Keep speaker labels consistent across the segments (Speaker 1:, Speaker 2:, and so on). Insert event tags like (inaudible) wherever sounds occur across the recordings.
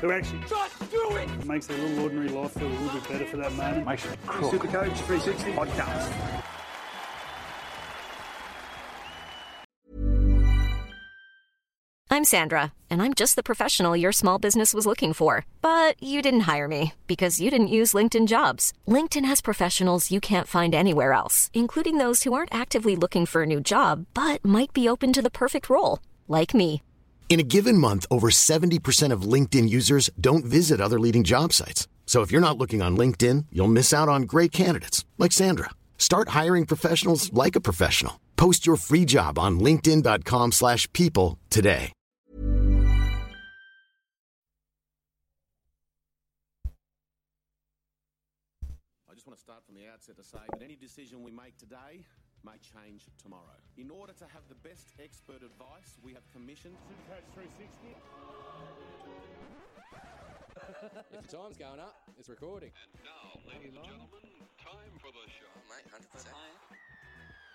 Speaker 1: who actually just do it, makes their little ordinary life feel a little bit better for that moment. Makes it cool. Super Coach 360 podcast.
Speaker 2: I'm Sandra, and I'm just the professional your small business was looking for. But you didn't hire me because you didn't use LinkedIn jobs. LinkedIn has professionals you can't find anywhere else, including those who aren't actively looking for a new job but might be open to the perfect role, like me.
Speaker 3: In a given month, over 70% of LinkedIn users don't visit other leading job sites. So if you're not looking on LinkedIn, you'll miss out on great candidates like Sandra. Start hiring professionals like a professional. Post your free job on linkedin.com/people slash people today.
Speaker 4: I just want to start from the outset to say that any decision we make today may change tomorrow. In order to have the best expert advice, we have commissioned.
Speaker 5: If the time's going up, it's recording.
Speaker 6: Now, ladies and gentlemen, time for the show.
Speaker 7: Mate, hundred percent.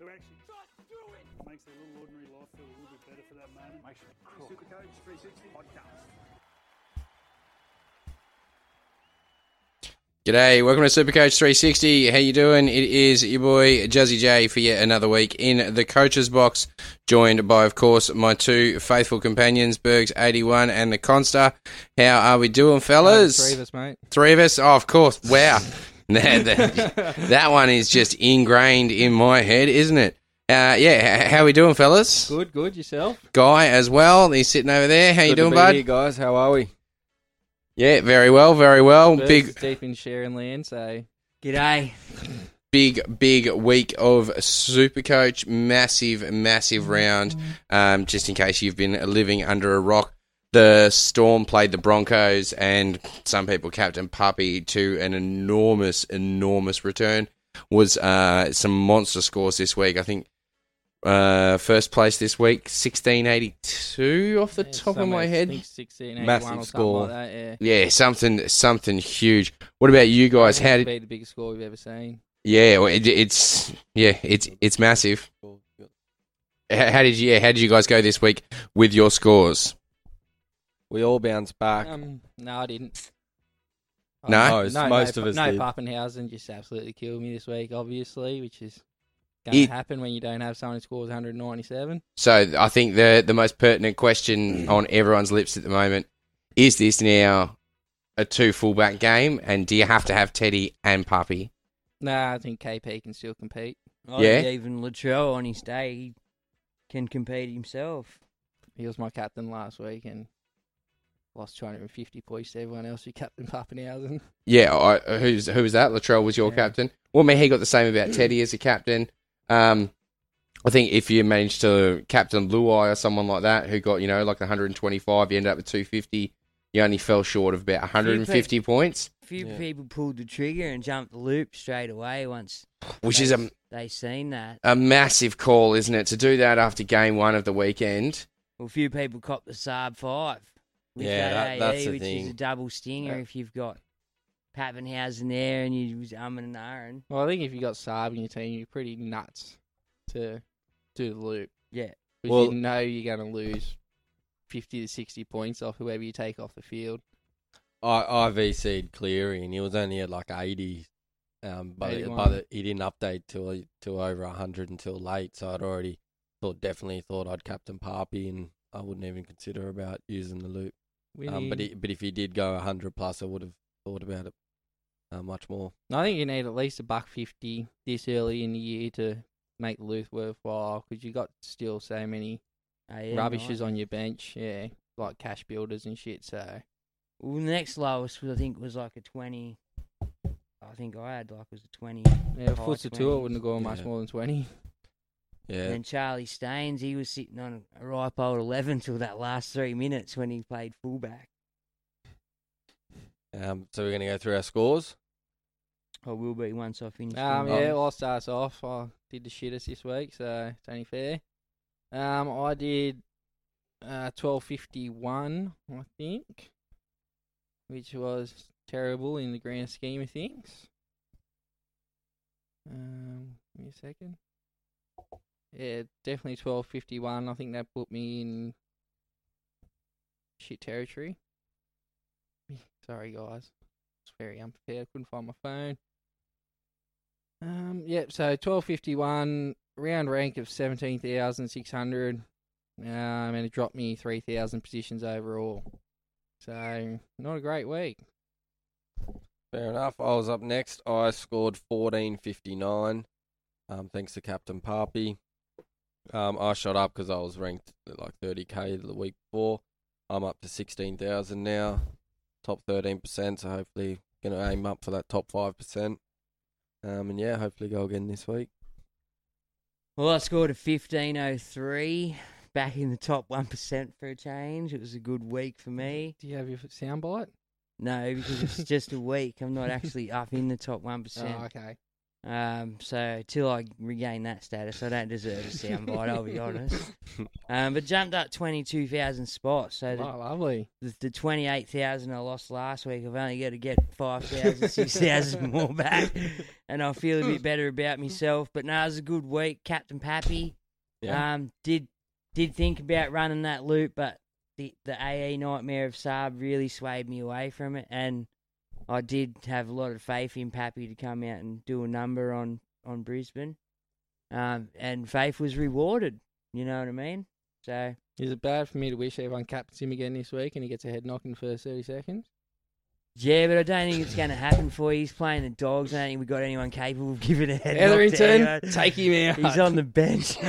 Speaker 1: who actually just do it, makes their little ordinary life feel a little bit better for that moment. Makes it cool. Super Coach 360 podcast.
Speaker 5: G'day, welcome to Supercoach 360. How you doing? It is your boy Jazzy J for yet another week in the coach's box, joined by, of course, my two faithful companions, Bergs 81 and the Consta. How are we doing, fellas?
Speaker 8: Three of us, mate.
Speaker 5: Three of us? Oh, of course. Wow. (laughs) that, that, that one is just ingrained in my head, isn't it? Uh, yeah, h- how we doing, fellas?
Speaker 8: Good, good. Yourself?
Speaker 5: Guy as well. He's sitting over there. How you
Speaker 8: Good to
Speaker 5: doing,
Speaker 8: be
Speaker 5: bud?
Speaker 8: here, guys? How are we?
Speaker 5: Yeah, very well, very well.
Speaker 8: Birds
Speaker 5: Big,
Speaker 8: deep in sharing land, so
Speaker 9: g'day.
Speaker 5: big, big week of Supercoach. Massive, massive round. Um, just in case you've been living under a rock, the Storm played the Broncos, and some people, Captain Puppy, to an enormous, enormous return. Was uh, some monster scores this week. I think uh, first place this week, sixteen eighty two off the
Speaker 8: Yeah,
Speaker 5: top of
Speaker 8: somewhere,
Speaker 5: my
Speaker 8: I
Speaker 5: head.
Speaker 8: think 16, 81
Speaker 5: Massive
Speaker 8: or something
Speaker 5: score.
Speaker 8: Like that, yeah.
Speaker 5: Yeah, something, something huge. What about you guys? How
Speaker 8: That'd
Speaker 5: did
Speaker 8: be the biggest score we've ever seen?
Speaker 5: Yeah, well, it, it's yeah, it's it's massive. H- How did you yeah, How did you guys go this week with your scores?
Speaker 10: We all bounce back.
Speaker 8: Um, no, I didn't.
Speaker 5: No?
Speaker 8: I-
Speaker 10: Most- most of us
Speaker 8: No,
Speaker 10: did.
Speaker 8: Pappenhausen just absolutely killed me this week, obviously, which is going
Speaker 5: It-
Speaker 8: to happen when you don't have someone who scores 197.
Speaker 5: So I think the the most pertinent
Speaker 10: (clears throat)
Speaker 5: question on everyone's lips at the moment is this now a two fullback game, and do you have to have Teddy and Puppy?
Speaker 8: Nah, I think KP can still compete.
Speaker 9: Oh,
Speaker 5: Yeah.
Speaker 9: Even Latrell on his day, he can compete himself.
Speaker 8: He was my captain last week and lost 250 points to everyone else who captain Pappenhausen.
Speaker 5: Yeah, I, uh, who's who was that? Latrell was your
Speaker 8: Yeah.
Speaker 5: captain. Well, I mean, he got the same
Speaker 9: Mm.
Speaker 5: about Teddy as a captain. Um, I think if you manage to captain Luai or someone like that, who got you know like 125, you ended up with 250. You only fell short of about 150 points,
Speaker 9: A few
Speaker 10: Yeah.
Speaker 9: people pulled the trigger and jumped the loop (laughs) straight away once
Speaker 5: which is a
Speaker 9: they seen that.
Speaker 5: a massive call, isn't it? To do that after game one of the weekend.
Speaker 9: Well, a few people copped the Saab 5 with
Speaker 10: Yeah,
Speaker 9: that,
Speaker 10: that- that's the
Speaker 9: which is a
Speaker 10: thing.
Speaker 9: double stinger
Speaker 5: Yeah.
Speaker 9: if you've got Pappenhausen there and you was umming and ahhing.
Speaker 8: Well, I think if you got Saab in your team, you're pretty nuts to do the loop.
Speaker 9: Yeah.
Speaker 8: Because
Speaker 10: Well-
Speaker 8: you know you're going to lose 50 to 60 points off whoever you take off the field.
Speaker 10: I, I VC'd Cleary and he was only at like 80 Um, but it,
Speaker 8: 81.
Speaker 10: but it, he didn't update till till over hundred until late. So I'd already thought definitely thought I'd captain Papi, and I wouldn't even consider about using the loop. Um, but
Speaker 8: Winning.
Speaker 10: he, but if he did go hundred plus, I would have thought about it uh, much more.
Speaker 8: I think you need at least a buck fifty this early in the year to make Luth worthwhile because you got still so many
Speaker 9: Ah, yeah,
Speaker 8: rubbishes
Speaker 9: right.
Speaker 8: on your bench, yeah, like cash builders and shit. So
Speaker 9: Well, the next lowest was, I think was like a twenty. I think I had like was a twenty.
Speaker 8: yeah,
Speaker 9: high
Speaker 8: foot to two, it
Speaker 9: 20s.
Speaker 8: wouldn't have gone much
Speaker 10: Yeah.
Speaker 8: more than twenty.
Speaker 10: Yeah,
Speaker 9: And then Charlie Staines, he was sitting on a ripe old eleven till that last three minutes when he played fullback.
Speaker 10: Um, so we're going to go through our scores.
Speaker 9: I will be once I finish.
Speaker 8: Um,
Speaker 9: doing
Speaker 8: yeah,
Speaker 9: it.
Speaker 8: well, I'll start us off. I did the shittest this week, so it's only fair. Um, I did uh twelve fifty one, I think, which was terrible in the grand scheme of things. Um, give me a second. Yeah, definitely twelve fifty one. I think that put me in shit territory. (laughs) Sorry, guys. It's very unfair. I couldn't find my phone. Um, yep, so 1251, round rank of 17,600, um, and it dropped me 3,000 positions overall. So, not a great week.
Speaker 10: Fair enough. I was up next. I scored fourteen fifty nine, um, thanks to Captain Papi. Um, I shot up because I was ranked at like thirty k the week before. I'm up to sixteen thousand now, top thirteen percent. So hopefully, gonna aim up for that top five percent. Um, and yeah, hopefully go again this week.
Speaker 9: Well, I scored a 15.03, back in the top 1% for a change. It was a good week for me.
Speaker 8: Do you have your soundbite?
Speaker 9: No, because it's just a week. I'm not actually up in the top 1%.
Speaker 8: Oh, okay.
Speaker 9: Um, so till I regain that status, I don't deserve a soundbite. I'll be honest. Um, but jumped up twenty two thousand spots. So the,
Speaker 8: Oh, lovely.
Speaker 9: the, the twenty eight thousand I lost last week, I've only got to get 5,000, 6,000 (laughs) more back, and I'll feel a bit better about myself. But no, it was a good week, Captain Pappy.
Speaker 10: Yeah.
Speaker 9: Um, did did think about running that loop, but the the AE nightmare of Saab really swayed me away from it, and I did have a lot of faith in Pappy to come out and do a number on on Brisbane, um, and faith was rewarded. You know what I mean? So
Speaker 8: Is it bad for me to wish everyone captains him again this week and he gets a head knocking for 30 seconds?
Speaker 9: yeah, but I don't think it's going to happen for you. He's playing the dogs. I don't think we got anyone capable of giving a head. knock to anyone.
Speaker 8: Etherington, take him out.
Speaker 9: He's on the bench.
Speaker 8: (laughs)
Speaker 9: (laughs)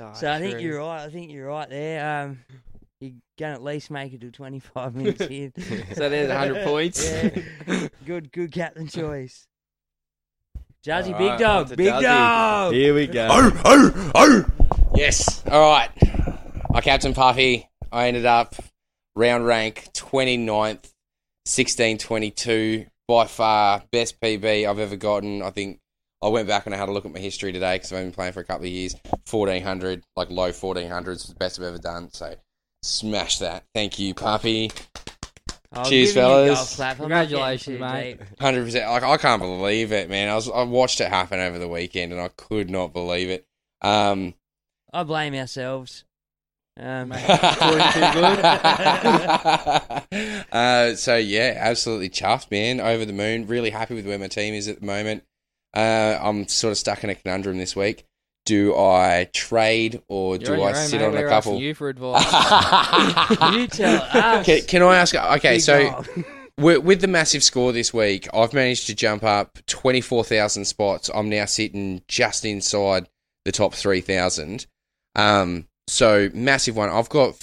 Speaker 8: Oh,
Speaker 9: so I think
Speaker 8: true. (laughs)
Speaker 9: you're right. I think you're right there. Um, you can at least make it to
Speaker 8: (laughs)
Speaker 9: 25 minutes in.
Speaker 8: So
Speaker 9: (laughs)
Speaker 8: there's 100 points.
Speaker 9: Yeah. Good, good captain choice. Jazzy,
Speaker 10: All
Speaker 9: big
Speaker 10: right, on
Speaker 9: dog,
Speaker 10: to
Speaker 9: big
Speaker 10: Jazzy.
Speaker 9: dog.
Speaker 10: Here we go.
Speaker 5: Yes. All right. I captain Puffy. I ended up round rank 29th, 1622. By far, best PB I've ever gotten. I think I went back and I had a look at my history today because I've been playing for a couple of years. 1400, like low 1400s, was the best I've ever done. So smash that. Thank you, Puffy.
Speaker 9: I'll
Speaker 5: Cheers,
Speaker 9: give him a golf
Speaker 5: fellas.
Speaker 9: clap. I'm not getting
Speaker 8: Congratulations,
Speaker 9: too
Speaker 8: mate.
Speaker 9: deep.
Speaker 5: Hundred percent. Like I can't believe it, man. I was I watched it happen over the weekend, and I could not believe it. Um,
Speaker 9: I blame ourselves. Um,
Speaker 5: (laughs) uh, so yeah, absolutely chuffed, man. Over the moon. Really happy with where my team is at the moment. Uh, I'm sort of stuck in a conundrum this week. Do I trade or
Speaker 8: You're
Speaker 5: do
Speaker 8: on
Speaker 5: I
Speaker 8: your own,
Speaker 5: sit
Speaker 8: mate.
Speaker 5: on
Speaker 8: We're
Speaker 5: a
Speaker 8: asking
Speaker 5: couple?
Speaker 9: (laughs)
Speaker 8: you for advice.
Speaker 5: you
Speaker 9: you tell us.
Speaker 5: Can, can I ask? Okay,
Speaker 9: Big
Speaker 5: so (laughs)
Speaker 9: dog.
Speaker 5: with, with the massive score this week, I've managed to jump up 24,000 spots. I'm now sitting just inside the top 3,000. Um, so, massive one. I've got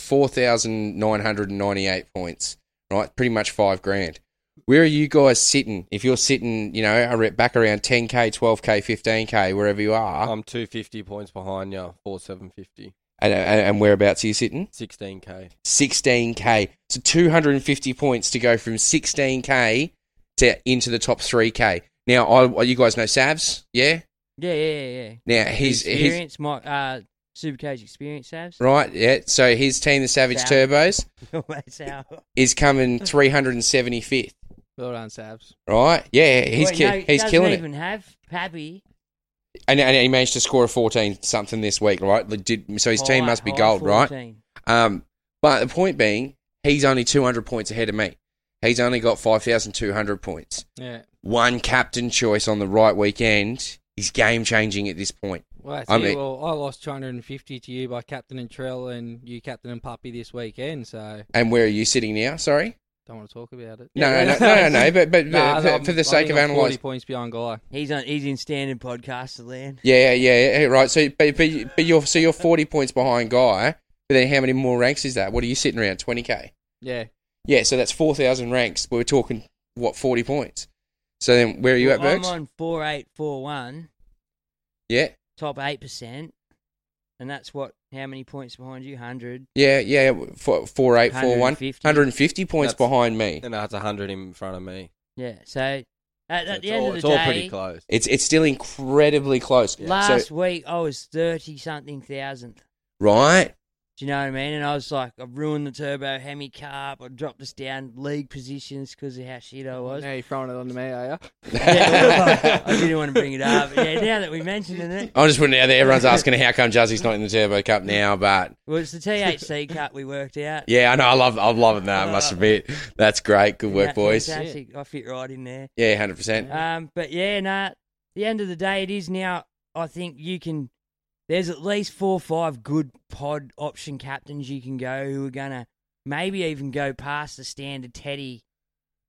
Speaker 5: 4,998 points, right? Pretty much five grand. Where are you guys sitting? If you're sitting, you know, ar- back around 10K, 12K, 15K, wherever you are,
Speaker 10: I'm two fifty points behind you. Four seven fifty.
Speaker 5: and, and, and whereabouts are you sitting?
Speaker 10: Sixteen k.
Speaker 5: 16k. So 250 points to go from 16k to into the top 3k. Now, I, you guys know Savs, yeah?
Speaker 9: yeah, yeah, yeah.
Speaker 5: Now he's he's
Speaker 9: experience, my uh, Supercoach experience, Sabs.
Speaker 5: right, yeah. So his team, the Savage
Speaker 9: Sav.
Speaker 5: Turbos,
Speaker 9: (laughs) Always out. (laughs)
Speaker 5: is coming 375th.
Speaker 8: well done, Sabs.
Speaker 5: Right, yeah, he's
Speaker 9: Wait,
Speaker 5: ki-
Speaker 9: no, he
Speaker 5: he's
Speaker 9: doesn't
Speaker 5: killing it,
Speaker 9: even have Pappy.
Speaker 5: and, and he managed to score a 14 something this week, right? Like, did- so his team
Speaker 9: High-
Speaker 5: must be
Speaker 9: high
Speaker 5: gold, right?
Speaker 9: 14.
Speaker 5: Um, but the point being, he's only 200 points ahead of me. He's only got 5,200 points.
Speaker 8: Yeah.
Speaker 5: One captain choice on the right weekend is game changing at this point.
Speaker 8: Well, that's
Speaker 5: I
Speaker 8: it.
Speaker 5: mean-
Speaker 8: well, I lost 250 to you by Captain and Trell and you Captain and Puppy this weekend, so
Speaker 5: And where are you sitting now? Sorry?
Speaker 8: don't want to talk about it.
Speaker 5: No, no, no, no,
Speaker 8: (laughs)
Speaker 5: no,
Speaker 9: (laughs)
Speaker 5: but- but-
Speaker 8: Nah,
Speaker 5: but for-
Speaker 8: I'm-
Speaker 5: for the
Speaker 8: I
Speaker 5: sake
Speaker 8: think
Speaker 5: of
Speaker 8: I'm 40
Speaker 5: analyse-
Speaker 8: points behind Guy.
Speaker 9: He's on. He's in standard podcaster land.
Speaker 5: Yeah, yeah, yeah, yeah, right. So, but, but, but you're so you're 40 points behind Guy. But then, how many more ranks is that? What are you sitting around? 20k.
Speaker 8: Yeah.
Speaker 5: Yeah, so that's 4,000 ranks. We're talking what 40 points. So then, where are you at,
Speaker 9: Well,
Speaker 5: Berks?
Speaker 9: I'm on four eight four one,
Speaker 5: Yeah,
Speaker 9: top eight percent, and that's what? How many points behind you? Hundred.
Speaker 5: yeah, yeah. Four, four eight, four one.
Speaker 9: 150.
Speaker 5: 150 points
Speaker 10: That's-
Speaker 5: behind me.
Speaker 10: And that's 100 in front of me.
Speaker 9: Yeah. So at, at
Speaker 10: So
Speaker 9: the
Speaker 10: it's
Speaker 9: end
Speaker 10: all-
Speaker 9: of
Speaker 10: it's
Speaker 9: the
Speaker 10: all
Speaker 9: day,
Speaker 10: pretty close.
Speaker 5: It's it's still incredibly close. So,
Speaker 9: last week I was thirty something thousandth.
Speaker 5: right.
Speaker 9: Do you know what I mean? And I was like, I've ruined the turbo hemi carb. I dropped us down league positions because of how shit I was.
Speaker 8: Now you're throwing it on me, are you?
Speaker 5: (laughs)
Speaker 9: Yeah, (laughs) I didn't want to bring it up. but Yeah, now that we mentioned it,
Speaker 5: I'm just putting it out there. Everyone's asking how come Juzzy's not in the Turbo Cup now, but
Speaker 9: well, it's the THC cut we worked out.
Speaker 5: yeah, I know. I love, I'm loving that. I must admit, that's great. Good work,
Speaker 9: That's
Speaker 5: boys.
Speaker 9: Fantastic. I fit right in there.
Speaker 5: Yeah, hundred percent.
Speaker 9: Um, but yeah, nah. at The end of the day, it is now. I think you can. There's at least four or five good pod option captains you can go who are gonna maybe even go past the standard Teddy.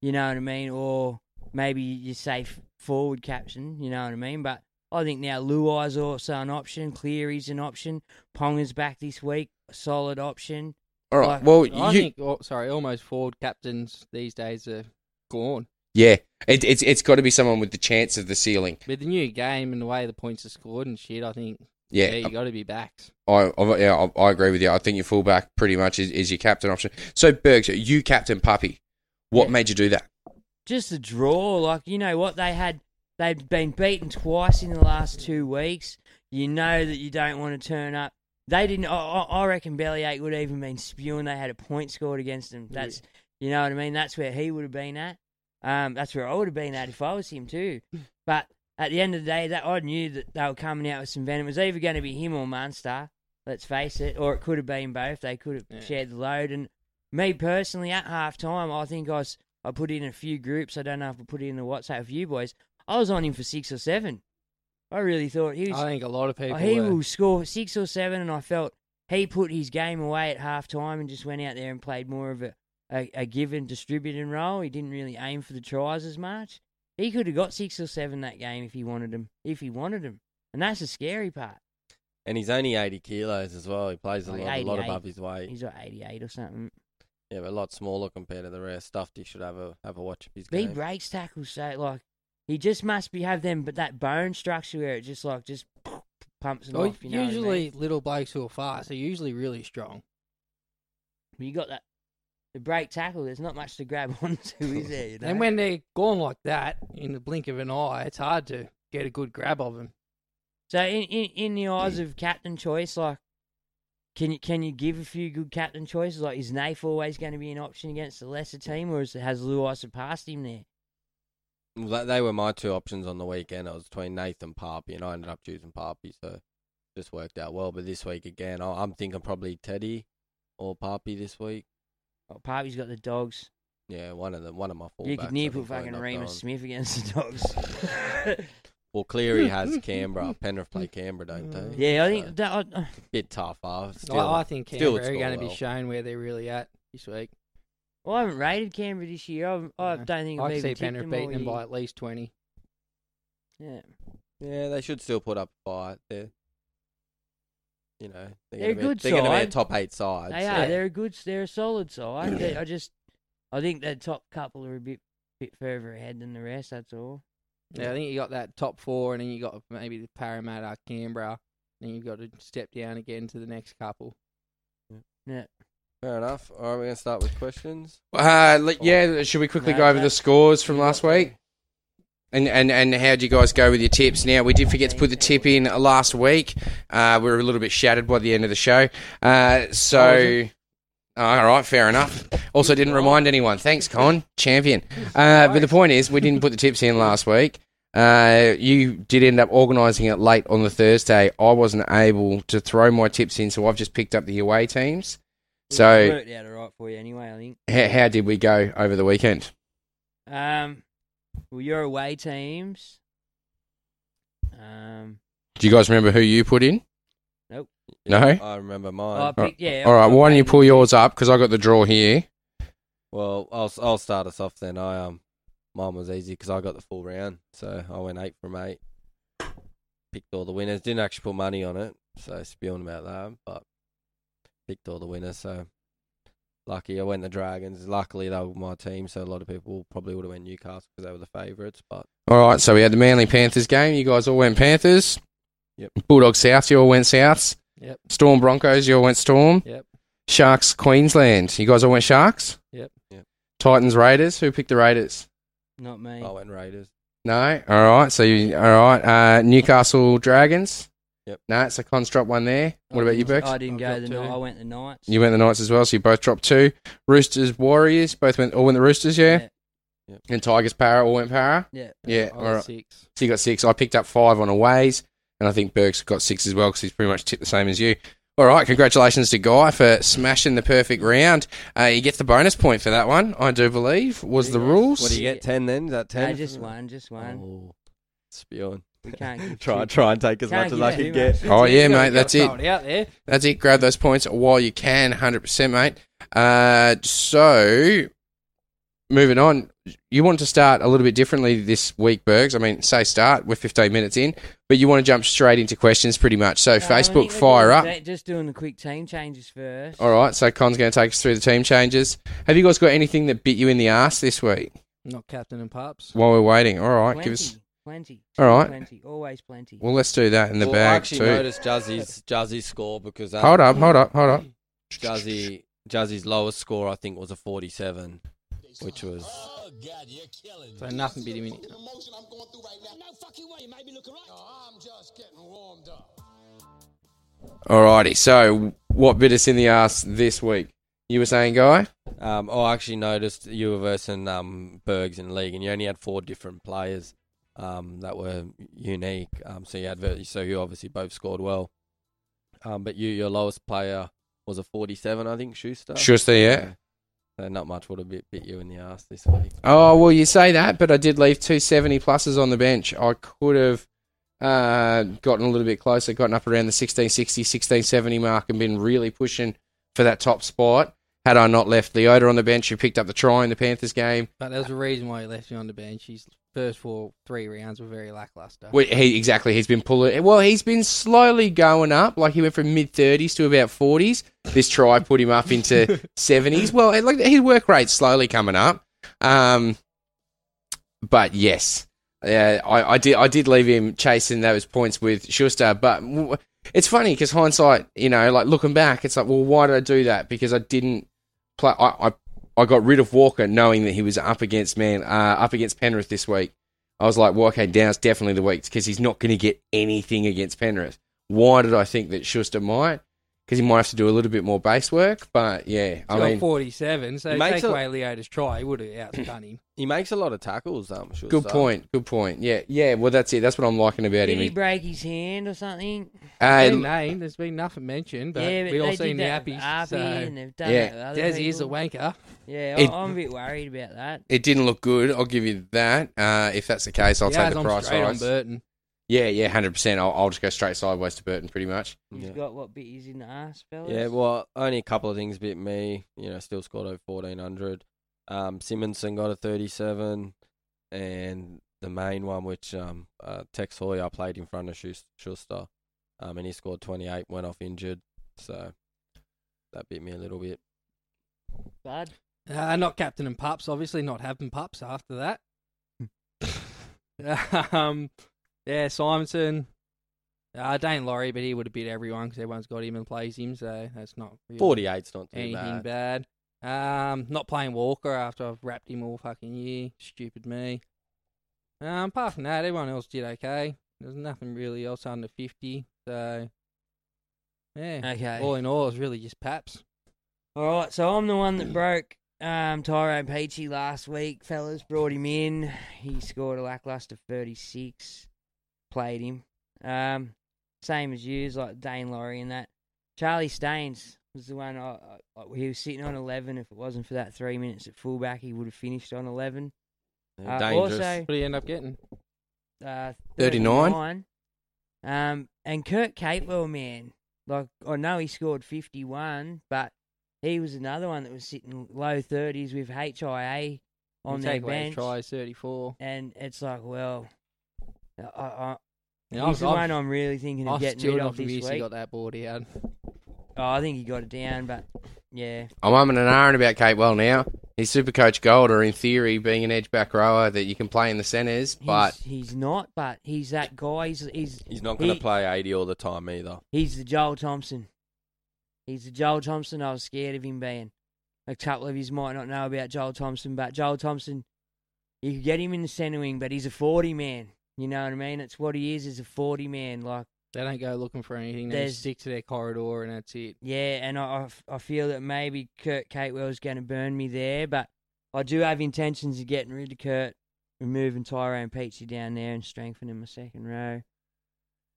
Speaker 9: You know what I mean? Or maybe you say forward captain. You know what I mean? But I think now Luai's also an option. Cleary's an option. Ponga's back this week. Solid option.
Speaker 5: All right.
Speaker 9: Like-
Speaker 5: well,
Speaker 8: I
Speaker 5: you,
Speaker 8: think, oh, sorry, almost forward captains these days are gone.
Speaker 5: yeah, it, it's it's got to be someone with the chance of the ceiling.
Speaker 8: With the new game and the way the points are scored and shit, I think,
Speaker 5: Yeah.
Speaker 8: you got to be backs.
Speaker 5: I, I yeah, I, I agree with you. I think your fullback pretty much is, is your captain option. So Bergs, you captain Puppy. What made you do that?
Speaker 9: just a draw. Like you know what they had, they've been beaten twice in the last two weeks. You know that you don't want to turn up. They didn't. I, I I reckon Bellyache would have even been spewing. They had a point scored against them. That's you know what I mean. That's where he would have been at. Um, that's where I would have been at if I was him too. But at the end of the day, that I knew that they were coming out with some venom. It was either going to be him or Munster. Let's face it, or it could have been both. They could have shared the load. And me personally, at half time, I think I was I put in a few groups. I don't know if I put it in the WhatsApp for you boys. I was on him for six or seven. I really thought he was.
Speaker 8: I think a lot of people.
Speaker 9: Oh, he
Speaker 8: were.
Speaker 9: will score six or seven, and I felt he put his game away at half time and just went out there and played more of a, a, a give and distribute and role. He didn't really aim for the tries as much. He could have got six or seven that game if he wanted them. If he wanted them, and that's the scary part.
Speaker 10: And he's only 80 kilos as well. He plays a
Speaker 9: Like
Speaker 10: lot, a lot
Speaker 9: 88.
Speaker 10: above his weight.
Speaker 9: He's like eighty-eight or something.
Speaker 10: Yeah, but a lot smaller compared to the rest. Stuffed, he should have a have a watch of his
Speaker 9: He
Speaker 10: game.
Speaker 9: breaks tackles so like he just must be have them, but that bone structure where it just like just pumps them
Speaker 8: Well,
Speaker 9: off. You know what I mean?
Speaker 8: usually, little blokes who are fast are usually really strong.
Speaker 9: you got that the break tackle. There's not much to grab (laughs) onto, is there? You know?
Speaker 8: And when they're gone like that, in the blink of an eye, it's hard to get a good grab of them.
Speaker 9: So in, in, in
Speaker 8: Hmm.
Speaker 9: the eyes of captain choice, like can you can you give a few good captain choices? Like is Nath always going to be an option against the lesser
Speaker 8: Hmm.
Speaker 9: team, or is, has Luai surpassed him there?
Speaker 10: Well, that, they were my two options on the weekend. I was between Nathan Parpy, and I ended up choosing Parpy, so just worked out well. But this week again, I, I'm thinking probably Teddy or Parpy this week.
Speaker 9: Oh, Parpy's got the dogs.
Speaker 10: Yeah, one of them, one of my fullbacks.
Speaker 9: you could near
Speaker 10: I
Speaker 9: put
Speaker 10: think, I end
Speaker 9: fucking
Speaker 10: up
Speaker 9: Remus
Speaker 10: going.
Speaker 9: Smith against the dogs.
Speaker 8: (laughs)
Speaker 9: (laughs)
Speaker 10: Well, Cleary has Canberra. Penrith play Canberra, don't they?
Speaker 9: yeah, I
Speaker 10: So,
Speaker 9: think that. I,
Speaker 10: bit tough. Uh, still,
Speaker 8: I, I think
Speaker 10: still
Speaker 8: Canberra
Speaker 10: it's
Speaker 8: are
Speaker 10: gone
Speaker 8: going to be
Speaker 10: well.
Speaker 8: shown where they're really at this week.
Speaker 9: well, I haven't rated Canberra this year. I, I don't think
Speaker 8: I
Speaker 9: I've
Speaker 8: can
Speaker 9: even
Speaker 8: see
Speaker 9: tipped
Speaker 8: Penrith
Speaker 9: them all
Speaker 8: beating them
Speaker 9: year.
Speaker 8: by at least twenty.
Speaker 9: Yeah.
Speaker 10: Yeah, they should still put up a fight. They're, you know, they're,
Speaker 9: They're a
Speaker 10: gonna
Speaker 9: good
Speaker 10: be, They're going to be a
Speaker 9: side.
Speaker 10: top eight side.
Speaker 9: They
Speaker 10: so-
Speaker 9: are. They're a good. They're a solid side.
Speaker 8: (clears throat)
Speaker 9: They- I just, I think the top couple are a bit, bit further ahead than the rest. That's all.
Speaker 8: Yeah, I think you got that top four, and then you got maybe the Parramatta, Canberra, and you've got to step down again to the next couple.
Speaker 9: Yeah.
Speaker 10: Fair enough. All right, we're going to start with questions.
Speaker 5: Uh, le- yeah, should we quickly
Speaker 10: No,
Speaker 5: go over the
Speaker 10: that's-
Speaker 5: scores from last week? And, and and how'd you guys go with your tips? Now we did forget to put the tip in last week. Uh, we were a little bit shattered by the end of the show. Uh,
Speaker 10: Oh,
Speaker 5: so, all right, fair enough. Also, didn't remind anyone. Thanks, Con champion. Uh, but the point is, we didn't put the tips
Speaker 10: (laughs)
Speaker 5: in last week. Uh, you did end up organising it late on the Thursday. I wasn't able to throw my tips in, so I've just picked up the away teams. So-
Speaker 9: worked out alright for you anyway. I think.
Speaker 5: How, how did we go over the weekend?
Speaker 9: Um, well, your away teams. Um,
Speaker 5: Do you guys remember who you put in?
Speaker 9: Nope.
Speaker 5: No?
Speaker 10: I remember mine.
Speaker 9: I picked- yeah,
Speaker 5: All right, why don't you pull yours up? Because I got the draw here.
Speaker 10: Well, I'll I'll start us off then. I um, mine was easy because I got the full round, so I went eight from eight. Picked all the winners. Didn't actually put money on it, so spewing about that. But picked all the winners, so lucky I went the Dragons. Luckily they were my team, so a lot of people probably would have went Newcastle because they were the favourites. But
Speaker 5: All right, so we had the Manly Panthers game. You guys all went Panthers.
Speaker 10: Yep.
Speaker 5: Bulldog Souths, you all went Souths.
Speaker 8: Yep.
Speaker 5: Storm Broncos, you all went Storm.
Speaker 8: Yep.
Speaker 5: Sharks Queensland, you guys all went Sharks.
Speaker 8: Yep.
Speaker 5: Titans Raiders, who picked the Raiders?
Speaker 9: Not me.
Speaker 8: Oh,
Speaker 10: I went Raiders.
Speaker 5: No. All right, so you all right? Uh, Newcastle Dragons.
Speaker 10: Yep.
Speaker 5: No, it's a construct one there. What about you, Bex?
Speaker 9: I didn't
Speaker 8: I've
Speaker 9: go
Speaker 8: got
Speaker 9: the
Speaker 8: two.
Speaker 9: night. I went the night.
Speaker 5: You went the Knights as well, so you both dropped two. Roosters Warriors, both went all went the Roosters, yeah.
Speaker 9: Yeah.
Speaker 10: Yep.
Speaker 5: And Tigers Para all went Para.
Speaker 9: Yeah.
Speaker 5: Yeah.
Speaker 8: I
Speaker 5: All
Speaker 8: got
Speaker 5: right.
Speaker 8: six.
Speaker 5: So you got six. I picked up five on aways, and I think Burke's got six as well because he's pretty much tipped the same as you. All right, congratulations to Guy for smashing the perfect round. Uh, he gets the bonus point for that one, I do believe. Was the rules?
Speaker 10: What do you get? Ten then? Is that ten?
Speaker 9: No, just one, just one.
Speaker 10: Oh, spewing.
Speaker 9: We
Speaker 5: (laughs)
Speaker 9: can't give
Speaker 10: try
Speaker 9: two-
Speaker 10: try and take as
Speaker 9: Can't
Speaker 10: much as
Speaker 9: give
Speaker 10: I
Speaker 9: too
Speaker 10: could
Speaker 9: much.
Speaker 10: get.
Speaker 5: Oh yeah,
Speaker 8: You gotta-
Speaker 5: mate. That's
Speaker 8: gotta
Speaker 5: it.
Speaker 8: throw it out there.
Speaker 5: That's it. Grab those points while you can. Hundred percent, mate. Uh, so moving on, you want to start a little bit differently this week, Bergs. I mean, say start. We're fifteen minutes in, but you want to jump straight into questions, pretty much. So
Speaker 9: No, I think
Speaker 5: Facebook,
Speaker 9: we're
Speaker 5: fire
Speaker 9: doing
Speaker 5: up.
Speaker 9: ta- Just doing the quick team changes first.
Speaker 5: All right, so Con's going to take us through the team changes. Have you guys got anything that bit you in the ass this week
Speaker 8: Not captain and pups.
Speaker 5: while we're waiting? All right, give us.
Speaker 9: Plenty, Plenty.
Speaker 5: All right.
Speaker 9: Plenty. Always plenty.
Speaker 5: Well, let's do that in the
Speaker 10: well, I
Speaker 5: bag
Speaker 10: actually
Speaker 5: too.
Speaker 10: noticed Juzzy's Juzzy's score because um,
Speaker 5: Hold up, hold up, hold up.
Speaker 10: Juzzy Juzzy's lowest score I think was a forty-seven, which was
Speaker 8: So nothing beat him in.
Speaker 5: Alrighty, so what bit us in the ass this week? You were saying, guy?
Speaker 10: um, I actually noticed you were versing um, Bergs in the league, and you only had four different players um, that were unique. Um, so you had ver- so you obviously both scored well, um, but you your lowest player was a forty-seven, I think Schuster.
Speaker 5: Schuster, yeah.
Speaker 10: So not much would have bit, bit you in the ass this week.
Speaker 5: Oh well, you say that, but I did leave two seventy pluses on the bench. I could have uh, gotten a little bit closer, gotten up around the 1660, 1670 mark, and been really pushing for that top spot. Had I not left Leota on the bench, who picked up the try in the Panthers game,
Speaker 8: But there's a reason why he left me on the bench. His first four three rounds were very lackluster.
Speaker 5: Well, he exactly. He's been pulling. Well, he's been slowly going up. Like he went from mid thirties to about forties. This try put him up into seventies. Well, it- like his work rate's slowly coming up. Um, but yes, yeah, I, I did. I did leave him chasing those points with Schuster. But w- it's funny because hindsight, you know, like looking back, it's like, well, why did I do that? Because I didn't play. I. I I got rid of Walker knowing that he was up against man, uh, up against Penrith this week. I was like, well, okay, Down's definitely the week because he's not going to get anything against Penrith. Why did I think that Schuster might? Because he might have to do a little bit more base work. But yeah,
Speaker 8: He's got
Speaker 5: I mean,
Speaker 8: 47, so
Speaker 10: He
Speaker 8: take
Speaker 10: makes a-
Speaker 8: away Leota's try, he would have outdone him.
Speaker 10: He makes a lot of tackles. Um, Schuster.
Speaker 5: good point. Good point. Yeah, yeah. Well, that's it. That's what I'm liking about
Speaker 9: Did he
Speaker 5: him.
Speaker 9: break his hand or something?
Speaker 8: There's
Speaker 5: Uh,
Speaker 8: been name, there's been nothing mentioned, but
Speaker 9: yeah, but
Speaker 8: we all
Speaker 9: they
Speaker 8: seen
Speaker 9: did
Speaker 8: the
Speaker 9: that with
Speaker 8: appies. So
Speaker 9: Arby and they've done
Speaker 5: Yeah.
Speaker 9: that with other
Speaker 8: Dez is a
Speaker 9: people.
Speaker 8: wanker.
Speaker 9: Yeah,
Speaker 5: It-
Speaker 9: I, I'm a bit worried about that.
Speaker 5: it didn't look good. I'll give you that. Uh, if that's the case, I'll
Speaker 8: yeah,
Speaker 5: take the
Speaker 8: I'm
Speaker 5: price
Speaker 8: straight on
Speaker 5: rise.
Speaker 8: Burton.
Speaker 5: Yeah, yeah, hundred percent. I'll, I'll just go straight sideways to Burton, pretty much.
Speaker 9: He's
Speaker 10: Yeah.
Speaker 9: got what bit he's in the ass, fellas.
Speaker 10: Yeah, well, only a couple of things bit me. You know, still scored over fourteen hundred. Um, Simonson got a thirty-seven, and the main one, which um, uh, Tex Hoy, I played in front of Schus- Schuster, um, and he scored twenty-eight. Went off injured, so that bit me a little bit.
Speaker 9: bud.
Speaker 8: Uh, not captain and pups, obviously not having pups after
Speaker 10: (laughs)
Speaker 8: that. (laughs) um, yeah, Simonson. Uh, Dane Laurie, but he would have beat everyone because everyone's got him and plays him, so that's not really
Speaker 10: Forty-eight's not too
Speaker 8: anything
Speaker 10: bad.
Speaker 8: bad. Um, not playing Walker after I've wrapped him all fucking year. Stupid me. Um, apart from that, everyone else did okay. There's nothing really else under fifty, so yeah.
Speaker 9: Okay.
Speaker 8: All in all, it's really just Paps.
Speaker 9: All right, so I'm the one that broke um, Tyrone Peachy last week, fellas. Brought him in. He scored a lackluster 36. Played him. Um, same as you, like Dane Laurie and that. Charlie Staines was the one. I, I, I- he was sitting on eleven. If it wasn't for that three minutes at fullback, he would have finished on eleven.
Speaker 8: Yeah,
Speaker 9: Uh,
Speaker 8: dangerous.
Speaker 9: Also,
Speaker 8: What do you end up getting?
Speaker 9: Uh,
Speaker 5: 39?
Speaker 9: 39. Um, and Kurt Capewell, man, like I know he scored fifty-one, but he was another one that was sitting low thirties with HIA on
Speaker 8: You
Speaker 9: their
Speaker 8: take away
Speaker 9: bench.
Speaker 8: his tries, 34.
Speaker 9: And it's like, well, I, I,
Speaker 8: You
Speaker 9: he's
Speaker 8: know, I've-
Speaker 9: the
Speaker 8: I've-
Speaker 9: one I'm really thinking of
Speaker 8: I've
Speaker 9: getting
Speaker 8: still
Speaker 9: rid
Speaker 8: not
Speaker 9: of this
Speaker 8: convinced
Speaker 9: week.
Speaker 8: he got that board he had.
Speaker 9: Oh, I think he got it down, but yeah,
Speaker 5: I'm umming and ahhing about Kate Well now. He's super coach gold, or in theory, being an edge back rower that you can play in the centres, but
Speaker 9: he's not. But he's that guy. He's he's,
Speaker 5: He's not
Speaker 10: going to
Speaker 9: he-
Speaker 10: play 80 all the time either.
Speaker 9: He's the Joel Thompson. He's the Joel Thompson. I was scared of him being. A couple of you might not know about Joel Thompson, but Joel Thompson, you could get him in the centre wing, but he's a forty man. You know what I mean? It's what he is. Is a forty man. Like
Speaker 8: They don't go looking for anything. They
Speaker 9: There's-
Speaker 8: just stick to their corridor and that's it.
Speaker 9: yeah, and I I- I feel that maybe Kurt Catewell's going to burn me there, but I do have intentions of getting rid of Kurt, removing Tyrone Peachy down there and strengthening my second row.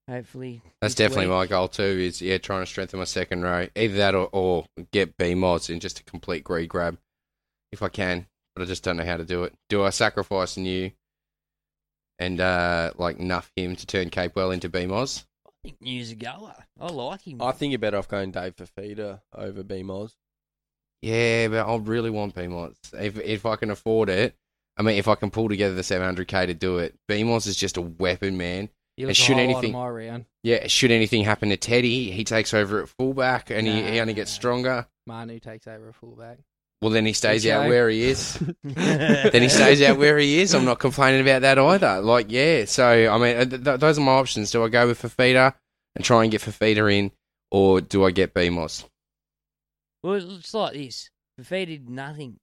Speaker 9: Hopefully,
Speaker 5: that's
Speaker 9: this
Speaker 5: definitely
Speaker 9: week.
Speaker 5: my goal too. Is yeah, trying to strengthen my second row, either that or, or get B mods and just a complete green grab if I can. But I just don't know how to do it. Do I sacrifice new and uh like nuff him to turn Cape Well into B mods?
Speaker 9: think news a goer. I like him.
Speaker 10: I think you're better off going Dave Fafita over B Moz.
Speaker 5: Yeah, but I really want BMOS. If if I can afford it, I mean, if I can pull together the 700k to do it, BMOS is just a weapon, man.
Speaker 8: He
Speaker 5: And
Speaker 8: was
Speaker 5: should
Speaker 8: the highlight
Speaker 5: anything,
Speaker 8: of my round.
Speaker 5: yeah, should anything happen to Teddy, he takes over at fullback and he, he only gets stronger.
Speaker 8: Manu takes over
Speaker 9: (laughs)
Speaker 8: a fullback.
Speaker 5: Well, then he stays
Speaker 8: Richo.
Speaker 5: out where he is. then he stays out where he is. I'm not complaining about that either. Like, yeah. So, I mean, uh, th- th- those are my options. Do I go with Fafita and try and get Fafita in, or do I get BMOS?
Speaker 9: Well, it's like this. Fafita did nothing.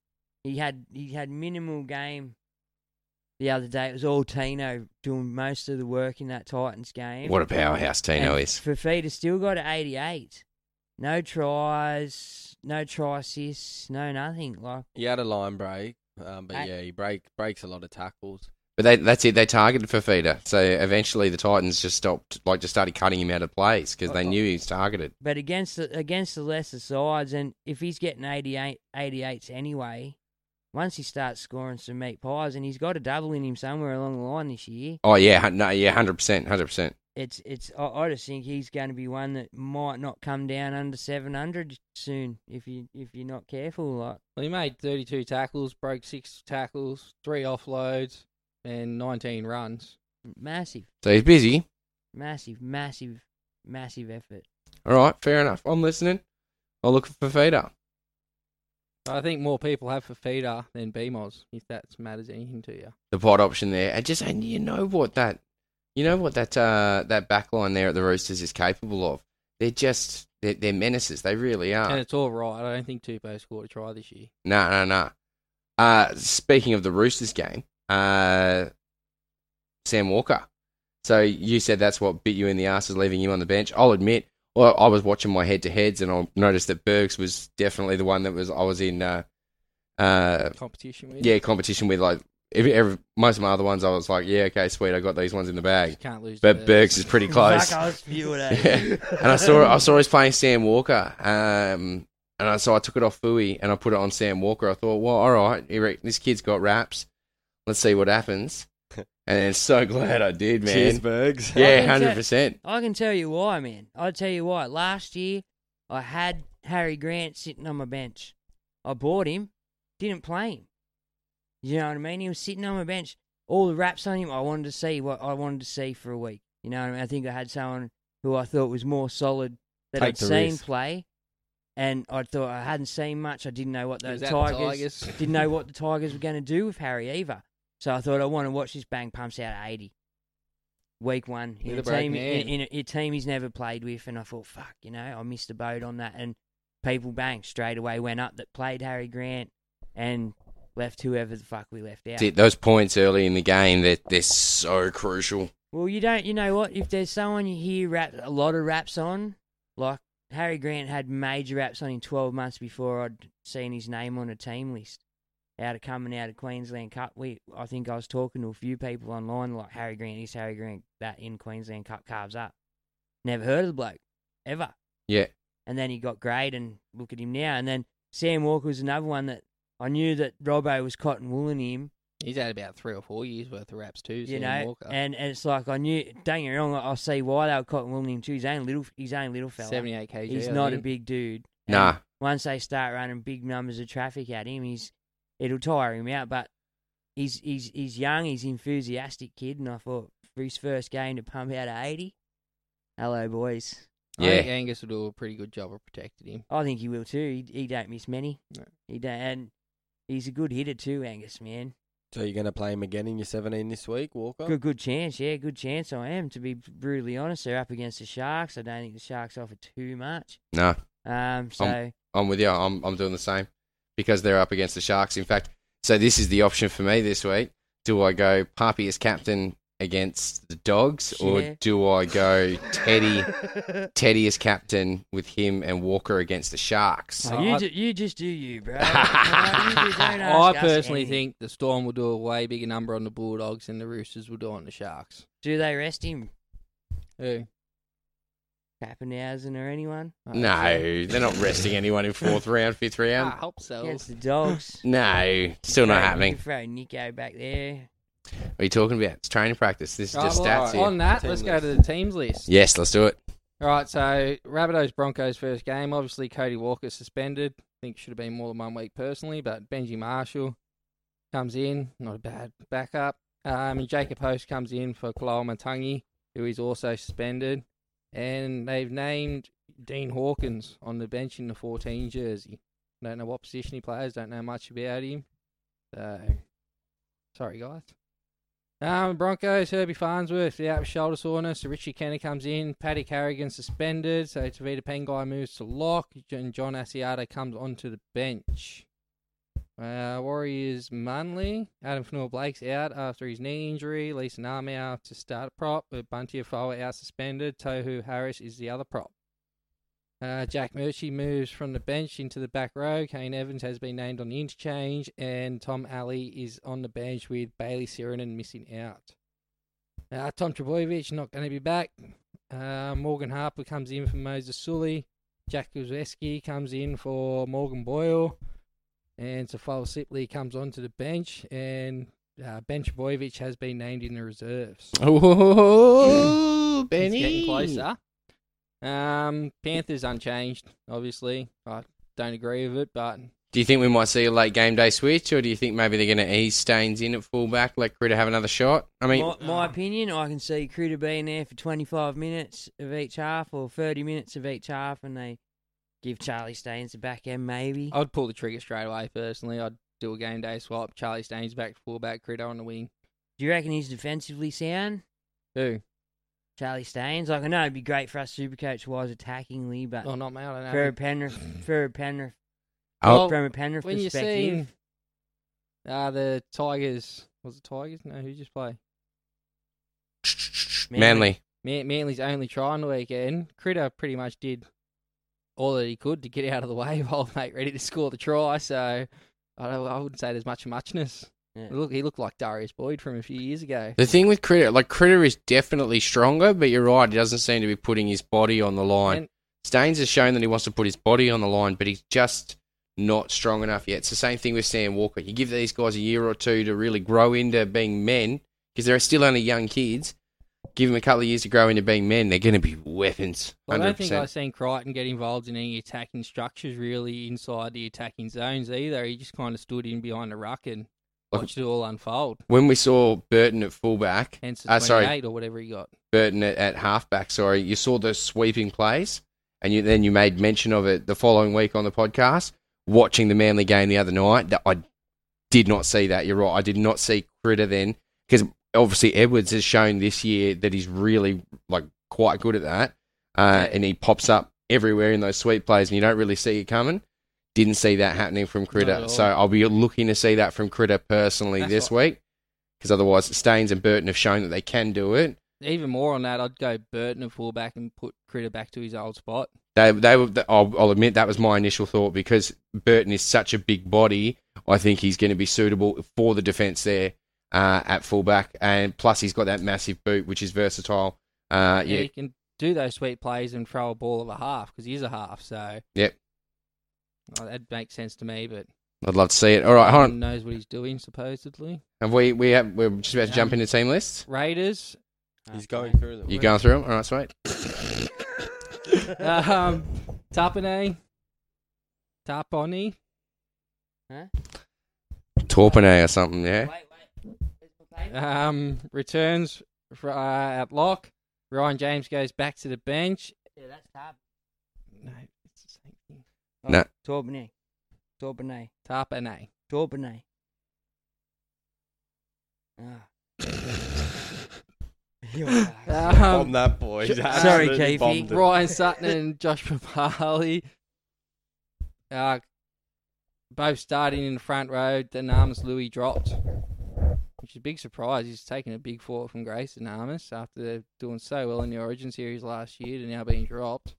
Speaker 9: He had he had minimal game the other day. It was all Tino doing most of the work in that Titans game.
Speaker 5: What a powerhouse Tino
Speaker 9: And
Speaker 5: is.
Speaker 9: Fafita still got an 88. No tries, no try assists, no nothing. Like
Speaker 10: He had a line break, um, but
Speaker 9: I-
Speaker 10: yeah, he break breaks a lot of tackles.
Speaker 5: But they, that's it. They targeted Fafita, so eventually the Titans just stopped, like, just started cutting him out of place because they knew he was targeted.
Speaker 9: but against the against the lesser sides, and if he's getting 88, 88s anyway, once he starts scoring some meat pies, and he's got a double in him somewhere along the line this year.
Speaker 5: Oh yeah, hun- no, yeah, hundred percent, hundred percent.
Speaker 9: it's it's I, I just think he's going to be one that might not come down under 700 soon if you if you're not careful like
Speaker 8: Well, he made 32 tackles, broke six tackles, three offloads, and 19 runs.
Speaker 9: massive
Speaker 5: So he's busy.
Speaker 9: massive massive massive effort
Speaker 5: All right, fair enough. I'm listening. I'll look for Fafita.
Speaker 8: I think more people have Fafita than BMOS, if that matters anything to you.
Speaker 5: The pod option there, and just and you know what that, you know what that uh that back line there at the Roosters is capable of. They're just they're, they're menaces. They really are.
Speaker 8: And it's all right. I don't think Tupou scored a try this year.
Speaker 5: No, no, no. Uh, speaking of the Roosters game, uh, Sam Walker. So you said that's what bit you in the ass is leaving him on the bench. I'll admit, well, I was watching my head to heads and I noticed that Bergs was definitely the one that was I was in. Uh, uh,
Speaker 8: Competition with.
Speaker 5: yeah, competition with like every, every most of my other ones. I was like, yeah, okay, sweet, I got these ones in the bag.
Speaker 8: Can't lose to
Speaker 5: But
Speaker 8: Bergs.
Speaker 5: Bergs is pretty close.
Speaker 9: Fuck, I was
Speaker 5: (laughs)
Speaker 9: viewing it.
Speaker 5: Yeah. And I saw I saw he's playing Sam Walker. Um, and I, so I took it off Fui and I put it on Sam Walker. I thought, well, all right, he re- this kid's got raps. Let's see what happens. And it's so (laughs) glad I did, man.
Speaker 9: (laughs)
Speaker 10: Cheers, Bergs.
Speaker 9: I
Speaker 5: Yeah,
Speaker 9: can
Speaker 5: hundred
Speaker 9: tell-
Speaker 5: percent.
Speaker 9: I can tell you why man I'll tell you why last year I had Harry Grant sitting on my bench I bought him didn't play him you know what I mean he was sitting on my bench all the raps on him I wanted to see what I wanted to see for a week you know what I mean I think I had someone who I thought was more solid that
Speaker 10: Take
Speaker 9: I'd
Speaker 10: the
Speaker 9: seen
Speaker 10: risk.
Speaker 9: play and I thought I hadn't seen much. I didn't know what
Speaker 8: He
Speaker 9: those
Speaker 8: was at the
Speaker 9: Tigers,
Speaker 8: Tigers.
Speaker 9: didn't know what the Tigers were going to do with Harry either. So I thought I want to watch this bang pumps out at eighty. Week one in
Speaker 8: With
Speaker 9: a,
Speaker 8: a broken
Speaker 9: team, in,
Speaker 8: hand.
Speaker 9: in, a, a team he's never played with, and I thought, fuck, you know, I missed the boat on that. And people bang straight away went up that played Harry Grant and left whoever the fuck we left out.
Speaker 5: That's it. Those points early in the game, they're, they're so crucial.
Speaker 9: Well, you don't. You know what? If there's someone you hear rap, a lot of raps on, like Harry Grant had major raps on in 12 months before I'd seen his name on a team list. Out of coming out of Queensland Cup, we I think I was talking to a few people online like Harry Grant is Harry Grant that in Queensland Cup carves up. Never heard of the bloke ever.
Speaker 5: Yeah.
Speaker 9: and then he got great, and look at him now. And then Sam Walker was another one that I knew that Robbo was cotton wooling him.
Speaker 8: He's had about three or four years worth of raps too.
Speaker 9: you
Speaker 8: Sam
Speaker 9: know,
Speaker 8: Walker.
Speaker 9: and and it's like I knew. Don't get me wrong, I I see why they were cotton wooling him too. He's only little, he's only little fella.
Speaker 8: 78 kg,
Speaker 9: He's
Speaker 8: I
Speaker 9: not a
Speaker 8: think.
Speaker 9: big dude.
Speaker 5: Nah.
Speaker 9: And Once they start running big numbers of traffic at him, he's it'll tire him out. But he's he's he's young. He's enthusiastic kid, and I thought for his first game to pump out a eighty. Hello, boys.
Speaker 8: I think Angus will do a pretty good job of protecting him.
Speaker 9: I think he will too. He, he don't miss many. He don't, and he's a good hitter too, Angus man.
Speaker 10: So you're going to play him again in your 17 this week, Walker?
Speaker 9: Good, good chance, yeah, good chance I am. To be brutally honest, they're up against the Sharks. I don't think the Sharks offer too much.
Speaker 5: No.
Speaker 9: Um. So
Speaker 5: I'm, I'm with you. I'm, I'm doing the same because they're up against the Sharks. In fact, so this is the option for me this week. Do I go Puppy as captain against the Dogs,
Speaker 9: Yeah.
Speaker 5: or do I go Teddy Teddy as captain with him and Walker against the Sharks?
Speaker 9: Oh, you,
Speaker 8: I-
Speaker 9: ju- you just do you, bro. Alright, you do- don't
Speaker 8: I
Speaker 9: ask us
Speaker 8: personally
Speaker 9: anything.
Speaker 8: think the Storm will do a way bigger number on the Bulldogs than the Roosters will do on the Sharks.
Speaker 9: Do they rest him?
Speaker 8: Who?
Speaker 9: Pappenhausen or anyone?
Speaker 5: No, they're not resting anyone in
Speaker 8: (laughs)
Speaker 5: fourth round, fifth round.
Speaker 8: hope so.
Speaker 9: Against the dogs.
Speaker 5: No, (laughs) still not
Speaker 9: Throw-
Speaker 5: happening.
Speaker 9: you Throw Nico back there.
Speaker 5: What are you talking about? It's training practice. This is
Speaker 8: Right,
Speaker 5: just
Speaker 8: well,
Speaker 5: stats here.
Speaker 8: On that, let's go to the teams list.
Speaker 5: Yes, let's do it.
Speaker 8: All right, so Rabbitohs Broncos first game. Obviously, Cody Walker suspended. I think should have been more than one week personally, but Benji Marshall comes in, not a bad backup. Um, and Jacob Host comes in for Kalal Matangi, who is also suspended. And they've named Dean Hawkins on the bench in the 14 jersey. Don't know what position he plays, don't know much about him. So, sorry, guys. Um, Broncos, Herbie Farnsworth out with shoulder soreness. So Richie Kenner comes in. Paddy Carrigan suspended. So Tavita Pengai moves to lock. And John Asiata comes onto the bench. Uh, Warriors Munley. Adam Fanua Blake's out after his knee injury. Lisa Namau to start prop. But Bunty Afoa out suspended. Tohu Harris is the other prop. Uh, Jack Murchie moves from the bench into the back row. Kane Evans has been named on the interchange, and Tom Alley is on the bench with Bailey Sirenen missing out. Uh, Tom Trebojevic not going to be back. Uh, Morgan Harper comes in for Moses Sully. Jack Guzewski comes in for Morgan Boyle. And Safal Sipley comes onto the bench. And uh, Ben Trebojevic has been named in the reserves.
Speaker 5: Oh,
Speaker 8: It's
Speaker 5: Benny.
Speaker 8: getting closer. Um, Panthers unchanged, obviously. I don't agree with it, but
Speaker 5: Do you think we might see a late game day switch, or do you think maybe they're going to ease Staines in at fullback, let Critter have another shot? I mean,
Speaker 9: my, my opinion, I can see Critter being there for 25 minutes of each half or 30 minutes of each half, and they give Charlie Staines the back end, maybe.
Speaker 8: I'd pull the trigger straight away personally. I'd do a game day swap. Charlie Staines back to fullback, Critter on the wing.
Speaker 9: Do you reckon he's defensively sound?
Speaker 8: Who?
Speaker 9: Charlie Staines. Like, I know it'd be great for us supercoach wise attackingly, but.
Speaker 8: Oh, not me, I don't know.
Speaker 9: For a Penrith. For a Penrith.
Speaker 8: Oh.
Speaker 9: from a Penrith
Speaker 8: When you
Speaker 9: perspective.
Speaker 8: see uh, the Tigers, was it Tigers? No, who just play?
Speaker 5: Manly.
Speaker 8: Man- Manly's only try on the weekend. Critter pretty much did all that he could to get out of the way (laughs) of old mate ready to score the try. So I, don't, I wouldn't say there's much muchness. Look, he looked like Darius Boyd from a few years ago.
Speaker 5: The thing with Critter, like Critter is definitely stronger, but you're right, he doesn't seem to be putting his body on the line.
Speaker 8: And-
Speaker 5: Staines has shown that he wants to put his body on the line, but he's just not strong enough yet. It's the same thing with Sam Walker. You give these guys a year or two to really grow into being men, because they're still only young kids. Give them a couple of years to grow into being men, they're going to be weapons.
Speaker 8: I
Speaker 5: 100%.
Speaker 8: don't think I've seen Crichton get involved in any attacking structures really inside the attacking zones either. He just kind of stood in behind the ruck and
Speaker 5: Like-
Speaker 8: watched it all unfold.
Speaker 5: when we saw Burton at fullback,
Speaker 8: Hence the
Speaker 5: uh,
Speaker 8: 28
Speaker 5: sorry,
Speaker 8: or whatever he got.
Speaker 5: Burton at, at halfback. Sorry, you saw those sweeping plays, and you then you made mention of it the following week on the podcast. Watching the Manly game the other night, that I did not see that. You're right. I did not see Critter then because obviously Edwards has shown this year that he's really like quite good at that, uh, and he pops up everywhere in those sweep plays, and you don't really see it coming. Didn't see that happening from
Speaker 8: at
Speaker 5: Critter,
Speaker 8: all.
Speaker 5: so I'll be looking to see that from Critter personally
Speaker 8: That's
Speaker 5: this
Speaker 8: what-
Speaker 5: week because otherwise Staines and Burton have shown that they can do it.
Speaker 8: Even more on that, I'd go Burton at fullback and put Critter back to his old spot.
Speaker 5: They, they were. I'll, I'll admit that was my initial thought because Burton is such a big body. I think he's going to be suitable for the defence there uh, at fullback, and plus he's got that massive boot, which is versatile. Uh, yeah,
Speaker 8: he can do those sweet plays and throw a ball of a half because he is a half. So
Speaker 5: Yep.
Speaker 8: oh, that makes sense to me. But
Speaker 5: I'd love to see it. All right, hold on.
Speaker 8: knows what he's doing supposedly.
Speaker 5: Have we we have we're just about to jump
Speaker 8: Um,
Speaker 5: into team lists.
Speaker 8: Raiders.
Speaker 9: Oh,
Speaker 10: He's going through them.
Speaker 5: You going through them? All right, sweet.
Speaker 8: um, Tapane. Taponi.
Speaker 5: Torpenay or something, yeah.
Speaker 8: Um, returns for, uh, at lock. Ryan James goes back to the bench.
Speaker 9: Yeah, that's Tab.
Speaker 8: No, it's the same thing.
Speaker 5: No.
Speaker 9: Torbonay. Torbonay.
Speaker 8: Tapane.
Speaker 9: Torbonay. Ah. You're right.
Speaker 8: Ah.
Speaker 10: Bomb that boy. He's
Speaker 9: Sorry,
Speaker 10: absolutely
Speaker 9: Keefe.
Speaker 10: bombed it.
Speaker 8: Um, Ryan Sutton and Josh Papali. Uh, both starting in the front row. Denamis Louis dropped, which is a big surprise. He's taken a big fall from Grace Denamis after doing so well in the Origin series last year to now being dropped.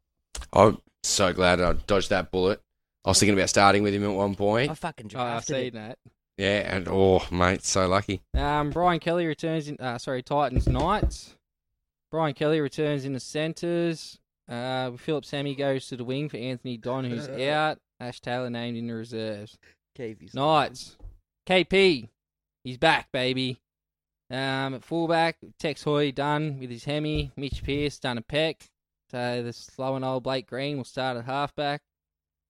Speaker 5: I'm so glad I dodged that bullet. I was thinking about starting with him at one
Speaker 9: I
Speaker 5: point.
Speaker 9: fucking
Speaker 8: Oh, I've
Speaker 9: drafted
Speaker 8: seen
Speaker 9: it.
Speaker 8: that.
Speaker 5: Yeah, and oh, mate, so lucky.
Speaker 8: Um, Brian Kelly returns in. Uh, sorry, Titans Knights. Brian Kelly returns in the centres. Uh, Philip Sammy goes to the wing for Anthony Don, who's out. Ash Taylor named in the reserves.
Speaker 9: Keefe.
Speaker 8: Knights. KP. He's back, baby. Um, at fullback, Tex Hoy done with his hemi. Mitch Pearce done a peck. So the slow and old Blake Green will start at halfback.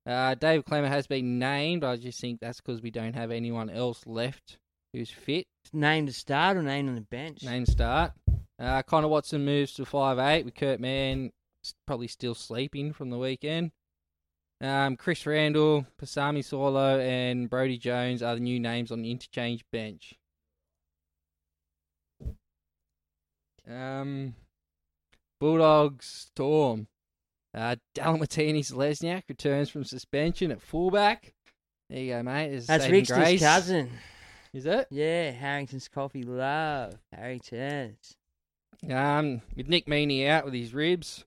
Speaker 8: Uh, David Clemmer has been named. I just think that's because we don't have anyone else left who's fit.
Speaker 9: Named to start or named on the bench?
Speaker 8: Name start. Uh, Connor Watson moves to five eight with Kurt Mann s- probably still sleeping from the weekend. Um, Chris Randall, Pasami Solo, and Brody Jones are the new names on the interchange bench. Um, Bulldogs Storm. Uh, Dalmatinis Lesniak returns from suspension at fullback. There you go, mate. There's
Speaker 9: That's
Speaker 8: saving
Speaker 9: Rick's
Speaker 8: grace.
Speaker 9: cousin.
Speaker 8: Is it?
Speaker 9: Yeah, Harrington's coffee. Love Harrington's.
Speaker 8: Um, with Nick Meaney out with his ribs,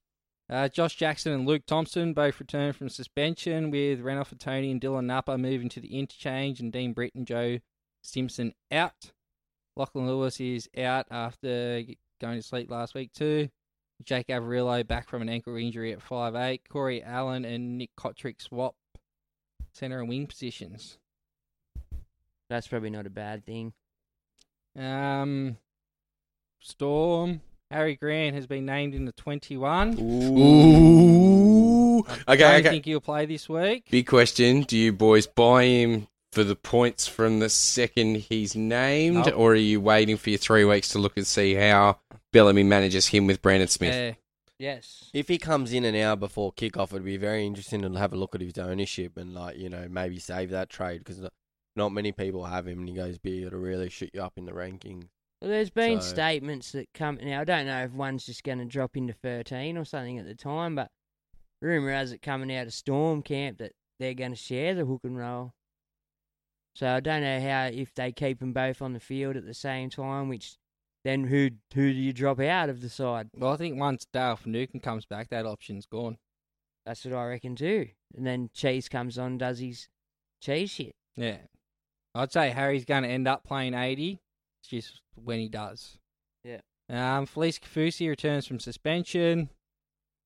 Speaker 8: uh, Josh Jackson and Luke Thompson both returned from suspension, with Renoff for Tony and Dylan Napa moving to the interchange, and Dean Brett and Joe Simpson out. Lachlan Lewis is out after going to sleep last week too. Jake Averillo back from an ankle injury at five eight. Corey Allen and Nick Kotrick swap centre and wing positions.
Speaker 9: That's probably not a bad thing.
Speaker 8: Um, Storm Harry Grant has been named in the twenty-one.
Speaker 5: Ooh.
Speaker 8: I
Speaker 5: Okay,
Speaker 8: don't
Speaker 5: okay.
Speaker 8: think he'll play this week.
Speaker 5: Big question. Do you boys buy him for the points from the second he's named,
Speaker 8: Nope.
Speaker 5: or are you waiting for your three weeks to look and see how Bellamy manages him with Brandon Smith?
Speaker 8: Yeah.
Speaker 9: Yes.
Speaker 10: Uh, If he comes in an hour before kickoff, it'd be very interesting to have a look at his ownership and, like, you know, maybe save that trade because not, not many people have him and he goes big. It'll really shoot you up in the rankings.
Speaker 9: Well, there's been
Speaker 10: So-
Speaker 9: statements that come now. I don't know if one's just going to drop into 13 or something at the time, but rumor has it coming out of Storm Camp that they're going to share the hook and roll. So I don't know how if they keep them both on the field at the same time, which then who who do you drop out of the side?
Speaker 8: Well, I think once Dale Finucane comes back, that option's gone.
Speaker 9: That's what I reckon too. And then Cheese comes on, does his cheese shit.
Speaker 8: Yeah. I'd say Harry's going to end up playing 80. It's just when he does.
Speaker 9: Yeah.
Speaker 8: Um, Felice Kafusi returns from suspension.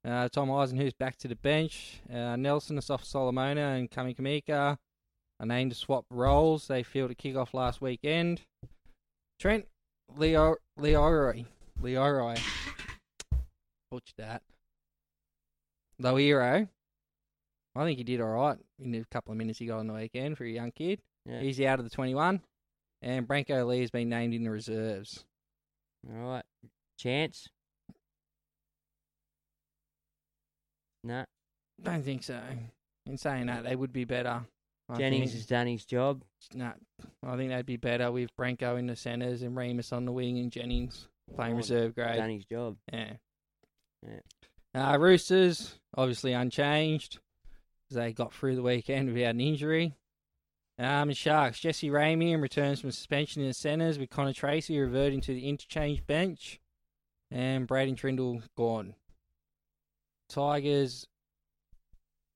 Speaker 8: Uh, Tom Eisenhuth's back to the bench. Uh, Nelson is off Solomona and Kamikamika are named to swap roles. They fielded a kickoff last weekend. Trent Leo Leoroi. Leoroi. Butchered that. Loiro. I think he did all right in the couple of minutes he got on the weekend for a young kid.
Speaker 9: Yeah.
Speaker 8: He's out of the 21. And Branko Lee has been named in the reserves.
Speaker 9: All right. Chance? No.
Speaker 8: Don't think so. In saying that, they would be better. I
Speaker 9: Jennings
Speaker 8: think.
Speaker 9: has done his job.
Speaker 8: No, I think they'd be better with Branko in the centres and Remus on the wing and Jennings playing
Speaker 9: Oh,
Speaker 8: reserve grade.
Speaker 9: Done his job.
Speaker 8: Yeah.
Speaker 9: Yeah.
Speaker 8: Uh, Roosters, obviously unchanged. 'cause They got through the weekend without an injury. Um, and Sharks, Jesse Ramian returns from suspension in the centres with Connor Tracy reverting to the interchange bench. And Braden Trindle gone. Tigers,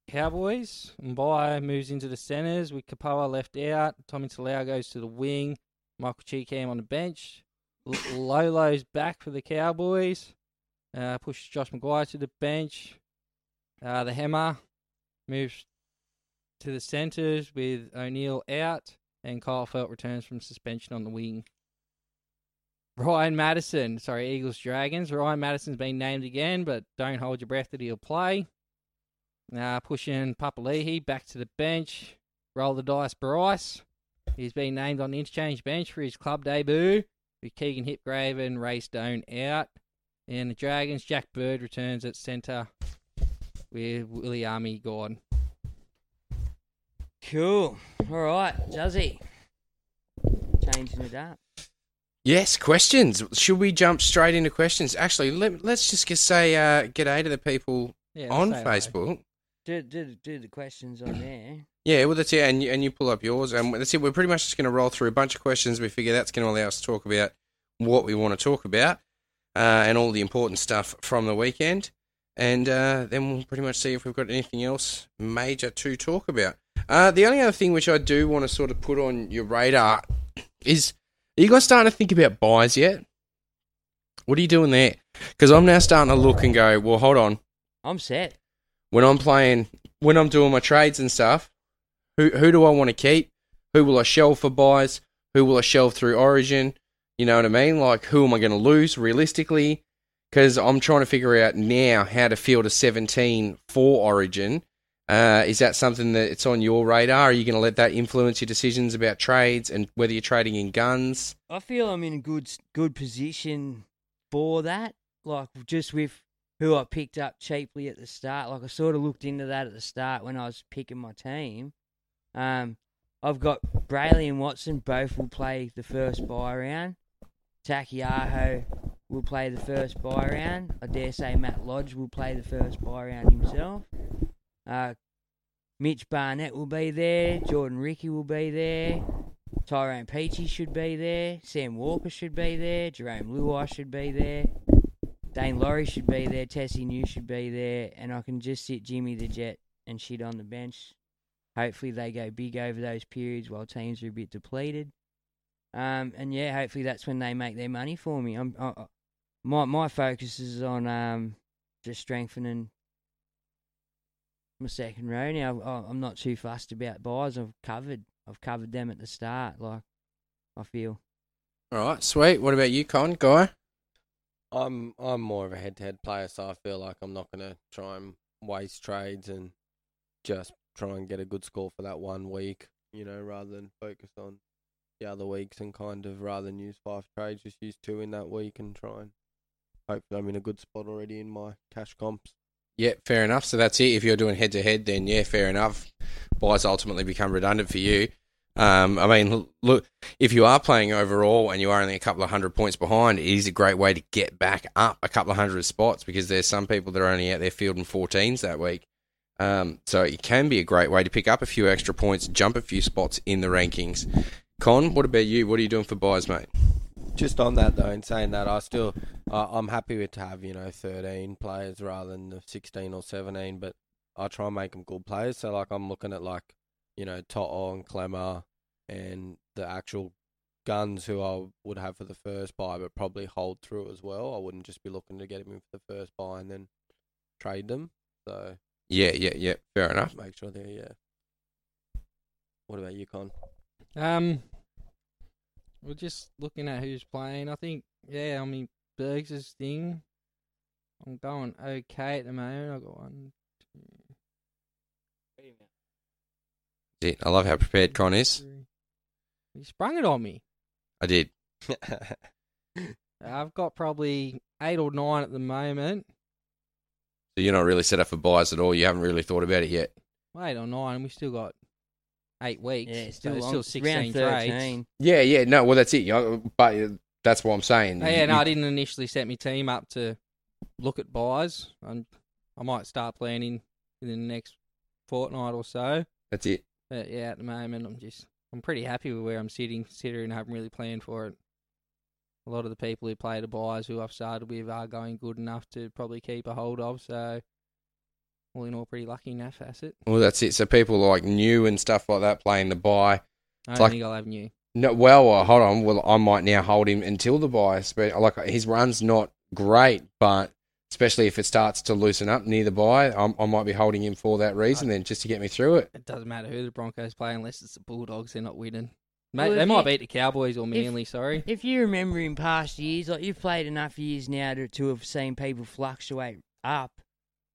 Speaker 8: Cowboys, Mbai moves into the centres with Kapoa left out. Tommy Talau goes to the wing. Michael Cheekham on the bench. L- Lolo's back for the Cowboys. Uh, pushed Josh Maguire to the bench. Uh, the hammer moves to the centres with O'Neill out, and Kyle Felt returns from suspension on the wing. Ryan Madison, sorry, Eagles Dragons. Ryan Madison's been named again, but don't hold your breath that he'll play. Uh, pushing Papalihi back to the bench. Roll the dice, Bryce. He's been named on the interchange bench for his club debut with Keegan Hipgrave and Ray Stone out. And the Dragons, Jack Bird returns at centre with Willie Army gone.
Speaker 9: Cool. All right, Juzzy. Changing it up.
Speaker 5: Yes, questions. Should we jump straight into questions? Actually, let, let's just get, say uh, g'day to the people
Speaker 9: Yeah,
Speaker 5: on
Speaker 9: say hello.
Speaker 5: Facebook.
Speaker 9: Do, do, do the questions on there.
Speaker 5: Yeah, well, that's it. And you, and you pull up yours, and that's it. We're pretty much just going to roll through a bunch of questions. We figure that's going to allow us to talk about what we want to talk about uh, and all the important stuff from the weekend. And uh, then we'll pretty much see if we've got anything else major to talk about. Uh, the only other thing which I do want to sort of put on your radar is are you guys starting to think about buys yet? What are you doing there? Because I'm now starting to look and go, well, hold on
Speaker 9: I'm set.
Speaker 5: when I'm playing, when I'm doing my trades and stuff, who who do I want to keep? Who will I shelve for buys? Who will I shelve through Origin? You know what I mean? Like, who am I going to lose realistically? Because I'm trying to figure out now how to field a 17 for Origin. Uh, is that something that it's on your radar? Are you going to let that influence your decisions about trades and whether you're trading in guns?
Speaker 9: I feel I'm in a good s- good position for that. Like just with who I picked up cheaply at the start. Like I sort of looked into that at the start when I was picking my team. Um, I've got Brayley and Watson both will play the first buy round. Takiaho will play the first buy round. I dare say Matt Lodge will play the first buy round himself. Uh, Mitch Barnett will be there. Jordan Ricky will be there. Tyrone Peachy should be there. Sam Walker should be there. Jerome Luai should be there. Dane Laurie should be there. Tessie New should be there. And I can just sit Jimmy the Jet and shit on the bench. Hopefully they go big over those periods while teams are a bit depleted. Um, and yeah, hopefully that's when they make their money for me. I'm, I, I- my my focus is on um, just strengthening my second row now. I- I'm not too fussed about buys. I've covered I've covered them at the start. Like I feel
Speaker 5: All right, sweet. What about you, Con guy?
Speaker 10: I'm I'm more of a head to head player, so I feel like I'm not going to try and waste trades and just try and get a good score for that one week, you know, rather than focus on the other weeks and kind of rather than use five trades, just use two in that week and try and hopefully I'm in a good spot already in my cash comps.
Speaker 5: Yeah, fair enough. So that's it. If you're doing head to head, then yeah, fair enough. Buys ultimately become redundant for you. Um, I mean, l- look, if you are playing overall and you are only a couple of hundred points behind, it is a great way to get back up a couple of hundred spots because there's some people that are only out there fielding 14s that week. Um, so it can be a great way to pick up a few extra points, jump a few spots in the rankings. Con, what about you? What are you doing for buys, mate?
Speaker 10: Just on that though, in saying that, I still I I'm happy with to have you know 13 players rather than the 16 or 17, but I try and make them good players. So like I'm looking at like you know Toto and Clemmer and the actual guns who I would have for the first buy, but probably hold through as well. I wouldn't just be looking to get them in for the first buy and then trade them. So
Speaker 5: Yeah, yeah, yeah. Fair enough.
Speaker 10: make sure they're yeah. What about you, Con?
Speaker 8: Um, we're just looking at who's playing. I think, yeah, I mean, Bergs' thing. I'm going okay at the moment. I've got one.
Speaker 5: That's it. I love how prepared Con is.
Speaker 8: He sprung it on me.
Speaker 5: I did.
Speaker 8: I've got probably eight or nine at the moment.
Speaker 5: So you're not really set up for buys at all. You haven't really thought about it yet.
Speaker 8: Eight or nine. We still got eight weeks.
Speaker 9: Yeah, it's
Speaker 8: so
Speaker 9: still
Speaker 8: there's
Speaker 9: long.
Speaker 8: still
Speaker 9: It's round
Speaker 8: 16 trades.
Speaker 9: 13.
Speaker 5: Yeah, yeah, no, well, that's it. You know, but uh, that's what I'm saying.
Speaker 8: Oh, yeah, no,
Speaker 5: You-
Speaker 8: I didn't initially set my team up to look at buys. i I might start planning in the next fortnight or so.
Speaker 5: That's it.
Speaker 8: But yeah, at the moment, I'm just I'm pretty happy with where I'm sitting, considering I haven't really planned for it. A lot of the people who play the buys who I've started with are going good enough to probably keep a hold of. So, all in all, pretty lucky in that facet.
Speaker 5: Well, that's it. So people like new and stuff like that playing the buy.
Speaker 8: I
Speaker 5: It's
Speaker 8: don't
Speaker 5: like-
Speaker 8: think I'll have new.
Speaker 5: No, well, uh, hold on. Well, I might now hold him until the buy. But like his run's not great, but especially if it starts to loosen up near the buy. I'm, I might be holding him for that reason then, just to get me through it.
Speaker 8: It doesn't matter who the Broncos play unless it's the Bulldogs. They're not winning. Mate,
Speaker 9: Well,
Speaker 8: they
Speaker 9: if
Speaker 8: might
Speaker 9: you-
Speaker 8: beat the Cowboys or
Speaker 9: if-
Speaker 8: Manly. sorry.
Speaker 9: If you remember in past years, like you've played enough years now to, to have seen people fluctuate up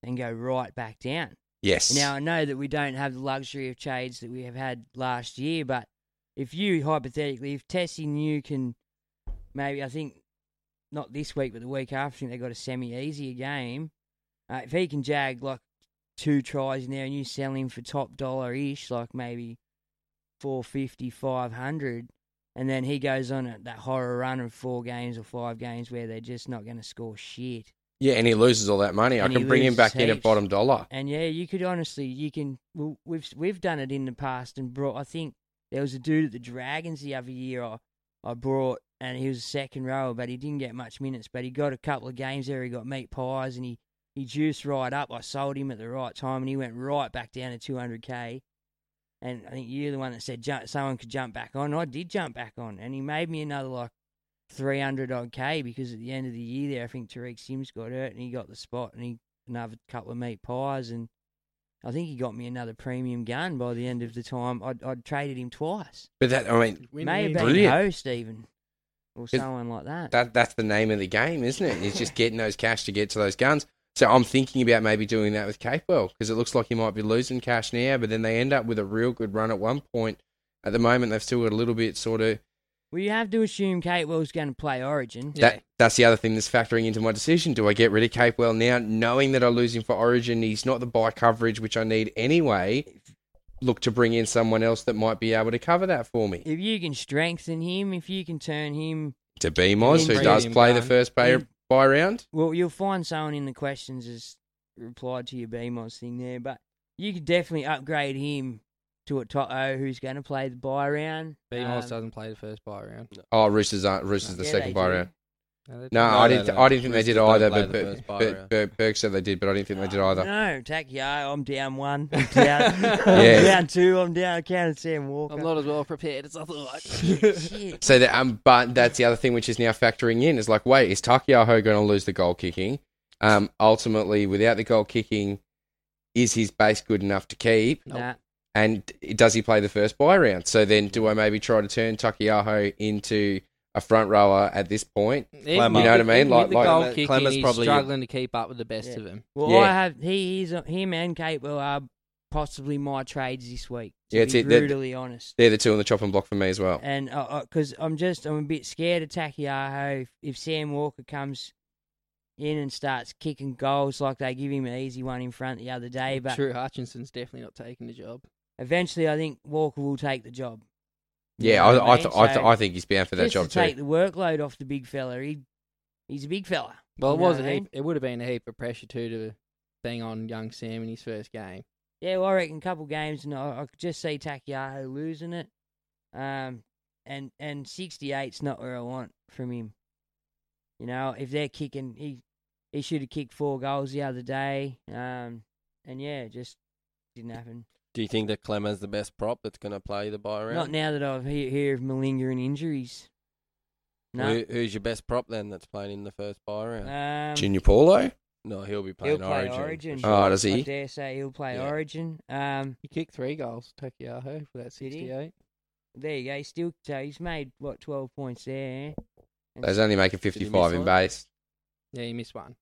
Speaker 9: and go right back down.
Speaker 5: Yes.
Speaker 9: Now I know that we don't have the luxury of trades that we have had last year, but if you hypothetically, if Tessie New can, maybe I think not this week, but the week after, I think they got a semi-easier game. Uh, if he can jag like two tries in there, and you sell him for top dollar ish, like maybe 450, 500, and then he goes on a, that horror run of four games or five games where they're just not going to score shit.
Speaker 5: Yeah, and he loses all that money. I
Speaker 9: And he
Speaker 5: can bring him
Speaker 9: loses
Speaker 5: back in at
Speaker 9: heaps.
Speaker 5: bottom dollar.
Speaker 9: And yeah, you could honestly, you can. Well, we've we've done it in the past and brought. I think there was a dude at the Dragons the other year. I I brought, and he was a second rower, but he didn't get much minutes. But he got a couple of games there. He got meat pies, and he he juiced right up. I sold him at the right time, and he went right back down to 200k. And I think you're the one that said jump, someone could jump back on. I did jump back on, and he made me another like 300 odd K because at the end of the year there, I think Tariq Sims got hurt and he got the spot and he another couple of meat pies and I think he got me another premium gun by the end of the time. I'd, I''d traded him twice.
Speaker 5: But that, I mean,
Speaker 9: May have been
Speaker 5: brilliant.
Speaker 9: host even or
Speaker 5: It-
Speaker 9: someone like that.
Speaker 5: That that's the name of the game, isn't it? It's just getting those cash to get to those guns. So I'm thinking about maybe doing that with Capewell because it looks like he might be losing cash now, but then they end up with a real good run at one point. At the moment, they've still got a little bit sort of.
Speaker 9: Well, you have to assume Catewell's going to play Origin.
Speaker 5: That, That's the other thing that's factoring into my decision. Do I get rid of Capewell now, knowing that I lose him for Origin? He's not the buy coverage which I need anyway. Look to bring in someone else that might be able to cover that for me.
Speaker 9: If you can strengthen him, if you can turn him
Speaker 5: To B Moz, who
Speaker 9: Premium
Speaker 5: does play the
Speaker 9: gun.
Speaker 5: first buy,
Speaker 9: Mm.
Speaker 5: buy round.
Speaker 9: Well, you'll find someone in the questions has replied to your BMOS thing there, but you could definitely upgrade him to a top O who's going to play the buy round.
Speaker 8: BMOS
Speaker 9: Um,
Speaker 8: doesn't play the first buy round.
Speaker 5: Oh, Roosters aren't. Roosters the
Speaker 9: Yeah,
Speaker 5: second
Speaker 9: they
Speaker 5: buy
Speaker 9: do.
Speaker 5: round.
Speaker 8: No,
Speaker 5: No,
Speaker 8: they
Speaker 10: don't.
Speaker 5: I
Speaker 10: No,
Speaker 5: didn't.
Speaker 10: they
Speaker 5: I didn't think they
Speaker 10: don't.
Speaker 5: did
Speaker 10: Roosters
Speaker 5: either. But,
Speaker 10: don't play the
Speaker 5: but,
Speaker 10: first buy
Speaker 5: but,
Speaker 10: round.
Speaker 5: but Burke said they did, but I didn't think they did either.
Speaker 9: No, Takio, I'm down one.
Speaker 5: (laughs)
Speaker 9: I'm down, I'm
Speaker 5: Yeah.
Speaker 9: down two. I'm down. I counted Sam Walker.
Speaker 8: I'm not as well prepared as I thought. (laughs)
Speaker 9: Shit.
Speaker 5: So that, um, but that's the other thing which is now factoring in is like, wait, is Takiaho going to lose the goal kicking? Um, ultimately, without the goal kicking, is his base good enough to keep?
Speaker 9: Nah.
Speaker 5: And does he play the first buy round? So then, do I maybe try to turn Takiaho into a front rower at this point?
Speaker 8: Even
Speaker 5: you know
Speaker 8: with
Speaker 5: what I
Speaker 8: the-
Speaker 5: mean?
Speaker 8: even
Speaker 5: Like,
Speaker 8: with the goal
Speaker 5: like
Speaker 8: kicking, he's struggling to keep up with the best
Speaker 9: Yeah.
Speaker 8: of them.
Speaker 9: Well,
Speaker 5: Yeah.
Speaker 9: I have he, he's him and Kate will are possibly my trades this week. To
Speaker 5: Yeah,
Speaker 9: yeah,
Speaker 5: it's
Speaker 9: be
Speaker 5: it. They're-
Speaker 9: brutally honest.
Speaker 5: they're the two on the chopping block for me as well.
Speaker 9: And because I'm just I'm a bit scared of Takiaho. If, if Sam Walker comes in and starts kicking goals like they give him an easy one in front the other day, but
Speaker 8: True Hutchinson's definitely not taking the job.
Speaker 9: eventually I think Walker will take the job.
Speaker 5: Yeah,
Speaker 9: You know what
Speaker 5: I, I,
Speaker 9: mean?
Speaker 5: th- I, th-
Speaker 9: So
Speaker 5: I think he's bound for that
Speaker 9: just
Speaker 5: job
Speaker 9: to take
Speaker 5: too.
Speaker 9: the workload off the big fella. He he's a big fella.
Speaker 8: Well, it
Speaker 9: You know
Speaker 8: was a
Speaker 9: what I
Speaker 8: heap.
Speaker 9: mean?
Speaker 8: It would have been a heap of pressure too to bang on young Sam in his first game.
Speaker 9: Yeah, well, I reckon a couple games, and I, I could just see Takiaho losing it. Um, and and 68's not where I want from him. You know, if they're kicking, he he should have kicked four goals the other day. Um, and yeah, it just didn't happen.
Speaker 10: Do you think that Clemmer's the best prop that's going to play the buy round?
Speaker 9: Not now that I've hear, hear of malingering injuries. No,
Speaker 10: Who, who's your best prop then that's playing in the first buy round?
Speaker 9: um,
Speaker 5: Junior Paulo.
Speaker 10: no, he'll be
Speaker 9: he'll
Speaker 10: playing
Speaker 9: play
Speaker 10: Origin.
Speaker 9: Origin.
Speaker 10: for sure.
Speaker 5: Oh, does he?
Speaker 9: I dare say he'll play
Speaker 10: Yeah.
Speaker 9: Origin. Um,
Speaker 8: He kicked three goals, Takiyaho, for that
Speaker 9: Did he?
Speaker 8: 68.
Speaker 9: there you go. He's still, so he's made what twelve points there. And
Speaker 5: They're only making
Speaker 10: he miss
Speaker 5: 55 in
Speaker 10: one?
Speaker 5: base.
Speaker 8: Yeah, he missed one.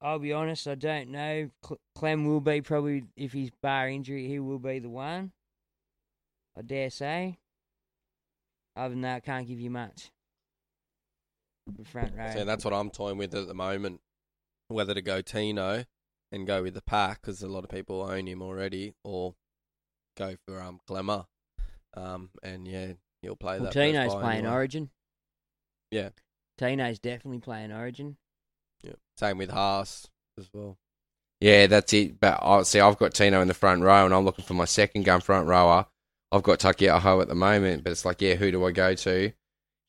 Speaker 9: I'll be honest, I don't know. Cl- Clem will be probably, if he's bar injury, he will be the one. I dare say. Other than that, I can't give you much. The front row.
Speaker 10: So that's what I'm toying with at the moment, whether to go Tino and go with the pack because a lot of people own him already, or go for um Glamour. Um, and yeah, he'll play
Speaker 9: well,
Speaker 10: that.
Speaker 9: Tino's
Speaker 10: first buy
Speaker 9: playing
Speaker 10: anyway.
Speaker 9: Origin.
Speaker 10: Yeah,
Speaker 9: Tino's definitely playing Origin.
Speaker 10: yeah. Same with Haas as well.
Speaker 5: Yeah, that's it. But I see, I've got Tino in the front row, and I'm looking for my second gun front rower. I've got Taki Aho at the moment, but it's like, yeah, who do I go to?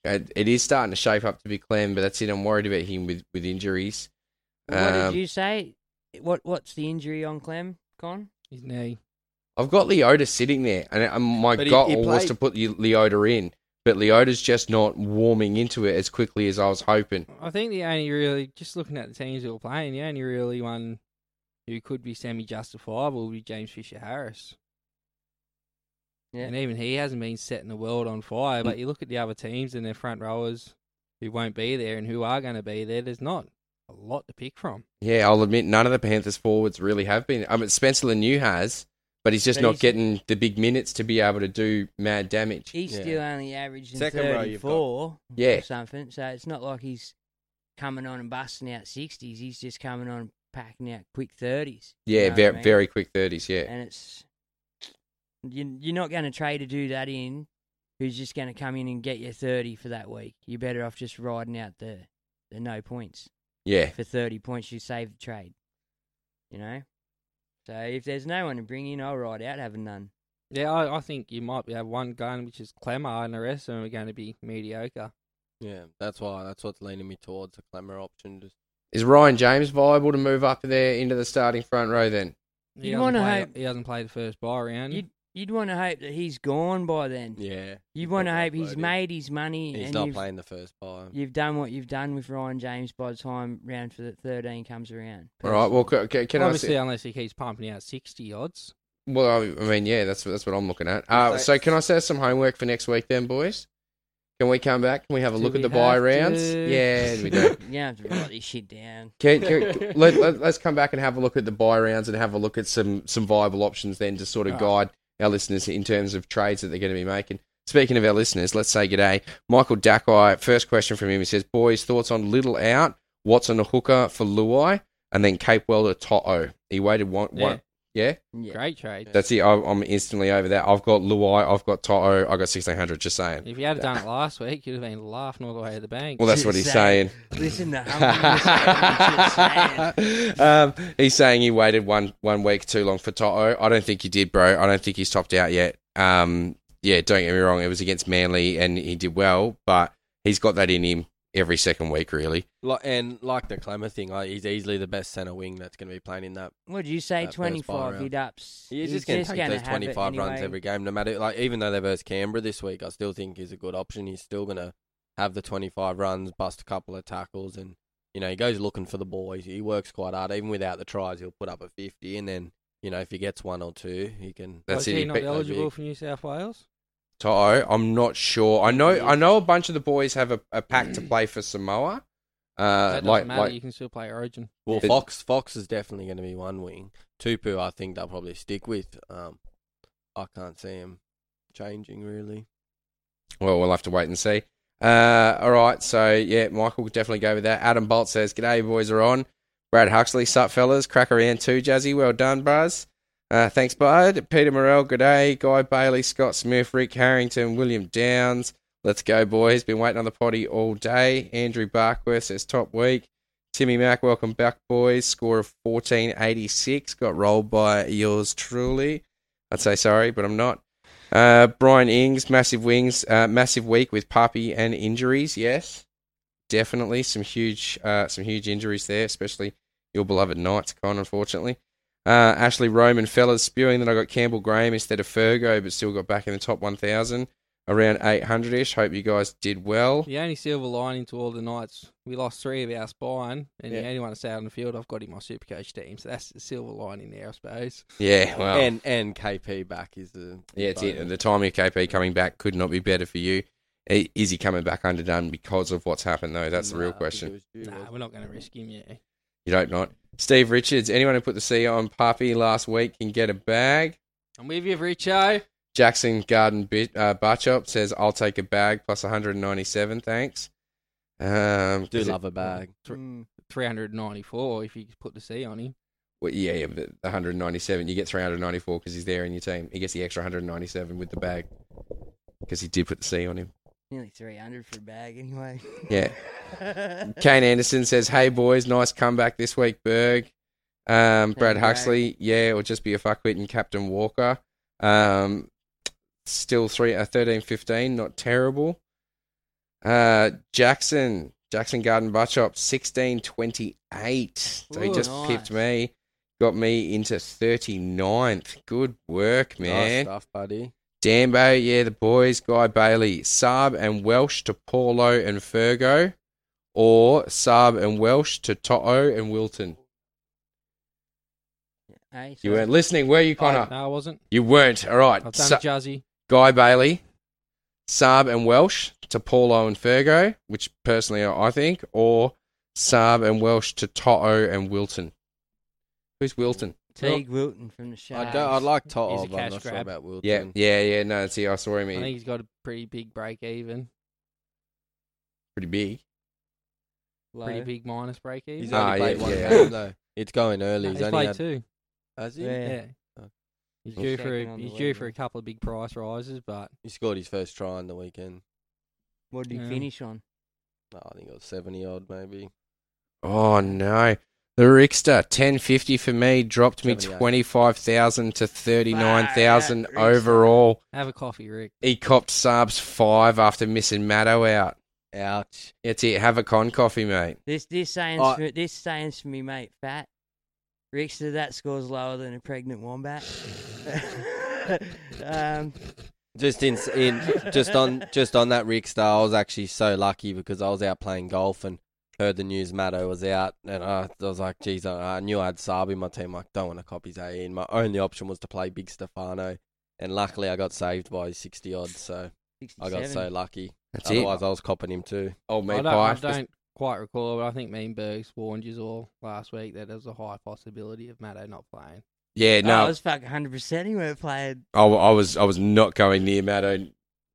Speaker 5: It, it is starting to shape up to be Clem, but that's it. I'm worried about him with, with injuries.
Speaker 9: What
Speaker 5: Um,
Speaker 9: did you say? What What's the injury on Clem, Con?
Speaker 8: His knee.
Speaker 5: I've got Leota sitting there, and, and my
Speaker 10: But he-
Speaker 5: goal
Speaker 10: he
Speaker 5: was
Speaker 10: played-
Speaker 5: to put Le- Leota in. but Leota's just not warming into it as quickly as I was hoping.
Speaker 8: I think the only really, just looking at the teams who are playing, the only really one who could be semi justifiable would be James Fisher Harris.
Speaker 9: Yeah.
Speaker 8: And even he hasn't been setting the world on fire. But you look at the other teams and their front rowers who won't be there and who are going to be there, there's not a lot to pick from.
Speaker 5: Yeah, I'll admit none of the Panthers forwards really have been. I mean, Spencer Laniu has, but he's just
Speaker 8: But
Speaker 5: not
Speaker 8: he's-
Speaker 5: getting the big minutes to be able to do mad damage.
Speaker 9: He's still only averaging
Speaker 5: Second row you've got-
Speaker 9: 34
Speaker 5: Yeah.
Speaker 9: or something. So it's not like he's coming on and busting out 60s. He's just coming on and packing out quick 30s. you
Speaker 5: Yeah,
Speaker 9: know what I
Speaker 5: very
Speaker 9: mean?
Speaker 5: very quick thirties. Yeah,
Speaker 9: And it's. You, you're not going to trade a dude that in who's just going to come in and get you 30 for that week. You're better off just riding out the, the no points.
Speaker 5: Yeah.
Speaker 9: For 30 points, you save the trade. You know? So if there's no one to bring in, I'll ride out having none.
Speaker 8: Yeah, I, I think you might have one gun, which is Clemmer, and the rest of them are going to be mediocre.
Speaker 10: Yeah, that's why. That's what's leaning me towards a clamour option. Just
Speaker 5: is Ryan James viable to move up there into the starting front row? Then
Speaker 8: He
Speaker 9: You
Speaker 8: doesn't
Speaker 9: wanna
Speaker 8: play-
Speaker 9: hope-
Speaker 8: he doesn't play the first buy round.
Speaker 9: You'd, you'd want to hope that he's gone by then.
Speaker 10: yeah,
Speaker 9: You'd want to hope he's
Speaker 10: uploaded.
Speaker 9: made his money.
Speaker 10: he's
Speaker 9: and
Speaker 10: not
Speaker 9: you've,
Speaker 10: playing the first buy.
Speaker 9: You've done what you've done with Ryan James by the time round for the 13 comes around.
Speaker 5: all right. Well, ca- ca- can I
Speaker 8: Obviously,
Speaker 10: uh,
Speaker 5: say?
Speaker 8: unless he keeps pumping out 60 odds.
Speaker 5: Well, I I mean, yeah, that's that's what I'm looking at. Uh,
Speaker 8: Okay.
Speaker 5: so, can I say some homework for next week, then, boys? Can we come back? Can we have a
Speaker 9: Do
Speaker 5: look at
Speaker 9: we
Speaker 5: the buy
Speaker 9: have
Speaker 5: rounds?
Speaker 9: to?
Speaker 5: Yeah, we do.
Speaker 9: You don't have to write this shit down.
Speaker 5: Can, can, let, let, us come back and have a look at the buy rounds and have a look at some, some viable options then to sort of guide our listeners in terms of trades that they're going to be making. Speaking of our listeners, let's say g'day. Michael Dakai, first question from him. He says, Boys, thoughts on Little Out, What's on a hooker for Luai, and then Cape Welder To'o. He waited one. one yeah?
Speaker 8: Great trade.
Speaker 5: That's it. I, I'm instantly over that. I've got Luai, I've got To'o, I've got 1600, just saying.
Speaker 8: If
Speaker 5: (laughs)
Speaker 8: you had done it last week, you'd have been laughing all the way to the bank.
Speaker 5: Well, that's what he's saying.
Speaker 9: Listen
Speaker 10: (laughs)
Speaker 9: to
Speaker 5: (laughs) um, he's saying he waited one one week too long for Toto. I don't think he did, bro. I don't think he's topped out yet. Um, yeah, don't get me wrong. It was against Manly, and he did well, but he's got that in him every second week, really.
Speaker 10: Like, and like the Clemmer thing, like, he's easily the best centre wing that's going to be playing in that.
Speaker 9: What did you say,
Speaker 10: that first buy
Speaker 9: 25
Speaker 10: round.
Speaker 9: he'd ups?
Speaker 10: He's,
Speaker 9: He's
Speaker 10: just going to
Speaker 9: just
Speaker 10: take
Speaker 9: gonna
Speaker 10: those
Speaker 9: have it
Speaker 10: twenty five runs
Speaker 9: anyway.
Speaker 10: every game, no matter. Like even though they're versus Canberra this week, I still think he's a good option. He's still going to have the twenty five runs, bust a couple of tackles, and you know he goes looking for the ball. He, he works quite hard, even without the tries. He'll put up a fifty, and then you know if he gets one or two, he can.
Speaker 5: That's
Speaker 8: Is
Speaker 5: it.
Speaker 8: he not
Speaker 5: picked-
Speaker 8: eligible for New South Wales?
Speaker 5: Toto, I'm not sure. I know, I know a bunch of the boys have a, a pack to play for Samoa. Uh,
Speaker 8: that doesn't
Speaker 5: like,
Speaker 8: matter.
Speaker 5: like
Speaker 8: you can still play Origin.
Speaker 10: Well,
Speaker 5: It-
Speaker 10: Fox Fox is definitely going to be one wing. Tupu, I think they'll probably stick with. Um, I can't see him changing really.
Speaker 5: Well, we'll have to wait and see. Uh, all right, so yeah, Michael could definitely go with that. Adam Bolt says, "G'day, you boys are on." Brad Huxley, sup fellas, crack around too, Jazzy. Well done, Buzz. Uh, thanks, Bud. Peter Morrell, g'day. Guy Bailey, Scott Smith, Rick Harrington, William Downs. Let's go, boys. Been waiting on the potty all day. Andrew Barkworth says, top week. Timmy Mack, welcome back, boys. Score of 1486. Got rolled by yours truly. I'd say sorry, but I'm not. Uh, Brian Ings, massive wings, uh, massive week with puppy and injuries. Yes, definitely some huge, uh, some huge injuries there, especially your beloved Knights, Con. Unfortunately, uh, Ashley Roman fellas spewing that I got Campbell Graham instead of Fergo, but still got back in the top one thousand, around eight hundred ish. Hope you guys did well.
Speaker 8: The only silver lining to all the nights, we lost three of our spine, and
Speaker 10: Yeah.
Speaker 8: the only one that's out on the field, I've got in my supercoach team. So that's the silver lining there, I suppose.
Speaker 5: Yeah, well,
Speaker 10: and and KP back is the
Speaker 5: Yeah, it's it.
Speaker 10: bonus.
Speaker 5: The timing of KP coming back could not be better for you. I- Is he coming back underdone because of what's happened though? That's the real
Speaker 10: Nah, I think
Speaker 5: question.
Speaker 10: it was due,
Speaker 8: Nah,
Speaker 10: wasn't
Speaker 8: we're not going to risk him yet.
Speaker 5: You'd hope not. Steve Richards, anyone who put the C on Puppy last week can get a bag.
Speaker 8: I'm with you, Richo.
Speaker 5: Jackson Garden Bi- uh, Barchop says, I'll take a bag plus 197, thanks. Um,
Speaker 10: it? do
Speaker 5: is it-
Speaker 10: love a bag.
Speaker 9: Mm.
Speaker 8: 394 if you put the C on him.
Speaker 5: Well, yeah, yeah, but 197. You get 394 because he's there in your team. He gets the extra 197 with the bag because he did put the C on him.
Speaker 9: Nearly 300 for a bag anyway. (laughs)
Speaker 5: Yeah. Kane Anderson says, "Hey boys, nice comeback this week, Berg." Um, Brad
Speaker 9: you,
Speaker 5: Huxley, yeah, or just be a fuckwit and Captain Walker. Um, still three uh, 13 15, not terrible. Uh, Jackson, Jackson Garden Butchop, 16 28. So he
Speaker 9: Ooh,
Speaker 5: just
Speaker 9: nice.
Speaker 5: pipped me, got me into 39th. Good work,
Speaker 10: Nice
Speaker 5: man.
Speaker 10: stuff, buddy.
Speaker 5: Dambo, yeah, the boys, Guy Bailey, Saab and Welsh to Paulo and Fergo, or Saab and Welsh to To'o and Wilton.
Speaker 9: Hey,
Speaker 5: You weren't listening, were you, Connor?
Speaker 8: Oh, no, I wasn't.
Speaker 5: You weren't. All right.
Speaker 8: I've done Jazzy.
Speaker 5: Guy Bailey, Saab and Welsh to Paulo and Fergo, which personally I think, or Saab and Welsh to To'o and Wilton. Who's Wilton?
Speaker 9: Teague Wilton from the show.
Speaker 10: I don't. I like Toto,
Speaker 5: oh,
Speaker 8: He's a
Speaker 10: but I'm
Speaker 8: cash
Speaker 10: not sure
Speaker 8: grab.
Speaker 10: about Wilton.
Speaker 5: Yeah, yeah, yeah. No, see, I saw him.
Speaker 8: I think
Speaker 5: He's
Speaker 8: he's got a pretty big break even.
Speaker 5: pretty big.
Speaker 8: Pretty
Speaker 9: Low.
Speaker 8: big minus break even.
Speaker 10: He's
Speaker 5: Ah,
Speaker 10: only played
Speaker 5: yeah,
Speaker 10: one
Speaker 5: yeah.
Speaker 10: game though. It's going early.
Speaker 8: No,
Speaker 10: he's,
Speaker 8: he's
Speaker 10: only
Speaker 8: played
Speaker 10: had,
Speaker 8: two.
Speaker 10: Has he?
Speaker 9: Yeah.
Speaker 8: Yeah.
Speaker 10: Oh.
Speaker 8: He's
Speaker 10: Well,
Speaker 8: due for
Speaker 9: second
Speaker 8: a,
Speaker 9: on
Speaker 8: he's
Speaker 9: the
Speaker 8: due
Speaker 9: league,
Speaker 8: for
Speaker 9: yeah.
Speaker 8: a couple of big price rises, but
Speaker 10: He scored his first try on the weekend.
Speaker 9: What did he
Speaker 8: Yeah.
Speaker 9: finish on?
Speaker 10: Oh, I think it was seventy odd, maybe.
Speaker 5: Oh no. The Rickster, ten fifty for me, dropped me
Speaker 10: 78.
Speaker 5: twenty five thousand to thirty nine thousand
Speaker 9: Fuck, that Rickster.
Speaker 5: overall.
Speaker 8: have a coffee, Rick.
Speaker 5: He copped Saab's five after missing Matto out.
Speaker 10: Ouch.
Speaker 5: It's it. Have a con coffee, mate.
Speaker 9: This this saying's
Speaker 10: I-
Speaker 9: for, this saying's for me, mate. Fat. Rickster, that scores lower than a pregnant wombat. (laughs) (laughs) um,
Speaker 10: Just in, in just on just on that Rick Star, I was actually so lucky because I was out playing golf and heard the news Matto was out, and I, I was like, geez, I, I knew I had Saab in my team. Like, don't want to copy his AE, and my only option was to play Big Stefano, and luckily I got saved by sixty odd, so I got
Speaker 9: 67.
Speaker 10: so lucky.
Speaker 5: That's
Speaker 10: Otherwise,
Speaker 5: it.
Speaker 10: I was copping him too.
Speaker 5: Old
Speaker 8: I
Speaker 5: meat
Speaker 8: don't, I
Speaker 5: pie.
Speaker 8: don't quite recall, but I think Meanbergs warned you all last week that there was a high possibility of Matto not playing.
Speaker 5: Yeah, no,
Speaker 9: Oh, I was fucking hundred percent. He weren't playing.
Speaker 5: I, I was I was not going near Matto.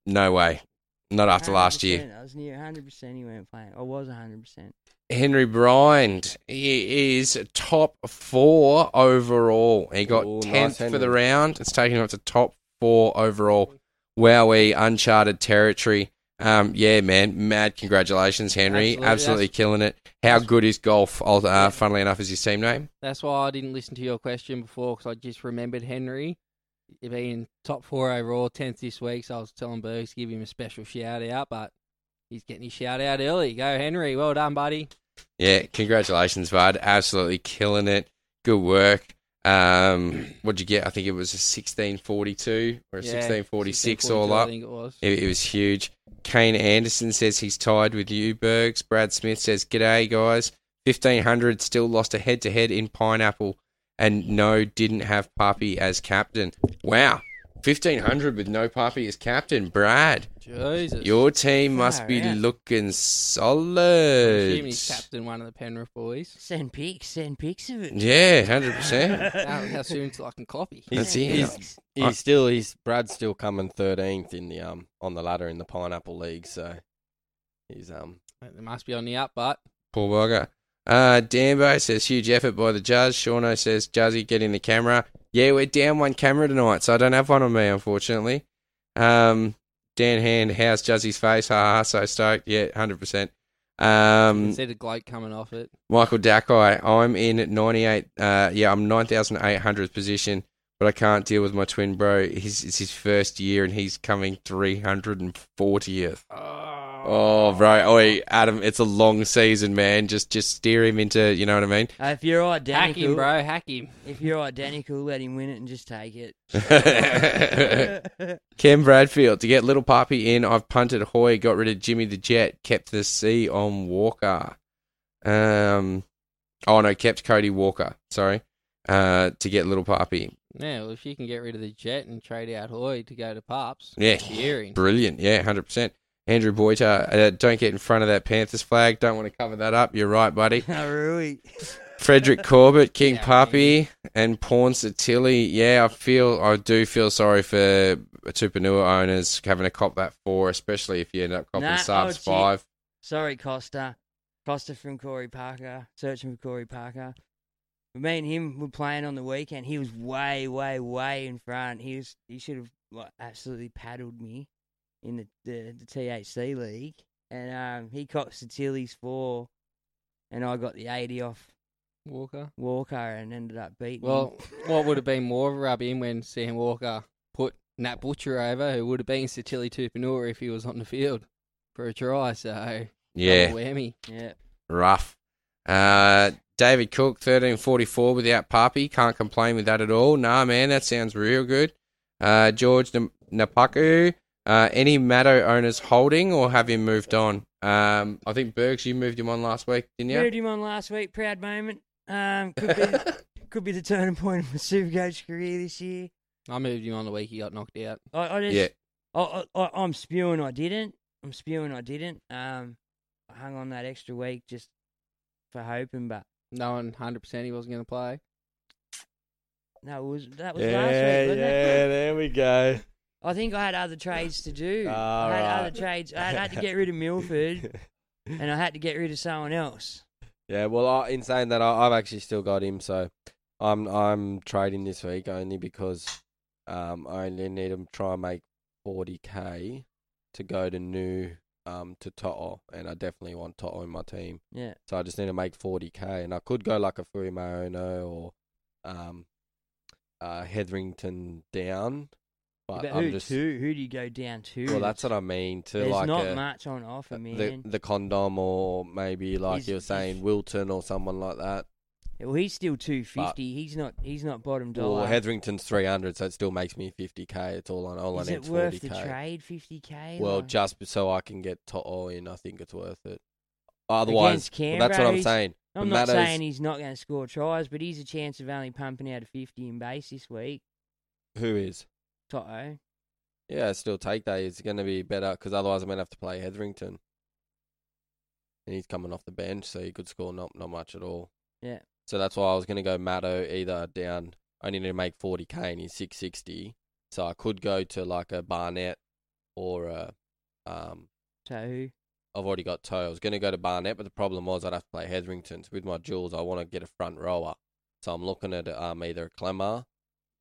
Speaker 5: No way. Not
Speaker 8: Ah,
Speaker 5: after last year.
Speaker 9: 100%. I was near hundred percent. He weren't playing. I was hundred percent.
Speaker 5: Henry Bryant, he is top four overall. He got
Speaker 10: Ooh, nice,
Speaker 5: 10th for the
Speaker 10: Henry.
Speaker 5: round. It's taking him up to top four overall. Wowie, uncharted territory. Um, yeah, man, mad congratulations, Henry.
Speaker 8: Absolutely,
Speaker 5: Absolutely,
Speaker 8: that's-
Speaker 5: killing it. How
Speaker 8: that's-
Speaker 5: good is golf? I'll- Uh, funnily enough, is his team name?
Speaker 8: That's why I didn't listen to your question before because I just remembered Henry being top four overall, tenth this week. So I was telling Bergs to give him a special shout out, but he's getting his shout out early. Go Henry, well done, buddy.
Speaker 5: Yeah, congratulations, bud. Absolutely killing it. Good work. Um, what'd you get? I think it was a sixteen forty two or a
Speaker 8: Yeah,
Speaker 5: sixteen forty six
Speaker 8: 1642,
Speaker 5: all
Speaker 8: I
Speaker 5: up.
Speaker 8: think it was.
Speaker 5: It, it was huge. Kane Anderson says he's tied with you, Bergs. Brad Smith says, G'day, guys. 1500 still lost a head to head in Pineapple and no, didn't have Puppy as captain. Wow. 1500 with no Puppy as captain. Brad,
Speaker 8: Jesus,
Speaker 5: your team must
Speaker 9: Far
Speaker 5: be
Speaker 9: out.
Speaker 5: looking
Speaker 8: I'm
Speaker 5: solid.
Speaker 8: assuming he's captain one of the Penrith boys.
Speaker 9: Send pics. Send pics of it.
Speaker 5: Yeah, 100%.
Speaker 8: How, how soon till I can copy?
Speaker 5: (laughs)
Speaker 10: He's,
Speaker 5: That's it.
Speaker 10: he's,
Speaker 9: Pics.
Speaker 5: I-
Speaker 10: he's still he's Brad's still coming thirteenth in the um on the ladder in the Pineapple League, so he's um
Speaker 8: They must be on the up, but
Speaker 5: Paul Bogger. Uh, Dambo says huge effort by the judge. Shauno says Juzzy get in the camera. Yeah, we're down one camera tonight, so I don't have one on me, unfortunately. Um, Dan Hand, how's Juzzy's face? Ha ha, so stoked. Yeah, hundred percent.
Speaker 8: you
Speaker 5: Um,
Speaker 8: can see the gloat coming off it.
Speaker 5: Michael Dakai, I'm in 98. Uh, yeah, I'm 9,800th position, but I can't deal with my twin bro. His, it's his first year, and he's coming 340th. Oh, bro, oi, Adam, it's a long season, man. Just, just steer him into, you know what I mean.
Speaker 9: Uh, if you're
Speaker 8: Hack
Speaker 9: identical,
Speaker 8: him, bro. Hack him.
Speaker 9: if you're identical, let him win it and just take it.
Speaker 5: (laughs)
Speaker 9: (laughs)
Speaker 5: Ken Bradfield to get little puppy in. I've punted Hoy, got rid of Jimmy the Jet, kept the C on Walker. Um, oh no, kept Cody Walker. Sorry, uh, to get little puppy.
Speaker 8: Yeah, well, if you can get rid of the jet and trade out Hoy to go to Pups,
Speaker 5: Yeah,
Speaker 8: cheering.
Speaker 5: brilliant. Yeah, hundred percent. Andrew Boyta, uh, don't get in front of that Panthers flag. Don't want to cover that up. You're right, buddy.
Speaker 9: Rui.
Speaker 5: Frederick Corbett, King
Speaker 8: Yeah,
Speaker 5: Puppy, and Pawn Tilly. Yeah, I feel I do feel sorry for Tupanua owners having to cop that four, especially if you end up copping
Speaker 9: Nah, oh,
Speaker 5: subs
Speaker 9: gee.
Speaker 5: five.
Speaker 9: Sorry, Costa. Costa from Corey Parker, searching for Corey Parker. But me and him were playing on the weekend. He was way, way, way in front. He was he should have like absolutely paddled me in the the, the THC league. And um, he caught Satilli's four, and I got the eighty off
Speaker 8: Walker.
Speaker 9: Walker and ended up beating.
Speaker 8: Well,
Speaker 9: him.
Speaker 8: what would have been more of a rub in when Sam Walker put Nat Butcher over, who would have been Satili Tupanua if he was on the field for a try. So
Speaker 5: Yeah,
Speaker 8: double whammy.
Speaker 9: (laughs) yeah.
Speaker 5: rough. Uh, David Cook, thirteen forty four without Puppy. Can't complain with that at all. Nah, man, that sounds real good. Uh, George N-
Speaker 11: Napaku. Uh, any Maddo owners holding or have him moved on? Um, I think Bergs, you moved him on last week, didn't you?
Speaker 9: Moved him on last week. Proud moment. Um,
Speaker 8: (laughs)
Speaker 9: could be could be the turning point of my Supercoach career this year.
Speaker 8: I moved him on the week he got knocked out.
Speaker 9: I, I just,
Speaker 8: Yeah.
Speaker 9: I, I, I, am oh, spewing. I didn't. I'm spewing. I didn't. Um, I hung on that extra week just for hoping, but
Speaker 8: No one hundred percent he wasn't going to play.
Speaker 9: no, it was that was
Speaker 8: Yeah,
Speaker 9: last week, wasn't
Speaker 5: yeah,
Speaker 9: it?
Speaker 5: there
Speaker 9: (laughs)
Speaker 5: we go.
Speaker 9: I think I had other trades to do.
Speaker 5: Ah,
Speaker 9: I had
Speaker 5: right.
Speaker 9: other trades. I had, had
Speaker 5: (laughs)
Speaker 9: to get rid of Milford, and I had to get rid of someone else.
Speaker 5: Yeah, well, I, in saying that, I, I've actually still got him, so I'm I'm trading this week only because um I only need to try and make 40k to go to new um to Toto, and I definitely want Toto in my team.
Speaker 9: Yeah.
Speaker 5: So I just need to make 40k, and I could go like a Fuimaono or um uh Hetherington down, but
Speaker 9: But
Speaker 5: I'm
Speaker 9: who,
Speaker 5: just
Speaker 9: who who do you go down to?
Speaker 5: well, that's what I mean. To
Speaker 9: There's
Speaker 5: like
Speaker 9: not
Speaker 5: a-
Speaker 9: much on offer, man.
Speaker 5: the the condom, or maybe like
Speaker 9: He's-
Speaker 5: you're saying Wilton or someone like that.
Speaker 9: well, he's still two fifty. He's not. He's not bottom dollar.
Speaker 5: Well, Hetherington's 300, so it still makes me 50k. It's all on all
Speaker 9: Is
Speaker 5: I need
Speaker 9: it worth
Speaker 5: 40k.
Speaker 9: the trade? Fifty k.
Speaker 5: Well, just so I can get Toto in, I think it's worth it. Otherwise,
Speaker 9: Against
Speaker 5: well,
Speaker 9: Canberra,
Speaker 5: that's what I'm
Speaker 9: he's-
Speaker 5: saying.
Speaker 9: I'm
Speaker 5: The
Speaker 9: not
Speaker 5: Maddo's-
Speaker 9: saying he's not going to score tries, but he's a chance of only pumping out a 50 in base this week.
Speaker 5: who is.
Speaker 9: Toto.
Speaker 5: Yeah, I still take that. It's going to be better because otherwise I'm going to have to play Hetherington. And he's coming off the bench, so he could score not not much at all.
Speaker 9: Yeah.
Speaker 5: So that's why I was going to go Matto either down. I need to make 40k and he's 660. So I could go to like a Barnett or a. Um,
Speaker 9: Tohu.
Speaker 5: I've already got Toe. I was going to go to Barnett, but the problem was I'd have to play Hetherington. So with my jewels, I want to get a front rower. So I'm looking at um, either Clemmer,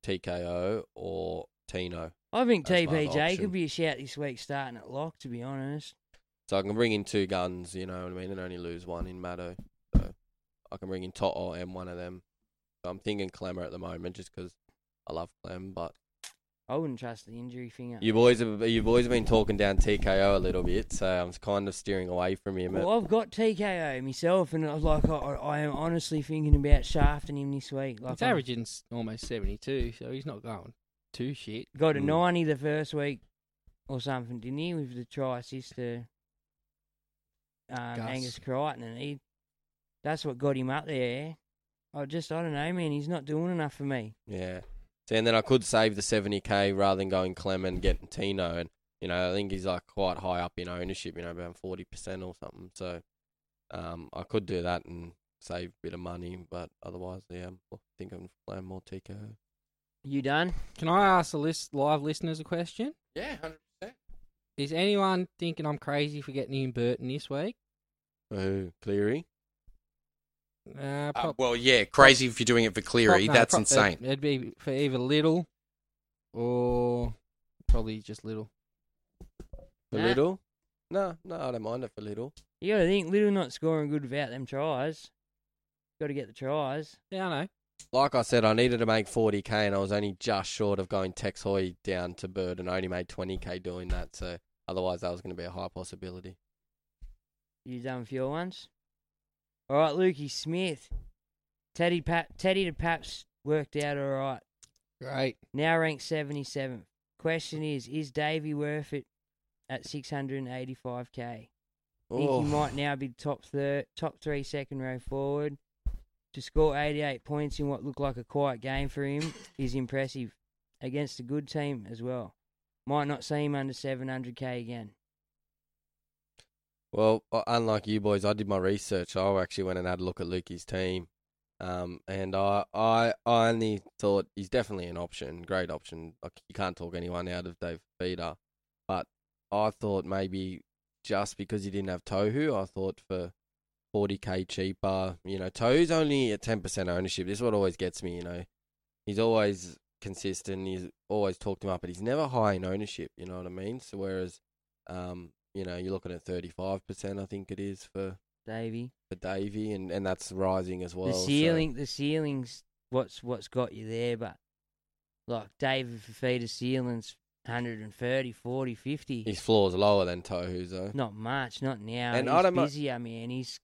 Speaker 5: TKO, or Tino.
Speaker 9: I think
Speaker 5: as my other
Speaker 9: TPJ
Speaker 5: option.
Speaker 9: could be a shout this week starting at lock, to be honest.
Speaker 5: So I can bring in two guns, you know what I mean, and only lose one in Maddo. So I can bring in Toto and one of them. So I'm thinking Clemmer at the moment just because I love Clem. But
Speaker 9: I wouldn't trust the injury finger.
Speaker 5: you boys have you boys been talking down TKO a little bit, so I'm kind of steering away from him.
Speaker 9: Well, I've got TKO myself, and I was like, I, I I am honestly thinking about shafting him this week. Like,
Speaker 8: It's
Speaker 9: I'm-
Speaker 8: averaging s- almost seventy two, so he's not going too shit.
Speaker 9: got a 90 the first week or something, didn't he, with the try assist to um,
Speaker 8: Gus.
Speaker 9: Angus Crichton, and he that's what got him up there. I just, I don't know, man, he's not doing enough for me.
Speaker 5: Yeah. So, and then I could save the 70k rather than going Clem and getting Tino. And, you know, I think he's like quite high up in ownership, you know, about 40% or something. So um, I could do that and save a bit of money. But otherwise, yeah, I think I'm playing more TKO.
Speaker 9: You done?
Speaker 8: Can I ask the list live listeners a question?
Speaker 11: Yeah, 100%.
Speaker 8: Is anyone thinking I'm crazy for getting in Burton this week?
Speaker 5: Who? Cleary?
Speaker 11: Uh,
Speaker 8: Uh, prob-
Speaker 11: well, yeah, crazy if you're doing it for Cleary.
Speaker 8: prob- no,
Speaker 11: that's
Speaker 8: prob- it'd-
Speaker 11: insane.
Speaker 8: It'd, be for either Little or probably just Little.
Speaker 5: For
Speaker 9: Nah.
Speaker 5: Little? No, no, I don't mind it for Little.
Speaker 9: You got to think, Little not scoring good without them tries. Got to get the tries.
Speaker 8: Yeah, I know.
Speaker 5: Like I said, I needed to make 40k and I was only just short of going Tex Hoy down to Bird and I only made 20k doing that. So otherwise, that was going to be a high possibility.
Speaker 9: You done for your ones? All right, Lukey Smith. Teddy Pap, Teddy to Paps worked out all right.
Speaker 8: Great.
Speaker 9: Now ranked 77th. Question is, is Davey worth it at 685k? Think
Speaker 5: Oh.
Speaker 9: he might now be top third, top three second row forward. To score 88 points in what looked like a quiet game for him is impressive against a good team as well. Might not see him under 700k again.
Speaker 5: Well, u- unlike you boys, I did my research. I actually went and had a look at Lukey's team, um, and I, I, I only thought he's definitely an option, great option. Like you can't talk anyone out of Dave Feeder, but I thought maybe just because he didn't have Tohu, I thought for forty k cheaper. You know, Tohu's only at ten percent ownership. This is what always gets me. You know, he's always consistent. He's always talked him up, but he's never high in ownership. You know what I mean? So whereas, um, you know, you're looking at thirty five percent, I think it is for
Speaker 9: Davey.
Speaker 5: for Davy, and and that's rising as well.
Speaker 9: the
Speaker 5: so-
Speaker 9: ceiling, the ceiling's what's what's got you there, but like David Fafita's ceiling's 130, 40, 50.
Speaker 5: His floor's lower than Tohu's though.
Speaker 9: Not much, not now.
Speaker 5: And
Speaker 9: And
Speaker 5: I don't mi-
Speaker 9: he's busier, man. He's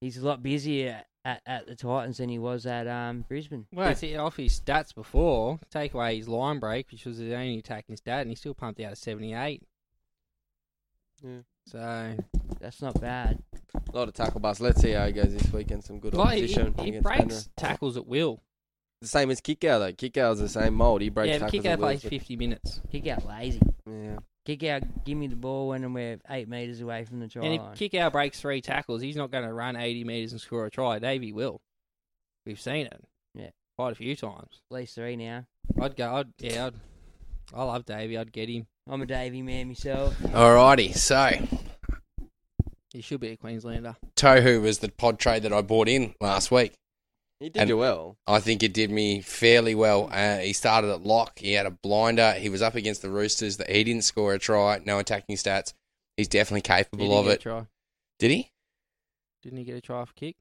Speaker 9: he's a lot busier at, at the Titans than he was at um, Brisbane.
Speaker 8: Well, it's off his stats before. Take away his line break, which was the only attacking stat, and he still pumped out a 78.
Speaker 10: Yeah.
Speaker 8: So
Speaker 9: that's not bad.
Speaker 10: A lot of tackle bust. Let's see how he goes this weekend. Some good
Speaker 8: Like, he-
Speaker 10: opposition.
Speaker 8: he
Speaker 10: against
Speaker 8: breaks
Speaker 10: Penrith.
Speaker 8: tackles at will.
Speaker 10: The same as kick out though. Kick out's the same mold. He breaks
Speaker 8: yeah, but
Speaker 10: tackles
Speaker 8: kick
Speaker 10: at
Speaker 8: out
Speaker 10: will.
Speaker 8: plays 50 minutes.
Speaker 9: Kick out lazy.
Speaker 10: Yeah.
Speaker 9: Kick out, give me the ball when we're eight metres away from the try
Speaker 8: and if
Speaker 9: line.
Speaker 8: kick out breaks three tackles, he's not going to run 80 metres and score a try. Davey will. We've seen it.
Speaker 9: Yeah.
Speaker 8: Quite a few times.
Speaker 9: At least three now.
Speaker 8: I'd go. I'd, yeah, I'd, I love Davey. I'd get him.
Speaker 9: I'm a Davey man myself.
Speaker 5: Alrighty, so
Speaker 8: He should be a Queenslander.
Speaker 5: Tohu was the pod trade that I bought in last week.
Speaker 10: He
Speaker 8: did do
Speaker 10: well.
Speaker 5: I think it did me fairly well. Uh, he started at lock. He had a blinder. He was up against the Roosters. That he didn't score a try. No attacking stats. He's definitely capable
Speaker 8: Did he
Speaker 5: of
Speaker 8: get
Speaker 5: it.
Speaker 8: A try?
Speaker 5: Did he?
Speaker 8: Didn't he get a try off kick?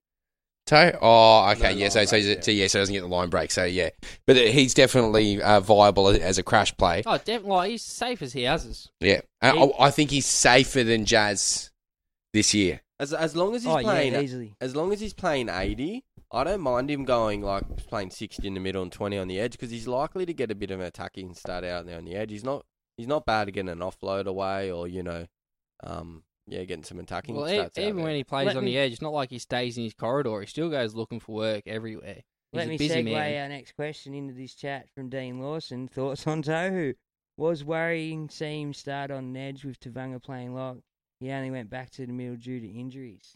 Speaker 5: Toe? Oh, okay.
Speaker 10: No
Speaker 5: yeah, so,
Speaker 10: line
Speaker 5: so,
Speaker 10: break, yeah.
Speaker 5: so yeah, so he doesn't get the line break. So yeah, but uh, he's definitely uh, viable as a crash play.
Speaker 8: Oh, definitely. Like, he's safe as he houses.
Speaker 5: Yeah, I, I- I think he's safer than Jazz this year.
Speaker 10: As as long as he's
Speaker 9: Oh, yeah,
Speaker 10: playing
Speaker 9: easily.
Speaker 10: as long as he's playing 80, I don't mind him going like playing 60 in the middle and 20 on the edge because he's likely to get a bit of an attacking start out there on the edge. He's not he's not bad at getting an offload away or you know, um, yeah, getting some attacking
Speaker 8: Well,
Speaker 10: stats.
Speaker 8: e-
Speaker 10: out
Speaker 8: even
Speaker 10: there.
Speaker 8: when he plays
Speaker 9: Let
Speaker 8: on
Speaker 9: me-
Speaker 8: the edge, it's not like he stays in his corridor. He still goes looking for work everywhere. He's
Speaker 9: Let
Speaker 8: a
Speaker 9: me
Speaker 8: busy
Speaker 9: segue
Speaker 8: man.
Speaker 9: our next question into this chat from Dean Lawson. Thoughts on Tohu? Was worrying seeing him start on an edge with Tavanga playing lock. He only went back to the middle due to injuries.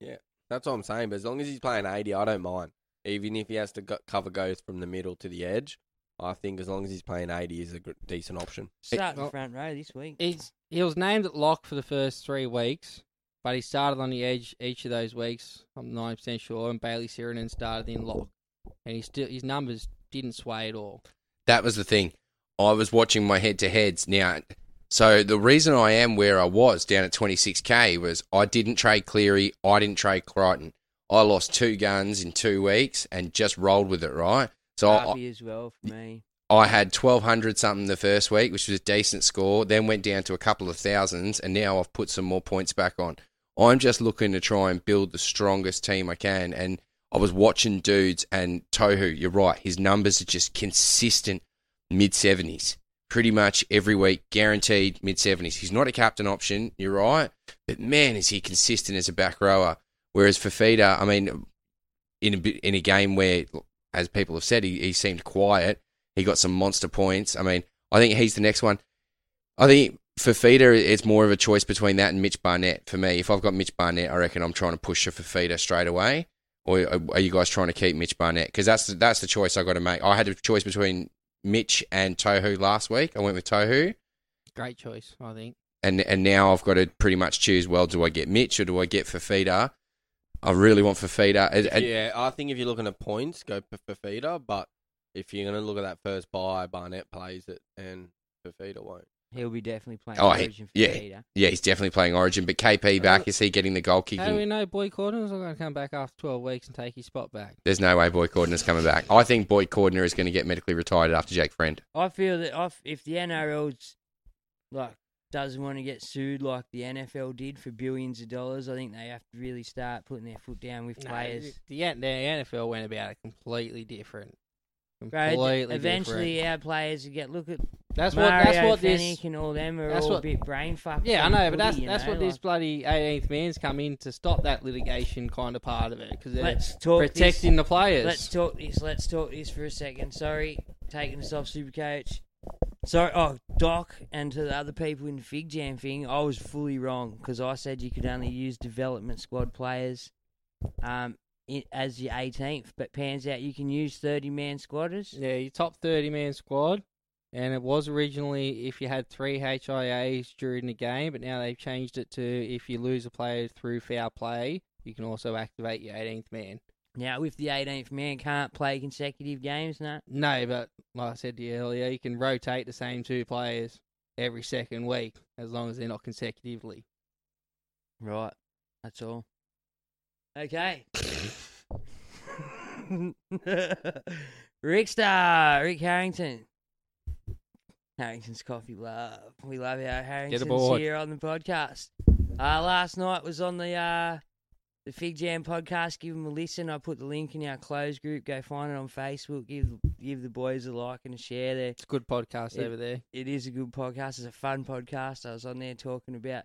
Speaker 10: Yeah, that's what I'm saying. But as long as he's playing 80, I don't mind. Even if he has to go- cover goes from the middle to the edge, I think as long as he's playing 80 is a gr- decent option.
Speaker 9: Start in
Speaker 8: well-
Speaker 9: the front row this week.
Speaker 8: He's, he was named at lock for the first three weeks, but he started on the edge each of those weeks. I'm 90% sure. And Bailey Sirenen started in lock. And he still his numbers didn't sway at all.
Speaker 5: That was the thing. I was watching my head to heads now. So the reason I am where I was down at 26k was I didn't trade Cleary, I didn't trade Crichton. I lost two guns in two weeks and just rolled with it, right? So I,
Speaker 9: Happy as well for me.
Speaker 5: I had 1200 something the first week, which was a decent score, then went down to a couple of thousands, and now I've put some more points back on. I'm just looking to try and build the strongest team I can. And I was watching dudes, and Tohu, you're right, his numbers are just consistent mid 70s. Pretty much every week, guaranteed mid 70s. He's not a captain option, you're right, but man, is he consistent as a back rower. Whereas Fafita, I mean, in a, bit- in a game where, as people have said, he, he seemed quiet. He got some monster points. I mean, I think he's the next one. I think for Fafita, it's more of a choice between that and Mitch Barnett for me. If I've got Mitch Barnett, I reckon I'm trying to push for Fafita straight away. Or are you guys trying to keep Mitch Barnett? Because that's the, that's the choice I got to make. I had a choice between Mitch and Tohu last week. I went with Tohu,
Speaker 8: Great choice, I think.
Speaker 5: and and now I've got to pretty much choose. Well, do I get Mitch or do I get Fafita? I really want Fafita. It- it-
Speaker 10: yeah, I think if you're looking at points, go for Fafita. But if you're going to look at that first buy, Barnett plays it and Fafita won't.
Speaker 9: He'll be definitely playing
Speaker 5: Oh, he-
Speaker 9: Origin for
Speaker 5: yeah.
Speaker 9: Peter.
Speaker 5: Yeah, he's definitely playing Origin, but KP back is he getting the goal
Speaker 8: How do we
Speaker 5: kicking?
Speaker 8: know Boy Cordon's not going to come back after 12 weeks and take his spot back?
Speaker 5: There's no way Boyd Cordner's coming back. I think Boyd Cordner is going to get medically retired after Jake Friend.
Speaker 9: I feel that if, if the NRL's like doesn't want to get sued like the NFL did for billions of dollars, I think they have to really start putting their foot down with
Speaker 8: No,
Speaker 9: players.
Speaker 8: the, the NFL went about it completely different.
Speaker 9: Right,
Speaker 8: Completely
Speaker 9: eventually
Speaker 8: different.
Speaker 9: our players will get look at
Speaker 8: That's what.
Speaker 9: Mario
Speaker 8: That's what this.
Speaker 9: Fennick and all them are
Speaker 8: that's
Speaker 9: all
Speaker 8: what-
Speaker 9: a bit brain fucked.
Speaker 8: (laughs) Yeah, I
Speaker 9: on
Speaker 8: know, but that's
Speaker 9: footy, you
Speaker 8: that's
Speaker 9: know,
Speaker 8: what this
Speaker 9: like,
Speaker 8: bloody 18th man's come in to stop that litigation kind of part of it because they're
Speaker 9: Let's talk this-
Speaker 8: protecting the players.
Speaker 9: Let's talk this. Let's talk this for a second. Sorry, taking us off Supercoach. Sorry, oh Doc, and to the other people in the Fig Jam thing, I was fully wrong because I said you could only use development squad players, um, i as your 18th. But pans out you can use 30 man squatters.
Speaker 8: Yeah, your top 30 man squad, and it was originally if you had three HIAs during the game, but now they've changed it to if you lose a player through foul play, you can also activate your 18th man.
Speaker 9: Now, if the 18th man can't play consecutive games, no.
Speaker 8: No, but like I said to you earlier, you can rotate the same two players every second week as long as they're not consecutively.
Speaker 9: Right. That's all. Okay. Rick Star, Rick Harrington. Harrington's coffee love. We love our Harrington's
Speaker 8: aboard.
Speaker 9: here on the podcast. Uh, last night was on the uh, the Fig Jam podcast. Give them a listen. I put the link in our closed group. Go find it on Facebook. Give give the boys a like and a share there. It's
Speaker 8: a good podcast
Speaker 9: It-
Speaker 8: over there.
Speaker 9: It is a good podcast. It's a fun podcast. I was on there talking about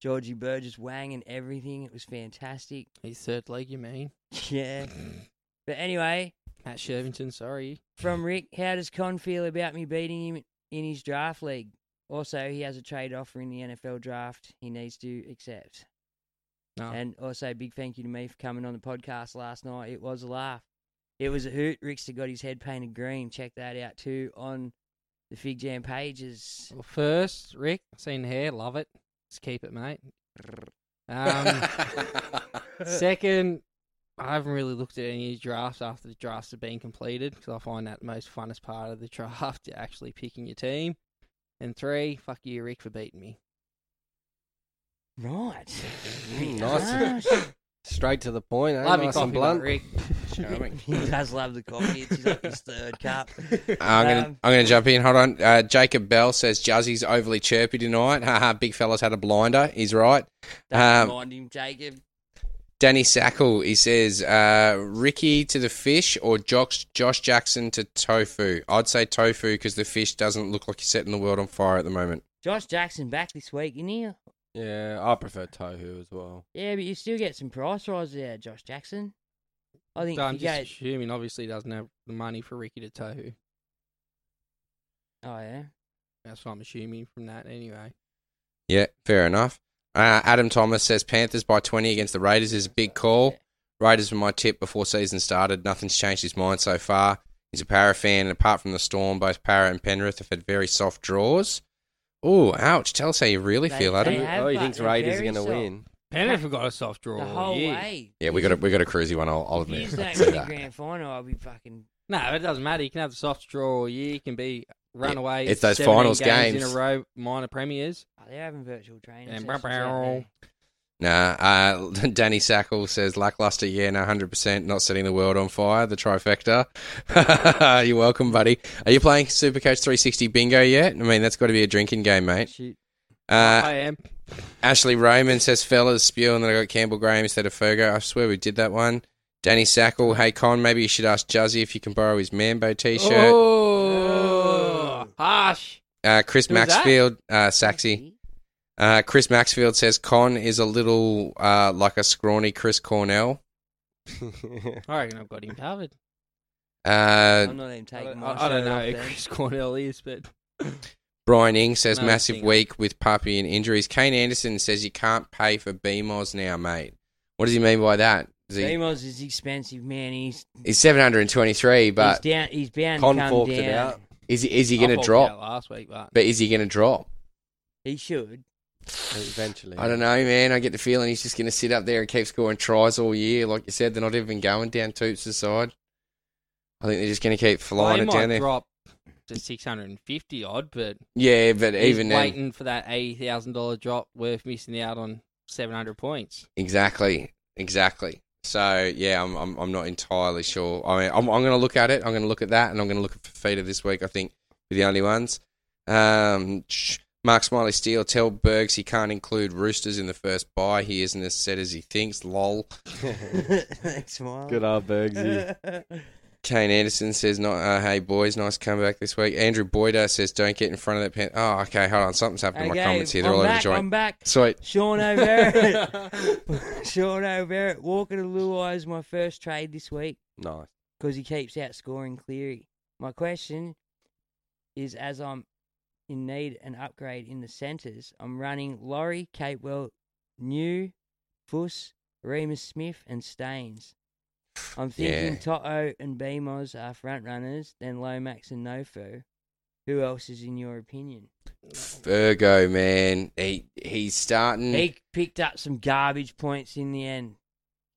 Speaker 9: Georgie Burgess wang and everything. It was fantastic. (laughs)
Speaker 8: He's third leg, you mean?
Speaker 9: Yeah. But anyway,
Speaker 8: Matt Shervington, sorry.
Speaker 9: from Rick, how does Con feel about me beating him in his draft league? Also, he has a trade offer in the NFL draft he needs to accept.
Speaker 8: No.
Speaker 9: And also, big thank you to me for coming on the podcast last night. It was a laugh. It was a hoot. Rickster got his head painted green. Check that out too on the Fig Jam pages.
Speaker 8: Well, first, Rick, seen hair, love it. Let's keep it, mate. Um,
Speaker 9: (laughs)
Speaker 8: second, I haven't really looked at any drafts after the drafts have been completed because I find that the most funnest part of the (laughs) draft, actually picking your team. And three, fuck you, Rick, for beating me.
Speaker 9: Right.
Speaker 10: Mm, nice.
Speaker 9: Gosh.
Speaker 10: (laughs) Straight to the point. Eh?
Speaker 8: Love your
Speaker 10: nice and
Speaker 8: coffee, mate,
Speaker 9: (laughs)
Speaker 10: blunt.
Speaker 8: Rick.
Speaker 10: Charming.
Speaker 9: he does love the coffee. It's his, like his third cup.
Speaker 5: (laughs) Uh, I'm gonna
Speaker 9: Um,
Speaker 5: I'm gonna jump in. Hold on. Uh, Jacob Bell says Juzzy's overly chirpy tonight. (laughs) Haha, big fella's had a blinder. He's right.
Speaker 9: don't
Speaker 5: Um,
Speaker 9: mind him, Jacob.
Speaker 5: Danny Sackle. He says uh, Ricky to the fish or Josh Josh Jackson to tofu. I'd say tofu because the fish doesn't look like he's setting the world on fire at the moment.
Speaker 9: Josh Jackson back this week, isn't he?
Speaker 10: Yeah, I prefer Tohu as well.
Speaker 9: Yeah, but you still get some price rises there, Josh Jackson. I think
Speaker 8: So
Speaker 9: if
Speaker 8: I'm
Speaker 9: you
Speaker 8: just
Speaker 9: go.
Speaker 8: assuming, obviously, he doesn't have the money for Ricky to tohu.
Speaker 9: Oh yeah.
Speaker 8: That's what I'm assuming from that, anyway.
Speaker 5: Yeah, fair enough. Uh, Adam Thomas says Panthers by 20 against the Raiders is a big call. Raiders were my tip before season started. Nothing's changed his mind so far. He's a Para fan, and apart from the Storm, both Para and Penrith have had very soft draws. Ooh, ouch. Tell us how you really
Speaker 9: They-
Speaker 5: feel,
Speaker 9: they
Speaker 5: Adam.
Speaker 9: have, Oh, he but thinks they're Raiders are very gonna soft. win.
Speaker 8: Penrith have got a soft draw.
Speaker 9: The
Speaker 8: all
Speaker 9: whole
Speaker 8: year.
Speaker 9: way.
Speaker 5: Yeah, we got a, we got a cruisy one. I'll, I'll
Speaker 9: If you
Speaker 5: admit.
Speaker 9: don't
Speaker 5: Say
Speaker 9: win
Speaker 5: (laughs)
Speaker 9: the
Speaker 5: that.
Speaker 9: grand final, I'll be fucking.
Speaker 8: No, but it doesn't matter. You can have the soft draw all year. You can be run
Speaker 5: Yeah,
Speaker 8: away.
Speaker 5: it's those
Speaker 8: 17
Speaker 5: finals
Speaker 8: in
Speaker 5: games.
Speaker 8: a row, minor premiers.
Speaker 9: Oh, they're having virtual training.
Speaker 8: And
Speaker 9: sessions out
Speaker 8: bow-bow.
Speaker 9: there.
Speaker 5: Nah, uh, (laughs) Danny Sackle says lackluster. Yeah, no, hundred percent. Not setting the world on fire. The trifecta. (laughs) You're welcome, buddy. Are you playing Supercoach 360 Bingo yet? I mean, that's got to be a drinking game, mate.
Speaker 9: Shoot.
Speaker 5: Uh,
Speaker 8: I am.
Speaker 5: Ashley Roman says fellas spew, and then I got Campbell Graham instead of Fergo. I swear we did that one. Danny Sackle, hey Con, maybe you should ask Juzzy if you can borrow his Mambo T-shirt.
Speaker 8: Oh, harsh.
Speaker 5: Uh, Chris
Speaker 8: Who was that?
Speaker 5: Maxfield, uh, Saxy. Uh, Chris Maxfield says Con is a little uh, like a scrawny Chris Cornell.
Speaker 8: I reckon I've got him covered.
Speaker 5: Uh,
Speaker 9: I'm not even
Speaker 8: I
Speaker 9: taking
Speaker 8: don't,
Speaker 9: my
Speaker 8: I- I
Speaker 9: shirt
Speaker 8: don't
Speaker 9: off
Speaker 8: know who
Speaker 9: then.
Speaker 8: Chris Cornell is, but
Speaker 5: Brian Ing says
Speaker 8: No,
Speaker 5: massive
Speaker 8: singer.
Speaker 5: week with puppy and injuries. Kane Anderson says you can't pay for BMOS now, mate. What does he mean by that? Is he,
Speaker 9: Demos is expensive, man. He's
Speaker 5: he's seven hundred and twenty-three,
Speaker 9: he's
Speaker 5: but
Speaker 9: down. He's bound
Speaker 10: Con
Speaker 9: to come
Speaker 10: forked
Speaker 9: down.
Speaker 10: it out.
Speaker 5: is he is he
Speaker 8: I
Speaker 5: going to
Speaker 8: forked out
Speaker 5: drop?
Speaker 8: last week. But
Speaker 5: But is he going to drop?
Speaker 9: He
Speaker 5: (laughs)
Speaker 9: should.
Speaker 10: Eventually.
Speaker 5: I don't know, man. I get the feeling he's just going to sit up there and keep scoring tries all year. Like you said, they're not even going down Toots' side. I think they're just going to keep
Speaker 8: well,
Speaker 5: flying
Speaker 8: he
Speaker 5: it
Speaker 8: might
Speaker 5: down there.
Speaker 8: drop to six hundred and fifty odd, but
Speaker 5: Yeah, but
Speaker 8: he's
Speaker 5: even then,
Speaker 8: waiting for that eighty thousand dollar drop worth missing out on seven hundred points.
Speaker 5: Exactly. Exactly. So yeah, I'm I'm, I'm not entirely sure. I mean, I'm I'm going to look at it. I'm going to look at that, and I'm going to look at Fafita this week. I think we're the only ones. Um, sh- Mark Smiley Steele tell Bergs he can't include Roosters in the first buy. He isn't as set as he thinks. Lol.
Speaker 9: Thanks, Mark.
Speaker 10: Good old Bergsy.
Speaker 9: (laughs)
Speaker 5: Kane Anderson says, "Not uh, hey boys, nice comeback this week." Andrew Boyda says, "Don't get in front of that pen." Oh, okay, hold on, something's happened to my
Speaker 9: Okay,
Speaker 5: comments here. They're
Speaker 9: I'm
Speaker 5: all
Speaker 9: back,
Speaker 5: over the
Speaker 9: I'm
Speaker 5: joint.
Speaker 9: back.
Speaker 5: Sweet.
Speaker 9: Sean O'Barrett. (laughs)
Speaker 5: (laughs)
Speaker 9: Sean O'Barrett. Walker to Luai is my first trade this week
Speaker 10: Nice.
Speaker 9: because he keeps outscoring Cleary. My question is as I'm in need an upgrade in the centres, I'm running Laurie, Capewell, New, Fuss, Remus Smith, and Staines. I'm thinking
Speaker 5: Yeah.
Speaker 9: Toto and BMOS are front runners, then Lomax and Nofo. Who else is in your opinion?
Speaker 5: Virgo man, he he's starting.
Speaker 9: He picked up some garbage points in the end.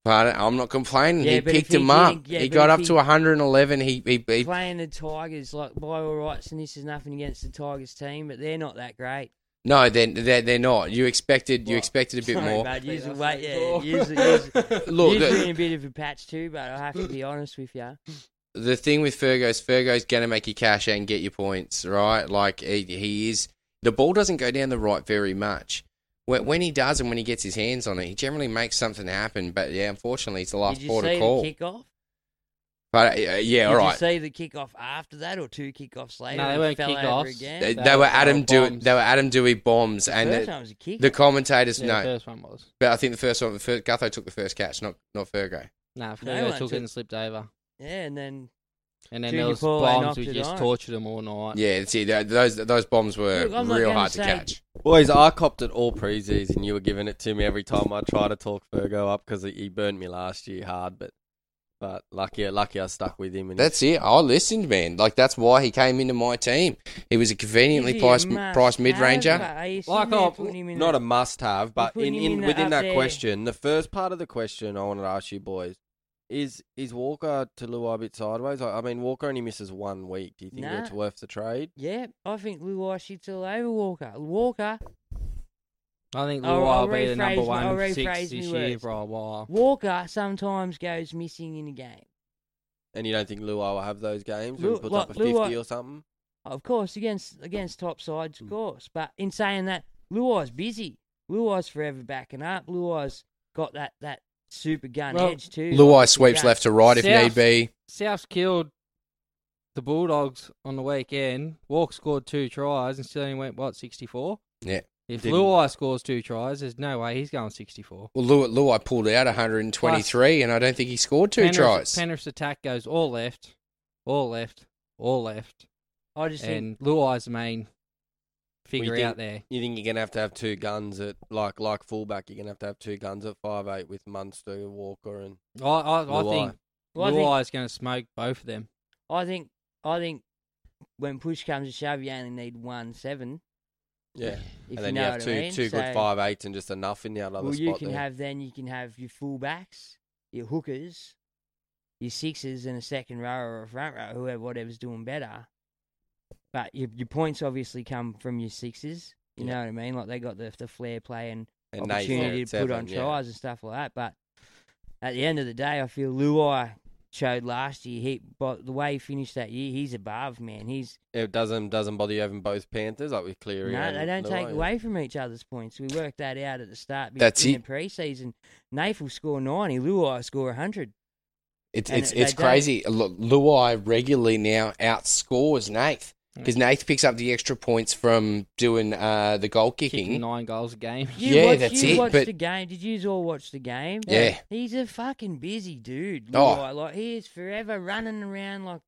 Speaker 5: Pardon? I'm not complaining.
Speaker 9: Yeah,
Speaker 5: he
Speaker 9: but
Speaker 5: picked
Speaker 9: if he
Speaker 5: him up.
Speaker 9: didn't- yeah,
Speaker 5: he
Speaker 9: but
Speaker 5: got
Speaker 9: if
Speaker 5: up
Speaker 9: he-
Speaker 5: to 111. He he, he
Speaker 9: playing the Tigers like by all rights, and this is nothing against the Tigers team, but they're not that great.
Speaker 5: no, they're, they're they're not. You expected you expected a bit
Speaker 9: Sorry,
Speaker 5: more.
Speaker 9: bud, yous
Speaker 8: Beat
Speaker 9: are
Speaker 8: us
Speaker 9: way-
Speaker 8: eight
Speaker 9: yeah,
Speaker 8: ball.
Speaker 9: yous are- yous are-
Speaker 5: (laughs) Look,
Speaker 9: yous are
Speaker 5: the-
Speaker 9: in a bit of a patch too, but I have to be honest with you.
Speaker 5: The thing with Fergo's Fergo's gonna make you cash and get your points right. Like he, he is. The ball doesn't go down the right very much, Wh- When he does and when he gets his hands on it, he generally makes something happen. But yeah, unfortunately, it's the last
Speaker 9: Did you
Speaker 5: port
Speaker 9: see
Speaker 5: of
Speaker 9: the
Speaker 5: call.
Speaker 9: kickoff?
Speaker 5: But uh, yeah, all
Speaker 9: Did
Speaker 5: right.
Speaker 9: you see the kickoff after that, or two kickoffs later?
Speaker 8: they
Speaker 9: and it
Speaker 8: weren't
Speaker 9: fell over
Speaker 8: kickoffs.
Speaker 9: again.
Speaker 5: They, they were Adam Dewey. They were Adam Dewey bombs, and
Speaker 9: first
Speaker 5: the,
Speaker 9: one was a kick.
Speaker 5: the commentators
Speaker 8: Yeah,
Speaker 5: know.
Speaker 8: the first one was.
Speaker 5: but I think the first one, the first, Gutho took the first catch, not not Fergo.
Speaker 8: Nah,
Speaker 9: No
Speaker 8: Fergo
Speaker 9: one
Speaker 8: took
Speaker 9: took-
Speaker 8: it and slipped over.
Speaker 9: Yeah, and then
Speaker 8: And then
Speaker 9: Junior
Speaker 8: there was
Speaker 9: Paulo
Speaker 8: bombs
Speaker 9: knocked
Speaker 8: which
Speaker 9: it
Speaker 8: just
Speaker 9: on.
Speaker 8: tortured them all night.
Speaker 5: Yeah, see, th- those those bombs were
Speaker 9: Look, I'm not
Speaker 5: real
Speaker 9: gonna
Speaker 5: hard to
Speaker 9: say-
Speaker 5: catch.
Speaker 10: Boys, I copped it all preseason. you were giving it to me every time I try to talk Fergo up because he, he burned me last year hard. But but lucky, lucky I stuck with him. And
Speaker 5: That's it. I listened, man. Like that's why he came into my team. He was a conveniently
Speaker 9: Is he a
Speaker 5: priced
Speaker 9: must
Speaker 5: priced
Speaker 9: have,
Speaker 5: mid ranger.
Speaker 9: but are you
Speaker 10: like
Speaker 9: sitting there
Speaker 10: oh,
Speaker 9: putting him in
Speaker 10: not
Speaker 9: the-
Speaker 10: a must have, but
Speaker 9: putting
Speaker 10: in,
Speaker 9: him
Speaker 10: in,
Speaker 9: in the
Speaker 10: within
Speaker 9: up
Speaker 10: that
Speaker 9: there.
Speaker 10: question, the first part of the question I wanted to ask you boys is is Walker to Luai a bit sideways? I, I mean, Walker only misses one week. Do you think
Speaker 9: Nah.
Speaker 10: that's worth the trade?
Speaker 9: Yeah, I think Luai shits all over Walker. Walker,
Speaker 8: I think
Speaker 9: I'll-
Speaker 8: Luai
Speaker 9: I'll
Speaker 8: will be the number
Speaker 9: rephrase- I'll
Speaker 8: one
Speaker 9: rephrase
Speaker 8: six this
Speaker 9: me
Speaker 8: year
Speaker 9: words.
Speaker 8: for a while.
Speaker 9: Walker sometimes goes missing in a game.
Speaker 10: And you don't think Luai will have those games
Speaker 9: Lu-
Speaker 10: where he puts
Speaker 9: like,
Speaker 10: up a
Speaker 9: Luai-
Speaker 10: fifty or something?
Speaker 9: Of course, against against top sides,
Speaker 5: Hmm.
Speaker 9: of course. But in saying that, Luai's busy. Luai's forever backing up. Luai's got that that super gun
Speaker 8: Well,
Speaker 9: edge too.
Speaker 5: Luai
Speaker 9: Like,
Speaker 5: sweeps
Speaker 9: yeah.
Speaker 5: left to right if
Speaker 8: South-
Speaker 5: need be.
Speaker 8: South's killed the Bulldogs on the weekend. Walk scored two tries and still only went what sixty four.
Speaker 5: Yeah.
Speaker 8: If
Speaker 5: Didn't-
Speaker 8: Luai scores two tries, there's no way he's going sixty four.
Speaker 5: Well, Luai, Luai pulled out 123, and I don't think he scored two tries.
Speaker 8: Penrith's attack goes all left, all left, all left,
Speaker 9: I just think
Speaker 8: and Luai's the main
Speaker 10: Well, you
Speaker 8: figure
Speaker 10: think-
Speaker 8: out there.
Speaker 10: You think you're gonna have to have two guns at like like fullback? You're gonna have to have two guns at five eight with Munster, Walker, and
Speaker 8: I I, I
Speaker 10: Luai.
Speaker 8: think
Speaker 9: Well, I think-
Speaker 8: Luai's going to smoke both of them.
Speaker 9: I think I think when push comes to shove, you only need one seven.
Speaker 10: yeah,
Speaker 9: If
Speaker 10: and then
Speaker 9: you, know
Speaker 10: you have
Speaker 9: what
Speaker 10: two
Speaker 9: I mean.
Speaker 10: two
Speaker 9: So-
Speaker 10: good five eights and just enough in the other
Speaker 9: Well,
Speaker 10: spot.
Speaker 9: you can
Speaker 10: there.
Speaker 9: have then you can have your fullbacks, your hookers, your sixes, and a second row or a front row, whoever whatever's doing better. But your your points obviously come from your sixes. You
Speaker 10: Yeah.
Speaker 9: know what I mean? Like they got the the flair play and,
Speaker 10: And Nate's there
Speaker 9: opportunity
Speaker 10: at
Speaker 9: to put
Speaker 10: seven,
Speaker 9: on
Speaker 10: yeah.
Speaker 9: tries and stuff like that. But at the end of the day, I feel Luai showed last year. He, but the way he finished that year, he's above man. He's
Speaker 10: It doesn't doesn't bother you having both Panthers like with Cleary.
Speaker 9: no,
Speaker 10: and
Speaker 9: they don't take
Speaker 10: Luai.
Speaker 9: away from each other's points. We worked that out at the start. be-
Speaker 5: That's
Speaker 9: in
Speaker 5: it.
Speaker 9: the preseason. Nath will score ninety. Luai will score hundred.
Speaker 5: It's
Speaker 9: And
Speaker 5: it's
Speaker 9: they
Speaker 5: it's
Speaker 9: don't-
Speaker 5: crazy. Lu- Luai regularly now outscores Nath
Speaker 10: Mm.
Speaker 5: because Nath picks up the extra points from doing uh, the goal
Speaker 8: Kicking
Speaker 5: kicking.
Speaker 8: nine goals a game.
Speaker 9: You
Speaker 5: Yeah,
Speaker 9: watch,
Speaker 5: that's
Speaker 9: you
Speaker 5: it,
Speaker 9: Watched
Speaker 5: but-
Speaker 9: the game. Did you all watch the game?
Speaker 5: Yeah.
Speaker 9: He's a fucking busy dude.
Speaker 5: Oh.
Speaker 9: Luai. like he is forever running around like.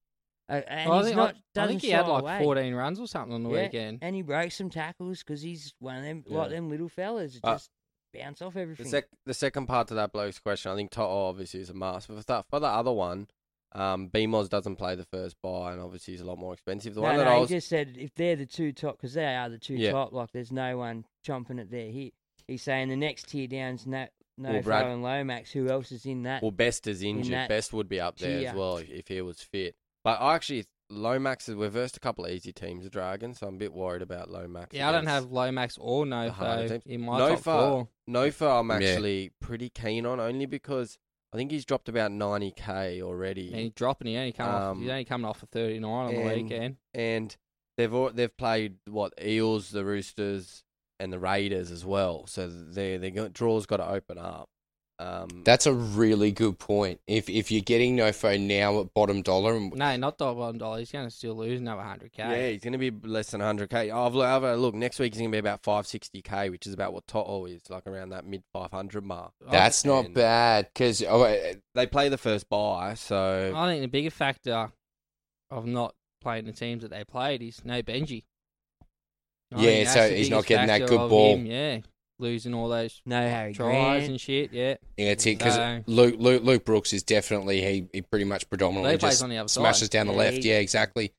Speaker 9: Uh, and
Speaker 8: I
Speaker 9: he's
Speaker 8: think, I-
Speaker 9: not.
Speaker 8: I,
Speaker 9: doesn't
Speaker 8: think he had
Speaker 9: shy
Speaker 8: like
Speaker 9: away.
Speaker 8: 14 runs or something on the
Speaker 9: Yeah,
Speaker 8: weekend.
Speaker 9: and he broke some tackles because he's one of them,
Speaker 10: Yeah.
Speaker 9: like them little fellas, that
Speaker 10: Uh,
Speaker 9: just bounce off
Speaker 10: The,
Speaker 9: everything.
Speaker 10: sec- the second part to that bloke's question, I think Toto obviously is a must. But for, that, for the other one, um, BMOS doesn't play the first buy, and obviously he's a lot more expensive. The
Speaker 9: no,
Speaker 10: one
Speaker 9: no,
Speaker 10: that I
Speaker 9: he
Speaker 10: was,
Speaker 9: just said if they're the two top, because they are the two
Speaker 10: Yeah.
Speaker 9: top. Like, there's no one chomping at their hip. He's saying the next tier down's no, no
Speaker 10: Well, Brad-
Speaker 9: and Lomax. Who else is in
Speaker 8: uh,
Speaker 9: that?
Speaker 10: well, Best is
Speaker 9: in
Speaker 10: injured.
Speaker 9: that
Speaker 10: Best would be up there
Speaker 9: tier.
Speaker 10: as well if he was fit. But I actually, Lomax is we've versed a couple of easy teams, the Dragons, so I'm a bit worried about Lomax.
Speaker 8: Yeah, I don't
Speaker 10: against
Speaker 8: have Lomax or
Speaker 10: the harder
Speaker 8: Nofo
Speaker 10: teams.
Speaker 8: in my top
Speaker 10: Nofa,
Speaker 8: four.
Speaker 10: Nofa, I'm
Speaker 5: Yeah.
Speaker 10: actually pretty keen on only because I think he's dropped about 90k already.
Speaker 8: And he's dropping. He only come off, he's
Speaker 10: Um,
Speaker 8: only coming off a 39 on the
Speaker 10: and-
Speaker 8: weekend.
Speaker 10: and they've all, they've played what Eels, the Roosters, and the Raiders as well. So they they got, draws got to open up. Um,
Speaker 5: That's a really good point. If if you're getting Nofo now at bottom dollar, and
Speaker 8: No, not the one dollar. He's going to still lose another 100k.
Speaker 10: yeah, he's going to be less than 100k. I've, lo- I've had a Oh, look next week. He's going to be about 560k, which is about what Toto is like around that mid 500 mark.
Speaker 5: that's
Speaker 8: Oh,
Speaker 5: not
Speaker 10: And
Speaker 5: bad oh, eh, because
Speaker 10: They play the first buy, so
Speaker 8: I think the bigger factor of not playing the teams that they played is no Benji. I think
Speaker 5: Yeah,
Speaker 8: that's
Speaker 5: so
Speaker 8: the
Speaker 5: he's not
Speaker 8: biggest
Speaker 5: getting that
Speaker 8: factor
Speaker 5: good
Speaker 8: of
Speaker 5: ball.
Speaker 8: him, yeah, losing all those
Speaker 9: no Harry
Speaker 8: tries
Speaker 9: Grant.
Speaker 8: and shit. Yeah,
Speaker 5: Yeah, it's it because
Speaker 8: No.
Speaker 5: Luke, Luke Luke Brooks is definitely he, he pretty much predominantly
Speaker 8: He plays
Speaker 5: just
Speaker 8: on the other
Speaker 5: smashes
Speaker 8: side.
Speaker 5: down the
Speaker 9: Yeah,
Speaker 5: left.
Speaker 9: he-
Speaker 5: Yeah, exactly.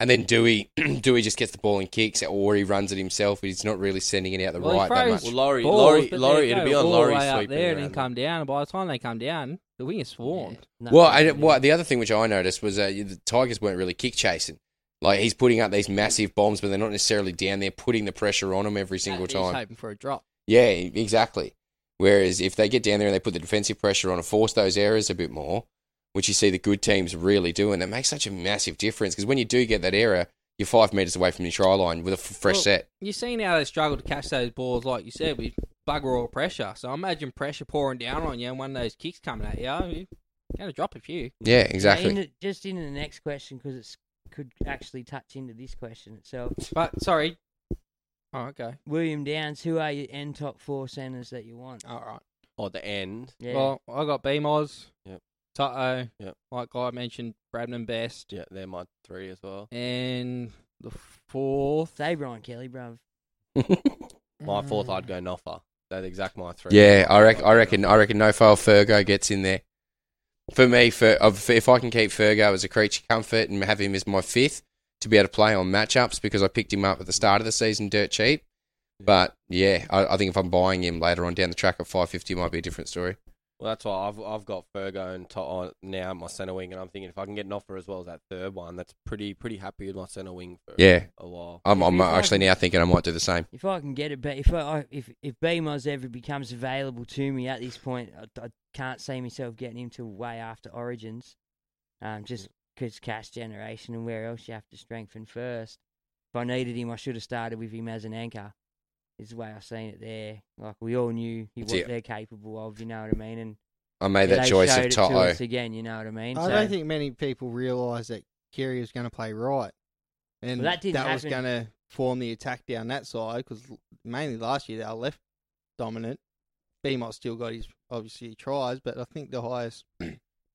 Speaker 5: And then Dewey (clears throat) Dewey just gets the ball and kicks, or he runs it himself. He's not really sending it out the
Speaker 8: Well, he
Speaker 5: right that
Speaker 8: throws
Speaker 5: much.
Speaker 10: well, Laurie,
Speaker 8: balls,
Speaker 10: Laurie,
Speaker 8: but they
Speaker 10: Laurie, it'll
Speaker 8: go
Speaker 10: be on
Speaker 8: all the
Speaker 10: Laurie
Speaker 8: way up
Speaker 10: sweeping
Speaker 8: there and
Speaker 10: around
Speaker 8: then
Speaker 10: the-
Speaker 8: come down. And by the time they come down, the wing is swarmed.
Speaker 9: Yeah,
Speaker 5: Well,
Speaker 9: nothing
Speaker 5: I,
Speaker 9: to do.
Speaker 5: well, the other thing which I noticed was uh, the Tigers weren't really kick chasing. Like he's putting up these massive bombs, but they're not necessarily down there putting the pressure on them every single
Speaker 8: He's
Speaker 5: time.
Speaker 8: hoping for a drop.
Speaker 5: Yeah, e, exactly. Whereas if they get down there and they put the defensive pressure on and force those errors a bit more, which you see the good teams really do, and that makes such a massive difference. Because when you do get that error, you're five meters away from your try line with a f- fresh
Speaker 8: Well,
Speaker 5: set.
Speaker 8: You've seen how they struggle to catch those balls, like you said, with bugger all pressure. So imagine pressure pouring down on you and one of those kicks coming at you. You're going to drop a few.
Speaker 5: Yeah,
Speaker 9: In
Speaker 5: exactly.
Speaker 9: the, just into the next question because it could actually touch into this question itself.
Speaker 8: But sorry. Oh, okay.
Speaker 9: William Downs, who are your end top four centers that you want?
Speaker 8: All right.
Speaker 10: Oh, the end.
Speaker 9: Yeah.
Speaker 8: Well, I got BMOS.
Speaker 10: Yep.
Speaker 8: Toto.
Speaker 10: Yep.
Speaker 8: Like I mentioned, Bradman Best.
Speaker 10: Yeah, they're my three as well.
Speaker 8: And the fourth.
Speaker 9: Say Brian Kelly, bruv.
Speaker 10: My fourth, I'd go Noffa. That's exact my three.
Speaker 5: Yeah, I reckon. I reckon. I reckon. No fail. Fergo gets in there. For me, for of- if I can keep Fergo as a creature comfort and have him as my fifth to be able to play on matchups because I picked him up at the start of the season dirt cheap. But yeah, I, I think if I'm buying him later on down the track at 550, it might be a different story.
Speaker 10: Well, that's why I've I've got Fergo and Tot on now my centre wing, and I'm thinking if I can get Noffa as well as that third one, that's pretty pretty happy with my centre wing for
Speaker 5: Yeah.
Speaker 10: a while.
Speaker 5: I'm, I'm
Speaker 9: If I
Speaker 5: actually
Speaker 9: can-
Speaker 5: now thinking I might do the same.
Speaker 9: If I can get it, but if I if if BMOS ever becomes available to me at this point, I, I can't see myself getting him till way after Origins, um, just because cash generation and where else you have to strengthen first. If I needed him, I should have started with him as an anchor. Is the way I seen it there. Like we all knew he, what
Speaker 5: Yeah.
Speaker 9: they're capable of. You know what I mean? And
Speaker 5: I made that
Speaker 9: they
Speaker 5: choice
Speaker 9: showed
Speaker 5: of
Speaker 9: it to
Speaker 5: Toto.
Speaker 9: us again. You know what I mean?
Speaker 12: I
Speaker 9: So-
Speaker 12: don't think many people realise that Kerry was going to play right, and
Speaker 9: Well,
Speaker 12: that,
Speaker 9: that didn't
Speaker 12: was
Speaker 9: happen.
Speaker 12: going to form the attack down that side because mainly last year they were left dominant. BMOT still got his obviously tries, but I think the highest.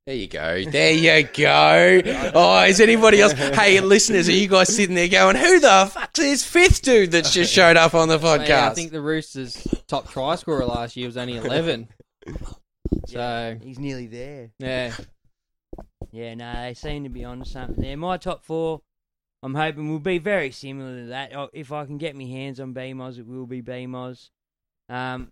Speaker 5: There you go. There you
Speaker 9: (laughs)
Speaker 5: go. Oh, is anybody else? Hey, listeners, are you guys sitting there going, "Who the fuck's this fifth dude that's
Speaker 9: (laughs)
Speaker 5: just showed up on the
Speaker 8: I mean, I
Speaker 5: podcast?"
Speaker 8: think the Roosters' top try scorer last year was only
Speaker 5: (laughs)
Speaker 8: 11. so,
Speaker 9: He's nearly there.
Speaker 8: yeah.
Speaker 9: Yeah, no, they seem to be onto something there. My top four, I'm hoping will be very similar to that. Oh, If I can get my hands on BMOS, it will be BMOS. Um,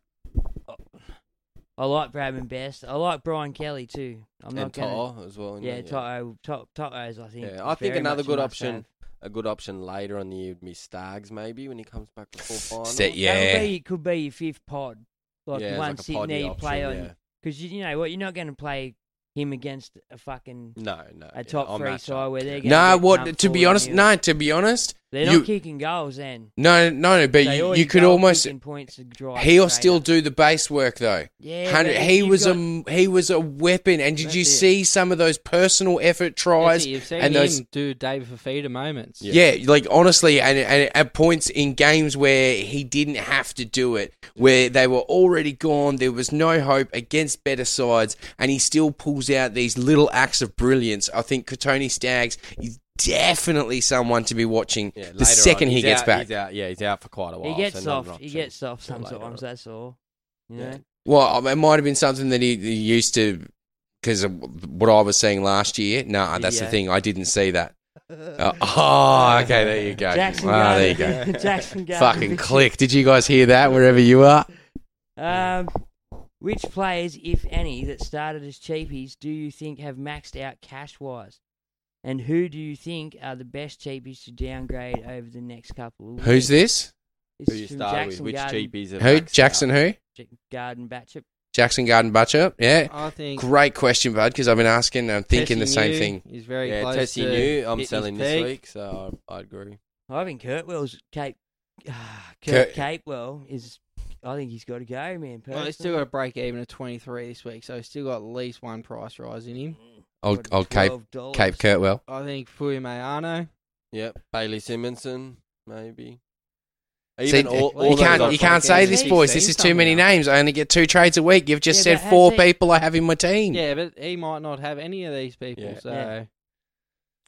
Speaker 9: I like Bradman best. I like Brian Kelly too. I'm
Speaker 10: and
Speaker 9: not gonna.
Speaker 10: To'o as well. isn't
Speaker 9: Yeah,
Speaker 10: it?
Speaker 9: Toto, top, Toto's. I think.
Speaker 10: Yeah, I think
Speaker 9: very
Speaker 10: another
Speaker 9: much a
Speaker 10: good
Speaker 9: must
Speaker 10: option,
Speaker 9: have.
Speaker 10: a good option later on the year would be Stags maybe when he comes back before final.
Speaker 5: Set,
Speaker 9: That
Speaker 5: yeah.
Speaker 9: would be, could be your fifth pod, like
Speaker 10: Yeah,
Speaker 9: the
Speaker 10: it's
Speaker 9: one
Speaker 10: like a
Speaker 9: sitting there
Speaker 10: poddy
Speaker 9: you play
Speaker 10: option, yeah.
Speaker 9: on, because you, you know what, you're not going to play him against a fucking
Speaker 10: (laughs) No, no.
Speaker 9: a top
Speaker 10: yeah, I'll
Speaker 9: three
Speaker 10: match
Speaker 9: side
Speaker 10: up.
Speaker 9: where they're going
Speaker 5: No, what? To be honest, no. To be honest,
Speaker 9: they're
Speaker 5: you-
Speaker 9: not kicking goals then.
Speaker 5: no, no, no. But
Speaker 9: They
Speaker 5: you,
Speaker 9: always
Speaker 5: you could
Speaker 9: go
Speaker 5: almost.
Speaker 9: kicking points to drive
Speaker 5: He'll
Speaker 9: straight
Speaker 5: still
Speaker 9: up.
Speaker 5: do the base work though.
Speaker 9: Yeah,
Speaker 5: Hundred-
Speaker 9: but if
Speaker 5: he
Speaker 9: you've
Speaker 5: was
Speaker 9: got-
Speaker 5: a he was a weapon. And did
Speaker 9: That's
Speaker 5: you
Speaker 9: it.
Speaker 5: see some of those personal effort
Speaker 8: That's
Speaker 5: tries
Speaker 8: it, You've seen
Speaker 5: and
Speaker 8: him
Speaker 5: those
Speaker 8: do David Fafita moments.
Speaker 5: Yeah. like honestly, and, and at points in games where he didn't have to do it, where they were already gone, there was no hope against better sides, and he still pulls out these little acts of brilliance. I think Tony Staggs is definitely someone to be watching
Speaker 10: Yeah, later
Speaker 5: the second
Speaker 10: on.
Speaker 5: he
Speaker 10: He's
Speaker 5: gets
Speaker 10: out-
Speaker 5: back.
Speaker 10: He's out, yeah, he's out for quite a while.
Speaker 9: He gets
Speaker 10: so not an
Speaker 9: soft. He
Speaker 10: option.
Speaker 9: gets soft
Speaker 10: Till later
Speaker 9: sometimes.
Speaker 10: on.
Speaker 9: That's all. You
Speaker 10: Yeah.
Speaker 9: know?
Speaker 5: Well, um, it might have been something that he, he used to, because what I was seeing last year. No, that's the
Speaker 9: Yeah.
Speaker 5: thing. I didn't see
Speaker 10: (laughs)
Speaker 5: that. Uh, oh, okay, there you go.
Speaker 9: Jackson
Speaker 5: Ah, there you
Speaker 9: Garvin. (laughs)
Speaker 5: go. (laughs)
Speaker 9: Jackson Garvin.
Speaker 5: Fucking click. Did you guys hear that wherever you are?
Speaker 9: Um, which players, if any, that started as cheapies do you think have maxed out cash wise? And who do you think are the best cheapies to downgrade over the next couple of weeks?
Speaker 5: Who's this?
Speaker 9: It's
Speaker 10: Who you
Speaker 9: from
Speaker 10: start with?
Speaker 9: Jackson
Speaker 10: Which
Speaker 9: Garden,
Speaker 10: cheapies? have
Speaker 5: Who?
Speaker 10: maxed out?
Speaker 5: Jackson who?
Speaker 9: J- Garden Batchup.
Speaker 5: Jackson Garden Butcher? Yeah.
Speaker 8: I think
Speaker 5: Great question, bud, because I've been asking and I'm thinking the same thing.
Speaker 8: He's very
Speaker 10: yeah,
Speaker 8: close
Speaker 10: Tessie
Speaker 8: to
Speaker 10: New.
Speaker 8: hitting
Speaker 10: I'm
Speaker 8: his
Speaker 10: selling this
Speaker 8: peak.
Speaker 10: week, so I, I agree.
Speaker 9: I think Kurtwell's Cape. (sighs) Ah,
Speaker 5: Kurt-
Speaker 9: Kurt Capewell is. I think he's got to go, man.
Speaker 8: Well, he's still got a break even at 23 this week, so he's still got at least one price rise in him.
Speaker 5: Old, old Cape,
Speaker 9: $12.
Speaker 5: Cape Kurtwell.
Speaker 8: I think Fuyu Mayano.
Speaker 10: Yep, Bailey Simonson, maybe.
Speaker 5: See, eh,
Speaker 10: Even all, all
Speaker 5: you
Speaker 10: those
Speaker 5: can't,
Speaker 10: options.
Speaker 5: you can't say this,
Speaker 8: He's
Speaker 5: boys.
Speaker 8: seen
Speaker 5: This is too
Speaker 8: something
Speaker 5: many
Speaker 8: now.
Speaker 5: names. I only get two trades a week. You've just
Speaker 9: Yeah,
Speaker 5: said
Speaker 9: but
Speaker 5: four
Speaker 9: has he-
Speaker 5: people I have in my team.
Speaker 8: Yeah, but he might not have any of these people,
Speaker 10: Yeah.
Speaker 8: so
Speaker 9: Yeah.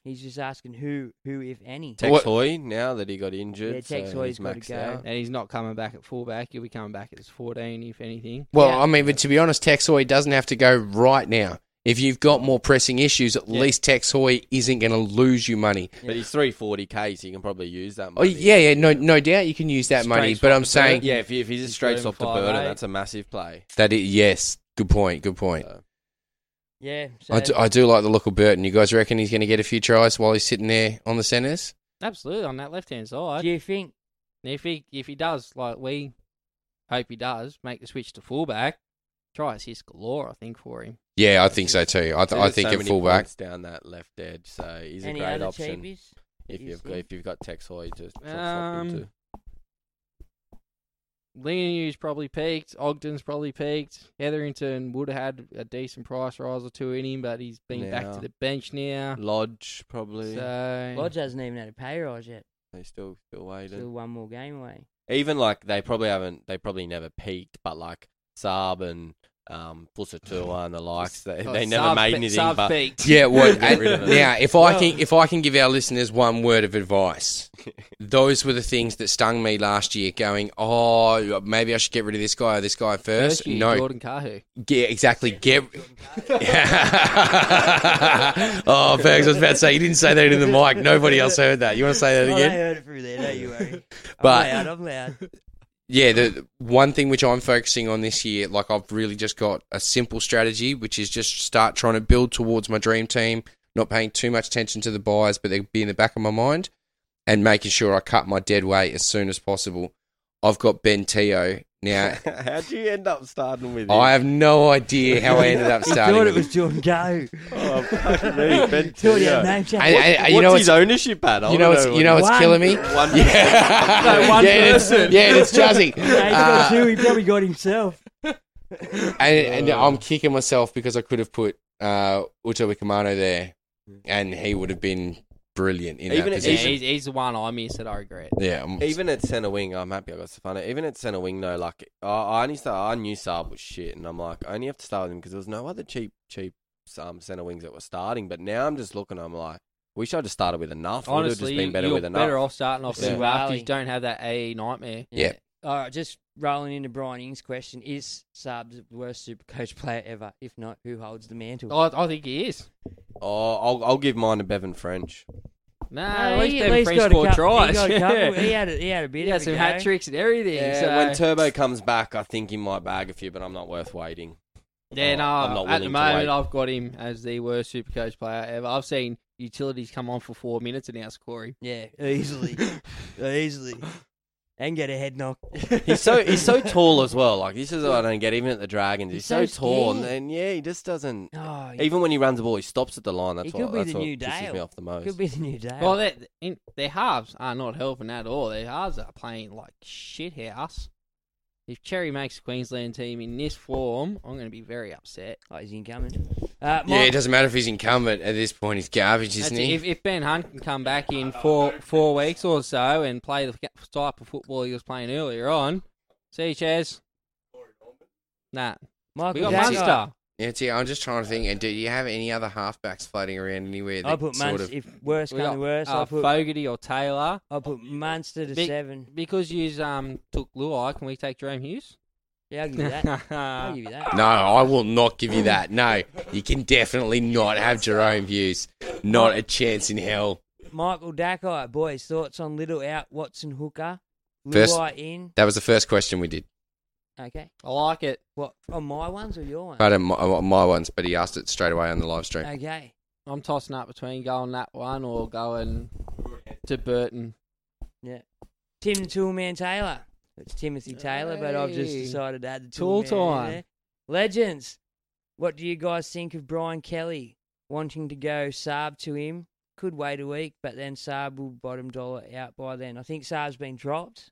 Speaker 9: He's just asking who, who if any.
Speaker 10: Tex
Speaker 5: What-
Speaker 10: Hoy, now that he got injured,
Speaker 9: Yeah, Tex
Speaker 10: so
Speaker 9: Hoy's
Speaker 10: he's
Speaker 9: gotta
Speaker 10: maxed
Speaker 9: go.
Speaker 10: out.
Speaker 8: and he's not coming back at fullback. He'll be coming back as 14, if anything.
Speaker 5: Well,
Speaker 9: Yeah.
Speaker 5: I mean, but to be honest, Tex Hoy doesn't have to go right now. If you've got more pressing issues, at
Speaker 8: Yeah.
Speaker 5: least Tex Hoy isn't going to lose you money.
Speaker 10: But he's 340k, so you can probably use that
Speaker 5: Oh,
Speaker 10: money.
Speaker 5: yeah, yeah, no, no doubt you can use that
Speaker 8: Straight
Speaker 5: money.
Speaker 8: swap
Speaker 5: But I'm
Speaker 8: to
Speaker 5: saying
Speaker 8: Burton.
Speaker 10: Yeah, if, he- if he's a
Speaker 8: He's
Speaker 10: straight
Speaker 8: doing
Speaker 10: swap to
Speaker 8: five
Speaker 10: Burden,
Speaker 8: eight.
Speaker 10: that's a massive play.
Speaker 5: that it, yes, good point, good point.
Speaker 10: So,
Speaker 9: Yeah. So
Speaker 5: I do, I do like the look of Burton. You guys reckon he's going to get a few tries while he's sitting there on the centres?
Speaker 8: Absolutely, on that left hand side.
Speaker 9: do you think?
Speaker 8: And if he if he does, like we hope he does, make the switch to fullback, try assist galore, I think, for him.
Speaker 5: Yeah, I think so too. I, th- I
Speaker 10: there's
Speaker 5: think
Speaker 10: so
Speaker 5: at
Speaker 10: many
Speaker 5: fullback.
Speaker 10: points down that left edge, so he's
Speaker 9: any
Speaker 10: a great
Speaker 9: other
Speaker 10: option.
Speaker 9: cheapies?
Speaker 10: If
Speaker 8: Is
Speaker 10: you've
Speaker 8: he?
Speaker 10: got, if you've got Tex Hoy to swap
Speaker 8: Um,
Speaker 10: him to.
Speaker 8: Leanu's probably peaked. Ogden's probably peaked. Hetherington would have had a decent price rise or two in him, but he's been back
Speaker 10: Now.
Speaker 8: to the bench now.
Speaker 10: Lodge probably.
Speaker 8: So
Speaker 9: Lodge hasn't even had a pay rise yet.
Speaker 10: They still still waiting.
Speaker 9: Still one more game away.
Speaker 10: Even like they probably haven't. They probably never peaked, but like Saab and um, Fusatua and the likes, they,
Speaker 8: Oh,
Speaker 10: they never
Speaker 8: Saab
Speaker 10: made
Speaker 8: pe-
Speaker 10: anything.
Speaker 8: Saab
Speaker 10: but (laughs)
Speaker 8: peaked.
Speaker 5: Yeah, what
Speaker 10: Get rid of
Speaker 5: and
Speaker 10: it.
Speaker 5: now if I can if I can give our listeners one word of
Speaker 10: (laughs)
Speaker 5: advice, those were the things that stung me last year. Going, oh, maybe I should get rid of this guy or this guy first.
Speaker 8: First year,
Speaker 5: no,
Speaker 8: Jordan Cahu.
Speaker 5: Yeah, exactly. Get. (laughs) oh, Fergs, I was about to say you didn't say that in the mic. Nobody else heard that. You want to say that
Speaker 9: Oh,
Speaker 5: again?
Speaker 9: they heard it through there. Don't you
Speaker 5: (laughs)
Speaker 9: worry.
Speaker 5: But-
Speaker 9: I'm loud. I'm
Speaker 5: (laughs)
Speaker 9: loud.
Speaker 5: yeah, the the one thing which I'm focusing on this year, like I've really just got a simple strategy, which is just start trying to build towards my dream team, not paying too much attention to the buyers, but they'll be in the back of my mind, and making sure I cut my dead weight as soon as possible. I've got Ben Teo
Speaker 9: (laughs)
Speaker 5: now.
Speaker 10: (laughs) How'd you end up starting with?
Speaker 5: I have no idea how I ended up
Speaker 9: He
Speaker 5: starting.
Speaker 9: thought it
Speaker 5: with
Speaker 9: was Jordan
Speaker 5: (laughs)
Speaker 9: Go.
Speaker 10: Oh, fuck me, Ben
Speaker 9: Thought he
Speaker 10: Teo.
Speaker 9: had name check.
Speaker 5: And-
Speaker 9: (laughs)
Speaker 5: and- and you know
Speaker 10: uh, What's his
Speaker 5: what's-
Speaker 10: ownership at? I
Speaker 4: Oh,
Speaker 5: you know
Speaker 10: wanna
Speaker 5: what's
Speaker 10: know
Speaker 5: you know
Speaker 10: what-
Speaker 5: what's
Speaker 9: One.
Speaker 5: killing me?
Speaker 10: One
Speaker 5: Yeah, (laughs)
Speaker 10: person. No, one
Speaker 5: yeah, it's-
Speaker 10: person.
Speaker 9: (laughs)
Speaker 5: yeah, it's Jazzy.
Speaker 9: Mate, he
Speaker 5: Uh,
Speaker 9: got two. He probably got himself.
Speaker 5: and, and I'm kicking myself because I could have put uh, Uto Wikamano there, and he would have been brilliant in
Speaker 10: Even
Speaker 5: that
Speaker 10: if-
Speaker 8: Yeah,
Speaker 5: position.
Speaker 8: he's, he's the one I miss that I regret.
Speaker 5: yeah, I'm-
Speaker 10: Even at centre wing, I'm happy I got Stefano. Even at centre wing, though, like I, I only start, I knew Saab was shit, and I'm like, I only have to start with him because there was no other cheap, cheap um, centre wings that were starting. But now I'm just looking, I'm like, wish I just started with enough. I would have just
Speaker 8: Honestly,
Speaker 10: been better
Speaker 8: you're
Speaker 10: with enough.
Speaker 8: better off starting off
Speaker 10: Yeah.
Speaker 8: yeah. after you
Speaker 9: Suwali.
Speaker 8: don't have that AE nightmare.
Speaker 5: yeah.
Speaker 9: All right, just rolling into Brian Ings' question: Is Saab the worst Supercoach player ever? If not, who holds the mantle?
Speaker 8: I, I think he is.
Speaker 10: Oh, I'll, I'll give mine to Bevan French.
Speaker 8: Nah,
Speaker 9: No,
Speaker 8: at least
Speaker 9: he
Speaker 8: they've free
Speaker 9: got a
Speaker 8: scored
Speaker 9: couple-
Speaker 8: tries.
Speaker 9: He, got a
Speaker 8: (laughs)
Speaker 9: couple,
Speaker 8: Yeah.
Speaker 9: he had a, he had a bit. of E
Speaker 8: He had
Speaker 9: a
Speaker 8: some
Speaker 9: go.
Speaker 8: hat tricks and everything.
Speaker 10: Yeah,
Speaker 8: so-
Speaker 10: when Turbo comes back, I think he might bag a few, but I'm not worth waiting.
Speaker 8: Yeah,
Speaker 10: Oh,
Speaker 8: no,
Speaker 10: I'm not
Speaker 8: um, at the
Speaker 10: willing to
Speaker 8: moment
Speaker 10: wait.
Speaker 8: I've got him as the worst Supercoach player ever. I've seen utilities come on for four minutes and outscore him.
Speaker 9: Yeah, (laughs) easily, easily, and get a head knock.
Speaker 10: He's so
Speaker 9: (laughs)
Speaker 10: he's so tall as well. Like this is what I don't get. Even at the Dragons, he's,
Speaker 9: He's
Speaker 10: so,
Speaker 9: so
Speaker 10: tall, and,
Speaker 9: skinny.
Speaker 10: and yeah, he just doesn't.
Speaker 9: Oh, he-
Speaker 10: Even when he runs the ball, he stops at the line. That's
Speaker 9: he
Speaker 10: what
Speaker 9: could be
Speaker 10: that's
Speaker 9: the
Speaker 10: what
Speaker 9: new
Speaker 10: pisses me
Speaker 9: Dale.
Speaker 10: off the most.
Speaker 9: Could be the new Dale.
Speaker 8: Well, their in- their halves are not helping at all. Their halves are playing like shit house. If Cherry makes the Queensland team in this form, I'm going to be very upset.
Speaker 9: oh, he's incoming. Uh, Mike,
Speaker 5: yeah, it doesn't matter if he's incumbent at this point. He's garbage,
Speaker 8: That's
Speaker 5: isn't
Speaker 8: it.
Speaker 5: he?
Speaker 8: If, if Ben Hunt can come back in for four weeks or so and play the f- type of football he was playing earlier on, see, Chaz. Nah,
Speaker 9: Michael
Speaker 8: we got
Speaker 9: Jackson.
Speaker 8: Munster.
Speaker 5: yeah, it's- yeah, I'm just trying to think. And do you have any other halfbacks floating around anywhere? That
Speaker 9: I put
Speaker 5: sort
Speaker 9: Munster.
Speaker 5: of,
Speaker 9: If worst
Speaker 8: We
Speaker 9: comes
Speaker 8: got
Speaker 9: to worst,
Speaker 8: uh,
Speaker 9: I put
Speaker 8: Fogarty or Taylor.
Speaker 9: I put Munster to
Speaker 8: Big-
Speaker 9: seven.
Speaker 8: Because you um took Luai, can we take Jerome Hughes?
Speaker 9: Yeah, I'll give you
Speaker 8: (laughs)
Speaker 9: that. I'll give you that.
Speaker 5: no, I will not give you that. No, you can definitely not have Jerome Hughes. Not a chance in hell.
Speaker 9: Michael Dakai, boys, thoughts on Little out, Watson Hooker,
Speaker 5: First-
Speaker 9: Luai in.
Speaker 5: That was the first question we did.
Speaker 9: Okay,
Speaker 8: I like it.
Speaker 9: what on my ones or your ones?
Speaker 5: But uh, my, my ones, but he asked it straight away on the live stream.
Speaker 9: Okay,
Speaker 8: I'm tossing up between going that one or going to Burton.
Speaker 9: yeah. Tim Toolman Taylor. It's Timothy Taylor, but I've just
Speaker 8: Hey.
Speaker 9: decided to add the
Speaker 8: Tool
Speaker 9: Toolman in
Speaker 8: time.
Speaker 9: there. Legends. What do you guys think of Brian Kelly wanting to go Saab to him? Could wait a week, but then Saab will bottom dollar out by then. I think Saab's been dropped.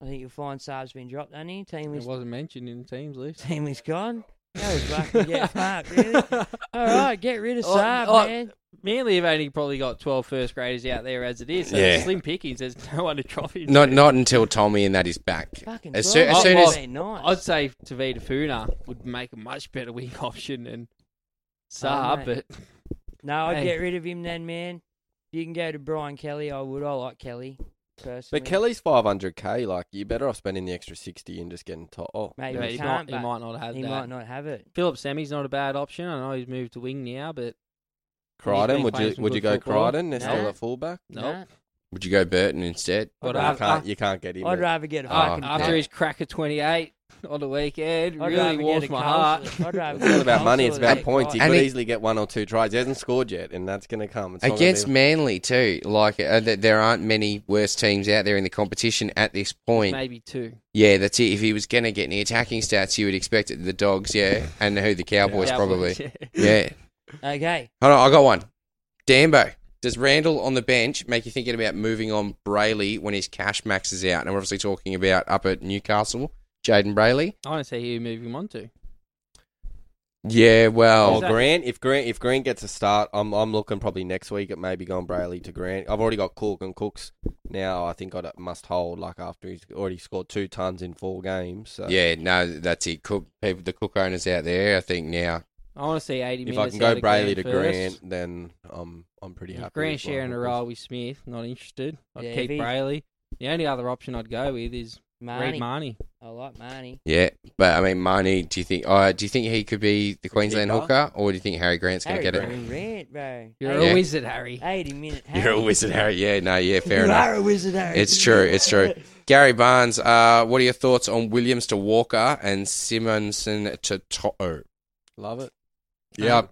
Speaker 9: I think you'll find Saab's been dropped, hasn't he? Team
Speaker 8: It
Speaker 9: is
Speaker 8: wasn't mentioned in the
Speaker 9: (laughs)
Speaker 8: team's list.
Speaker 9: team is
Speaker 8: (laughs)
Speaker 9: gone. Go fucking get fucked, really. All right, get rid of
Speaker 8: Oh,
Speaker 9: Saab,
Speaker 8: oh,
Speaker 9: man.
Speaker 8: Manly have only probably got 12 first graders out there as it is. So
Speaker 5: Yeah.
Speaker 8: it's slim pickings. There's no one to drop him.
Speaker 5: Not not until Tommy and that is back.
Speaker 9: Fucking
Speaker 5: As soon, as, soon
Speaker 8: Oh,
Speaker 5: as
Speaker 8: well,
Speaker 9: nice.
Speaker 8: I'd say Tavita Funa would make a much better wing (laughs) option than Saab,
Speaker 9: Oh, mate.
Speaker 8: but
Speaker 9: No, I'd
Speaker 8: Hey.
Speaker 9: get rid of him then, man. If you can go to Brian Kelly, I would. I like Kelly personally.
Speaker 10: But Kelly's 500k. Like you're better off spending the extra 60 and just getting top. Oh,
Speaker 9: Mate,
Speaker 8: Yeah,
Speaker 9: he,
Speaker 8: he's
Speaker 9: can't,
Speaker 8: not- he
Speaker 9: but
Speaker 8: might not have
Speaker 9: He
Speaker 8: that.
Speaker 9: might not have it.
Speaker 8: Philip Semi's not a bad option. I know he's moved to wing now, but
Speaker 10: Crichton.
Speaker 8: been
Speaker 10: Would
Speaker 8: playing
Speaker 10: you
Speaker 8: some
Speaker 10: would
Speaker 8: good
Speaker 10: you go
Speaker 8: football.
Speaker 10: Crichton? They're
Speaker 9: Nah.
Speaker 10: still a fullback.
Speaker 8: nope.
Speaker 9: Nah.
Speaker 5: would you go Burton instead?
Speaker 8: I'd
Speaker 10: You
Speaker 8: rather-
Speaker 10: can't you can't get him.
Speaker 9: I'd
Speaker 10: at-
Speaker 9: rather get a
Speaker 5: Ah,
Speaker 9: fucking.
Speaker 5: I'd
Speaker 8: Oh, After his crack of 28 on the weekend,
Speaker 9: I'd rather
Speaker 8: really
Speaker 9: get
Speaker 8: warms
Speaker 9: a
Speaker 8: my
Speaker 9: Carl
Speaker 8: heart.
Speaker 9: Slick. I'd
Speaker 8: (laughs)
Speaker 9: rather
Speaker 10: It's not
Speaker 9: get a
Speaker 10: about
Speaker 9: Carl
Speaker 10: money. It's
Speaker 9: Slick
Speaker 10: about
Speaker 9: than
Speaker 10: points. He
Speaker 9: Clark.
Speaker 5: And
Speaker 10: could
Speaker 5: he-
Speaker 10: easily get one or two tries. He hasn't scored yet, and that's going to come. It's not gonna
Speaker 5: Against
Speaker 10: be-
Speaker 5: Manly too. Like uh, th- there aren't many worse teams out there in the competition at this point.
Speaker 8: Maybe two.
Speaker 5: Yeah, that's it. If he was going to get any attacking stats, you would expect it. The Dogs, yeah, and who the Cowboys
Speaker 8: Cowboys,
Speaker 5: probably.
Speaker 8: yeah.
Speaker 5: Yeah.
Speaker 9: Okay,
Speaker 5: Hold on, I got one. Dambo. Does Randall on the bench make you thinking about moving on Brayley when his cash max is out? And we're obviously talking about up at Newcastle, Jaden Brayley.
Speaker 8: I want to see who you move him on to.
Speaker 5: Yeah, well,
Speaker 10: Oh, Grant. If Grant, if Grant gets a start, I'm I'm looking probably next week at maybe going Brayley to Grant. I've already got Cook and Cooks now. I think I must hold like after he's already scored two tons in four games. So.
Speaker 5: Yeah, no, that's it. Cook people, the Cook owners out there, I think now.
Speaker 8: I want to see 80
Speaker 10: If I
Speaker 8: minutes
Speaker 10: can
Speaker 8: out
Speaker 10: go
Speaker 8: of
Speaker 10: Brayley to
Speaker 8: first.
Speaker 10: Grant, then I'm I'm pretty happy.
Speaker 8: If Grant
Speaker 10: with my
Speaker 8: sharing a
Speaker 10: Cookers.
Speaker 8: role with Smith, not interested. I'd
Speaker 9: Yeah, if
Speaker 8: keep
Speaker 9: he's-
Speaker 8: Brayley. The only other option I'd go with is Reed Marnie.
Speaker 9: I like Marnie.
Speaker 5: Yeah, but I mean, Marnie, do you think? Uh, do you think he could be the Queensland
Speaker 9: Keeper?
Speaker 5: hooker, or do you think Harry Grant's going to
Speaker 9: Harry
Speaker 5: get it?
Speaker 9: fucking Grant, bro.
Speaker 8: You're
Speaker 5: a Yeah.
Speaker 8: wizard, Harry.
Speaker 9: 80 minute Harry.
Speaker 5: (laughs) You're a wizard, Harry. Yeah, no, yeah, fair
Speaker 8: (laughs)
Speaker 9: You
Speaker 5: enough.
Speaker 9: are a wizard, Harry.
Speaker 5: It's true. It's true. Gary Barnes, uh, what are your thoughts on Williams to Walker and Simonson to Toto?
Speaker 10: Love it.
Speaker 5: Yeah,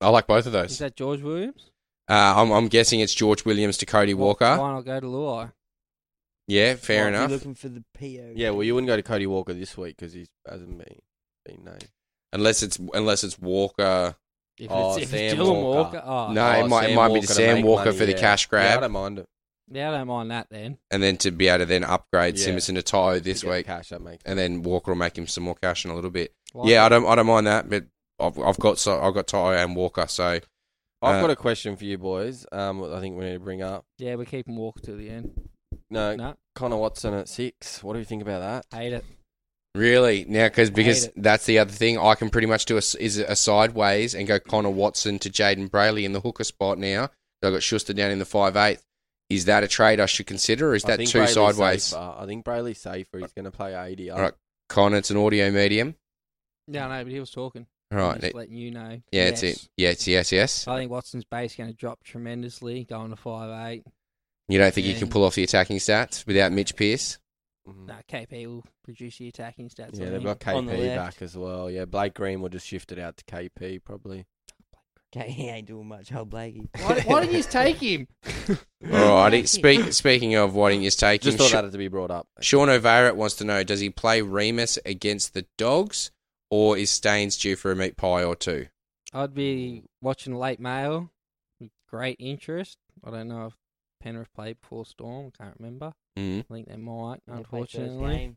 Speaker 5: I like both of
Speaker 8: Um, Is
Speaker 5: those. Uh,
Speaker 8: that George Williams?
Speaker 5: I'm, I'm guessing it's George Williams to Cody
Speaker 8: Why
Speaker 5: Walker.
Speaker 8: not go to Luai?
Speaker 5: Yeah, fair
Speaker 9: Might be
Speaker 5: enough.
Speaker 9: looking for the PO.
Speaker 10: Yeah, well, you wouldn't go to Cody Walker this week because he hasn't been been named.
Speaker 5: Unless it's unless it's Walker.
Speaker 8: If it's,
Speaker 10: Oh,
Speaker 8: if it's
Speaker 10: Sam
Speaker 8: Dylan
Speaker 10: Walker.
Speaker 8: Walker. oh.
Speaker 5: No, it might- it might be to
Speaker 10: to
Speaker 5: Sam
Speaker 10: make
Speaker 5: Walker for the
Speaker 10: yeah.
Speaker 5: cash grab.
Speaker 10: Yeah, I don't mind it.
Speaker 8: Yeah, I don't mind that then.
Speaker 5: and then to be able to then upgrade
Speaker 10: Yeah.
Speaker 5: Simonson to Toto this
Speaker 10: To get
Speaker 5: week,
Speaker 10: cash, that makes
Speaker 5: and then Walker will make him some more cash in a little bit.
Speaker 8: Like
Speaker 5: yeah, I
Speaker 8: it.
Speaker 5: don't, I don't mind that, but I've, I've got so I've got Toto and Walker, so
Speaker 10: I've
Speaker 5: uh,
Speaker 10: got a question for you boys. Um, I think we need to bring up.
Speaker 8: Yeah, we're keeping Walker to the end.
Speaker 10: No,
Speaker 8: No.
Speaker 10: Connor Watson at six. What do you think about that?
Speaker 8: Hate it.
Speaker 5: really now because
Speaker 8: it.
Speaker 5: because that's the other thing I can pretty much do a, s- is a sideways and go Connor Watson to Jaden Brayley in the hooker spot now. I have got Schuster down in the five eighth. Is that a trade I should consider, or is
Speaker 10: I
Speaker 5: that
Speaker 10: think
Speaker 5: too
Speaker 10: Brayley's
Speaker 5: sideways?
Speaker 10: safer. I think Brayley's safer. He's going to play eighty.
Speaker 5: All right, Connor, it's an audio medium.
Speaker 8: No, no, but he was talking.
Speaker 5: All right,
Speaker 8: I'm
Speaker 5: it-
Speaker 8: just letting you know.
Speaker 5: Yeah, that's it. Yes, yes, yes.
Speaker 8: I think Watson's base going to drop tremendously, going to five eight.
Speaker 5: You don't think you
Speaker 8: Yeah.
Speaker 5: can pull off the attacking stats without Mitch Pearce?
Speaker 8: No, KP will produce the attacking stats.
Speaker 10: Mm. Yeah,
Speaker 8: on
Speaker 10: they've
Speaker 8: him.
Speaker 10: got
Speaker 9: On the
Speaker 10: KP
Speaker 9: left.
Speaker 10: back as well. Yeah, Blake Green will just shift it out to KP probably.
Speaker 9: Okay, he ain't doing much. Old Blakey.
Speaker 8: Why,
Speaker 10: (laughs)
Speaker 8: why did you take him?
Speaker 5: Alrighty. Speak, speaking of wanting is taking,
Speaker 10: Just thought
Speaker 5: Sha-
Speaker 10: that had to be brought up.
Speaker 5: Sean O'Varett wants to know: Does he play Remus against the Dogs, or is Staines due for a meat pie or two?
Speaker 8: I'd be watching late mail with great interest. I don't know if Penrith played before Storm. Can't remember.
Speaker 10: Hmm.
Speaker 5: Mhm.
Speaker 8: I think they might,
Speaker 9: They play first
Speaker 8: unfortunately.
Speaker 9: game.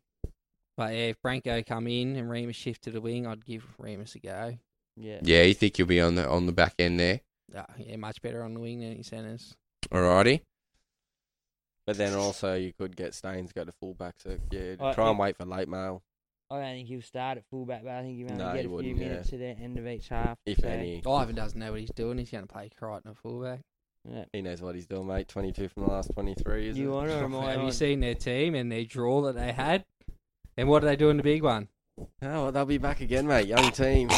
Speaker 8: But yeah, if Branko come in and Remus shift to the wing, I'd give Remus a go.
Speaker 9: Yeah.
Speaker 5: Yeah, you think you'll be on the on the back end there?
Speaker 8: Ah, yeah, much better on the wing than in centres.
Speaker 5: Alrighty.
Speaker 10: But then also you could get Staines go to fullback. So yeah,
Speaker 9: Uh,
Speaker 10: try and
Speaker 9: it-
Speaker 10: wait for late mail
Speaker 9: I don't think he'll start at fullback, but I think he'll only
Speaker 10: No, he
Speaker 9: get a few
Speaker 10: wouldn't, yeah.
Speaker 9: minutes to the end of each half.
Speaker 10: if
Speaker 9: so-
Speaker 10: any.
Speaker 8: Ivan doesn't know what he's doing. He's going to play Crichton at fullback.
Speaker 9: Yeah.
Speaker 10: He knows what he's doing, mate. Twenty-two from the last twenty-three. Is
Speaker 9: You
Speaker 10: it?
Speaker 9: on or am I
Speaker 8: (laughs) Have
Speaker 9: on?
Speaker 8: you seen their team and their draw that they had? And what do they do in the big one?
Speaker 10: Oh, well, they'll be back again, mate. Young team,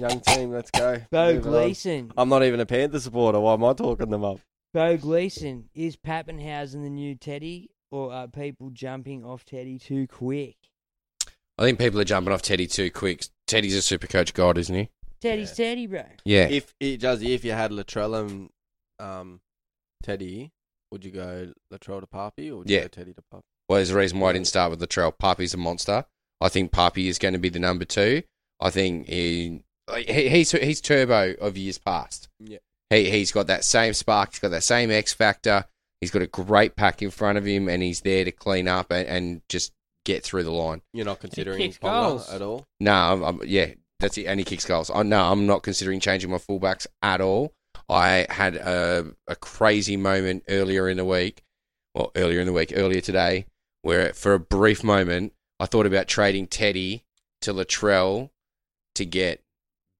Speaker 10: young team. Let's go.
Speaker 9: Bo
Speaker 10: Moving on.
Speaker 9: Gleason.
Speaker 10: I'm not even a Panther supporter. Why am I talking them up?
Speaker 9: Bo Gleason. Is Pappenhausen the new Teddy, or are people jumping off Teddy too quick?
Speaker 5: I think people are jumping off Teddy too quick. Teddy's a super coach god, isn't he?
Speaker 9: Teddy's Teddy, bro.
Speaker 5: Yeah.
Speaker 10: If it does, if you had Latrell and um, Teddy, would you go Latrell to Papi or would you
Speaker 5: Yeah.
Speaker 10: go Teddy to Papi?
Speaker 5: Well, there's a reason why I didn't start with Latrell. Papi's a monster. I think Papi is going to be the number two. I think he, like, he he's he's turbo of years past.
Speaker 10: Yeah.
Speaker 5: He he's got that same spark. He's got that same X factor. He's got a great pack in front of him, and he's there to clean up and, and just get through the line.
Speaker 10: You're not considering
Speaker 8: kicks
Speaker 10: Ponga
Speaker 8: goals.
Speaker 10: at all.
Speaker 5: No, I'm, I'm, yeah, that's it. And he kicks goals. I, no, I'm not considering changing my fullbacks at all. I had a, a crazy moment earlier in the week, well, earlier in the week, earlier today, where for a brief moment I thought about trading Teddy to Latrell to get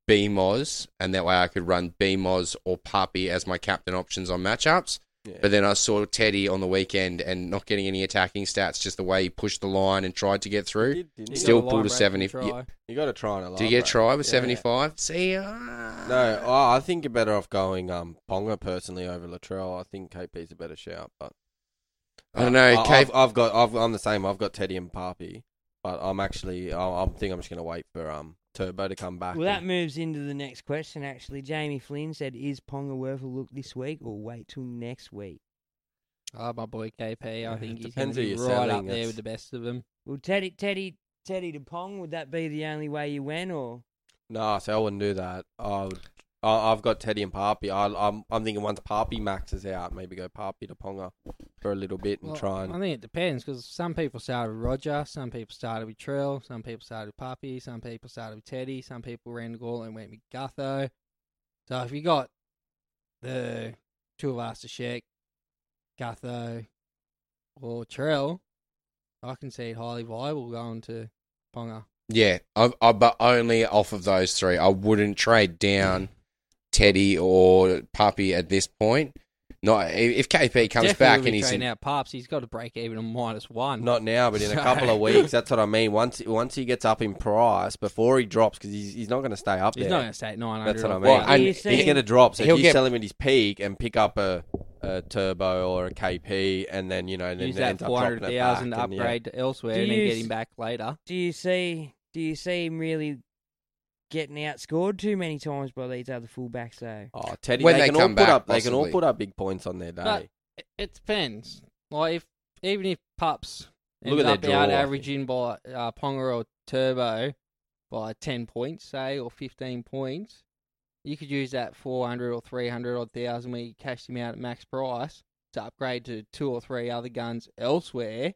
Speaker 5: BMOS, and that way I could run BMOS or Puppy as my captain options on matchups.
Speaker 10: Yeah.
Speaker 5: But then I saw Teddy on the weekend and not getting any attacking stats, just the way he pushed the line and tried to get through.
Speaker 10: did, didn't he?
Speaker 5: Still
Speaker 8: He got a line
Speaker 5: pulled a
Speaker 8: break and
Speaker 5: 70.
Speaker 8: try.
Speaker 5: yeah.
Speaker 10: You got to try and
Speaker 5: Do you get a try with 75? See,
Speaker 10: No, oh, I think you're better off going um, Ponga personally over Latrell. I think KP's a better shout, but uh,
Speaker 5: I don't know.
Speaker 10: I-
Speaker 5: Cape,
Speaker 10: I've, I've got. I've, I'm the same. I've got Teddy and Papi, but I'm actually. I, I think I'm just going to wait for um Turbo to come back.
Speaker 9: Well, that
Speaker 10: and-
Speaker 9: moves into the next question, actually. Jamie Flynn said, Is Ponga worth a look this week or wait till next week?
Speaker 8: Ah, my boy KP. I
Speaker 10: Yeah,
Speaker 8: think
Speaker 10: it
Speaker 8: he's going
Speaker 10: depends who
Speaker 8: to be
Speaker 10: you're
Speaker 8: right up
Speaker 10: selling,
Speaker 8: there
Speaker 10: it's-
Speaker 8: with the best of them.
Speaker 9: Well, Teddy, Teddy, Teddy to Pong, would that be the only way you went, or?
Speaker 10: no, so I wouldn't do that. I would. I, I've got Teddy and Papi. I, I'm I'm thinking once Papi maxes out, maybe go Papi to Ponga for a little bit and
Speaker 8: Well,
Speaker 10: try and
Speaker 8: I think it depends because some people started with Roger, some people started with Trell, some people started with Puppy, some people started with Teddy, some people ran the gauntlet and went with Gutho. So if you got the two of us to check, Gutho or Trell, I can see it highly viable going to Ponga.
Speaker 5: Yeah, I, I, but only off of those three. I wouldn't trade down Teddy or Puppy at this point. Not if if KP comes
Speaker 8: Definitely
Speaker 5: back
Speaker 8: will
Speaker 5: and
Speaker 8: be
Speaker 5: he's in,
Speaker 8: trading out Pops, he's got to break even on minus one.
Speaker 10: Not now, but in a
Speaker 8: So-
Speaker 10: couple of weeks. That's what I mean. Once once he gets up in price, before he drops, because he's, he's not going to stay up
Speaker 8: He's
Speaker 10: there.
Speaker 8: not gonna stay at 900
Speaker 10: That's what I
Speaker 8: or
Speaker 10: mean.
Speaker 8: whatever. Well,
Speaker 10: and
Speaker 8: you
Speaker 10: he's
Speaker 8: see-
Speaker 10: going to drop. So
Speaker 8: he'll
Speaker 10: if you
Speaker 8: get-
Speaker 10: sell him at his peak and pick up a, a turbo or a KP, and then you know, then
Speaker 8: Use
Speaker 10: it
Speaker 8: that
Speaker 10: ends up dropping it back
Speaker 8: 400,000 to
Speaker 10: and, yeah.
Speaker 8: upgrade to elsewhere
Speaker 9: Do
Speaker 8: and then
Speaker 9: you
Speaker 8: get
Speaker 9: s-
Speaker 8: him back later.
Speaker 9: Do you see? Do you see him really getting outscored too many times by these other fullbacks? Though.
Speaker 10: Oh, Teddy,
Speaker 5: When
Speaker 10: they,
Speaker 5: they
Speaker 10: can
Speaker 5: come
Speaker 10: all
Speaker 5: back,
Speaker 10: put up. They can all
Speaker 5: possibly.
Speaker 10: put up big points on their day.
Speaker 8: But it- it depends. Like if even if Pups
Speaker 10: Look
Speaker 8: Look
Speaker 10: at
Speaker 8: ends
Speaker 10: their
Speaker 8: up out
Speaker 10: draw, I
Speaker 8: averaging by uh, Ponga or Turbo by ten points, say, or fifteen points, you could use that four hundred or three hundred or thousand where you cashed him out at max price to upgrade to two or three other guns elsewhere,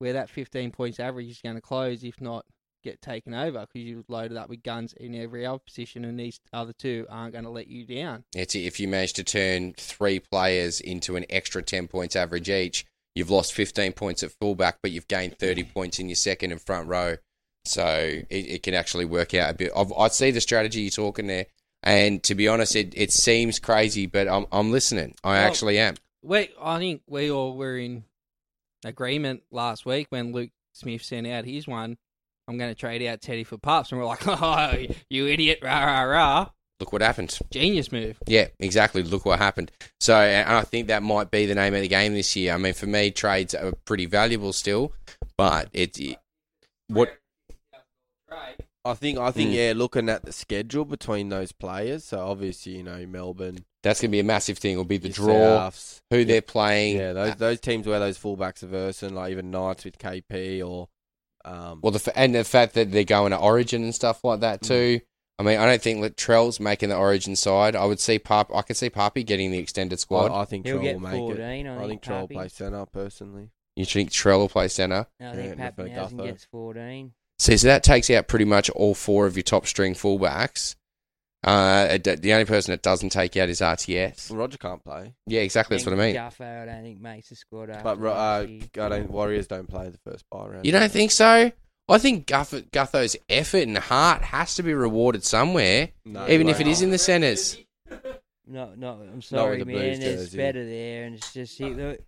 Speaker 8: where that fifteen points average is going to close, if not get taken over, because you've loaded up with guns in every other position, and these other two aren't going to let you down.
Speaker 5: That's it. If you manage to turn three players into an extra 10 points average each, you've lost 15 points at fullback, but you've gained 30
Speaker 10: Mm.
Speaker 5: points in your second and front row. So it, it can actually work out a bit. I've, I see the strategy you're talking there. And to be honest, it, it seems crazy, but I'm, I'm listening. I
Speaker 8: Well,
Speaker 5: actually am.
Speaker 8: We, I think we all were in agreement last week when Luke Smith sent out his one. I'm going to trade out Teddy for Pups, and we're like, (laughs) "Oh, you idiot!" Rah rah rah.
Speaker 5: Look what happened.
Speaker 8: Genius move.
Speaker 5: Yeah, exactly. Look what happened. So, and I think that might be the name of the game this year. I mean, for me, trades are pretty valuable still, but it, it what
Speaker 10: I think I think
Speaker 5: Mm.
Speaker 10: yeah, looking at the schedule between those players. So obviously, you know, Melbourne,
Speaker 5: that's going to be a massive thing. Will be the
Speaker 10: Your
Speaker 5: draw,
Speaker 10: Souths.
Speaker 5: who they're playing. uh,
Speaker 10: yeah, those those teams where those fullbacks are versing, like even Knights with KP or um, Mm.
Speaker 5: Well, the fa- and the fact that they're going to Origin and stuff like that too. I mean, I don't think Latrell's making the Origin side. I would see Pap. I could see Papi getting the extended squad.
Speaker 10: I, I think
Speaker 9: He'll
Speaker 10: Trell
Speaker 9: get
Speaker 10: will make
Speaker 9: 14,
Speaker 10: it.
Speaker 9: I
Speaker 10: I,
Speaker 9: think
Speaker 10: think Trell will
Speaker 9: Papi.
Speaker 10: play centre personally.
Speaker 5: you think Trell will play centre?
Speaker 9: And I think
Speaker 10: Yeah,
Speaker 9: Pat
Speaker 10: Lefko
Speaker 9: Pappenhausen
Speaker 10: Gutho.
Speaker 9: gets 14.
Speaker 5: See, so that takes out pretty much all four of your top string fullbacks. Uh, it- the only person that doesn't take out is RTS.
Speaker 10: Roger can't play,
Speaker 5: Yeah, exactly. That's what I mean.
Speaker 9: Gutho, I don't think makes the squad.
Speaker 10: but
Speaker 9: after
Speaker 10: Ro- uh,
Speaker 9: last year.
Speaker 10: I don't, Warriors don't play the first buy round.
Speaker 5: You don't think so? I think Guff- Gutho's effort and heart has to be rewarded somewhere,
Speaker 10: No,
Speaker 5: even
Speaker 10: it
Speaker 5: if it
Speaker 10: won't.
Speaker 5: is in the centres.
Speaker 9: No, no, I'm sorry,
Speaker 10: the
Speaker 9: man.
Speaker 10: Blues
Speaker 9: There's
Speaker 10: jersey.
Speaker 9: better there, and it's just he, look,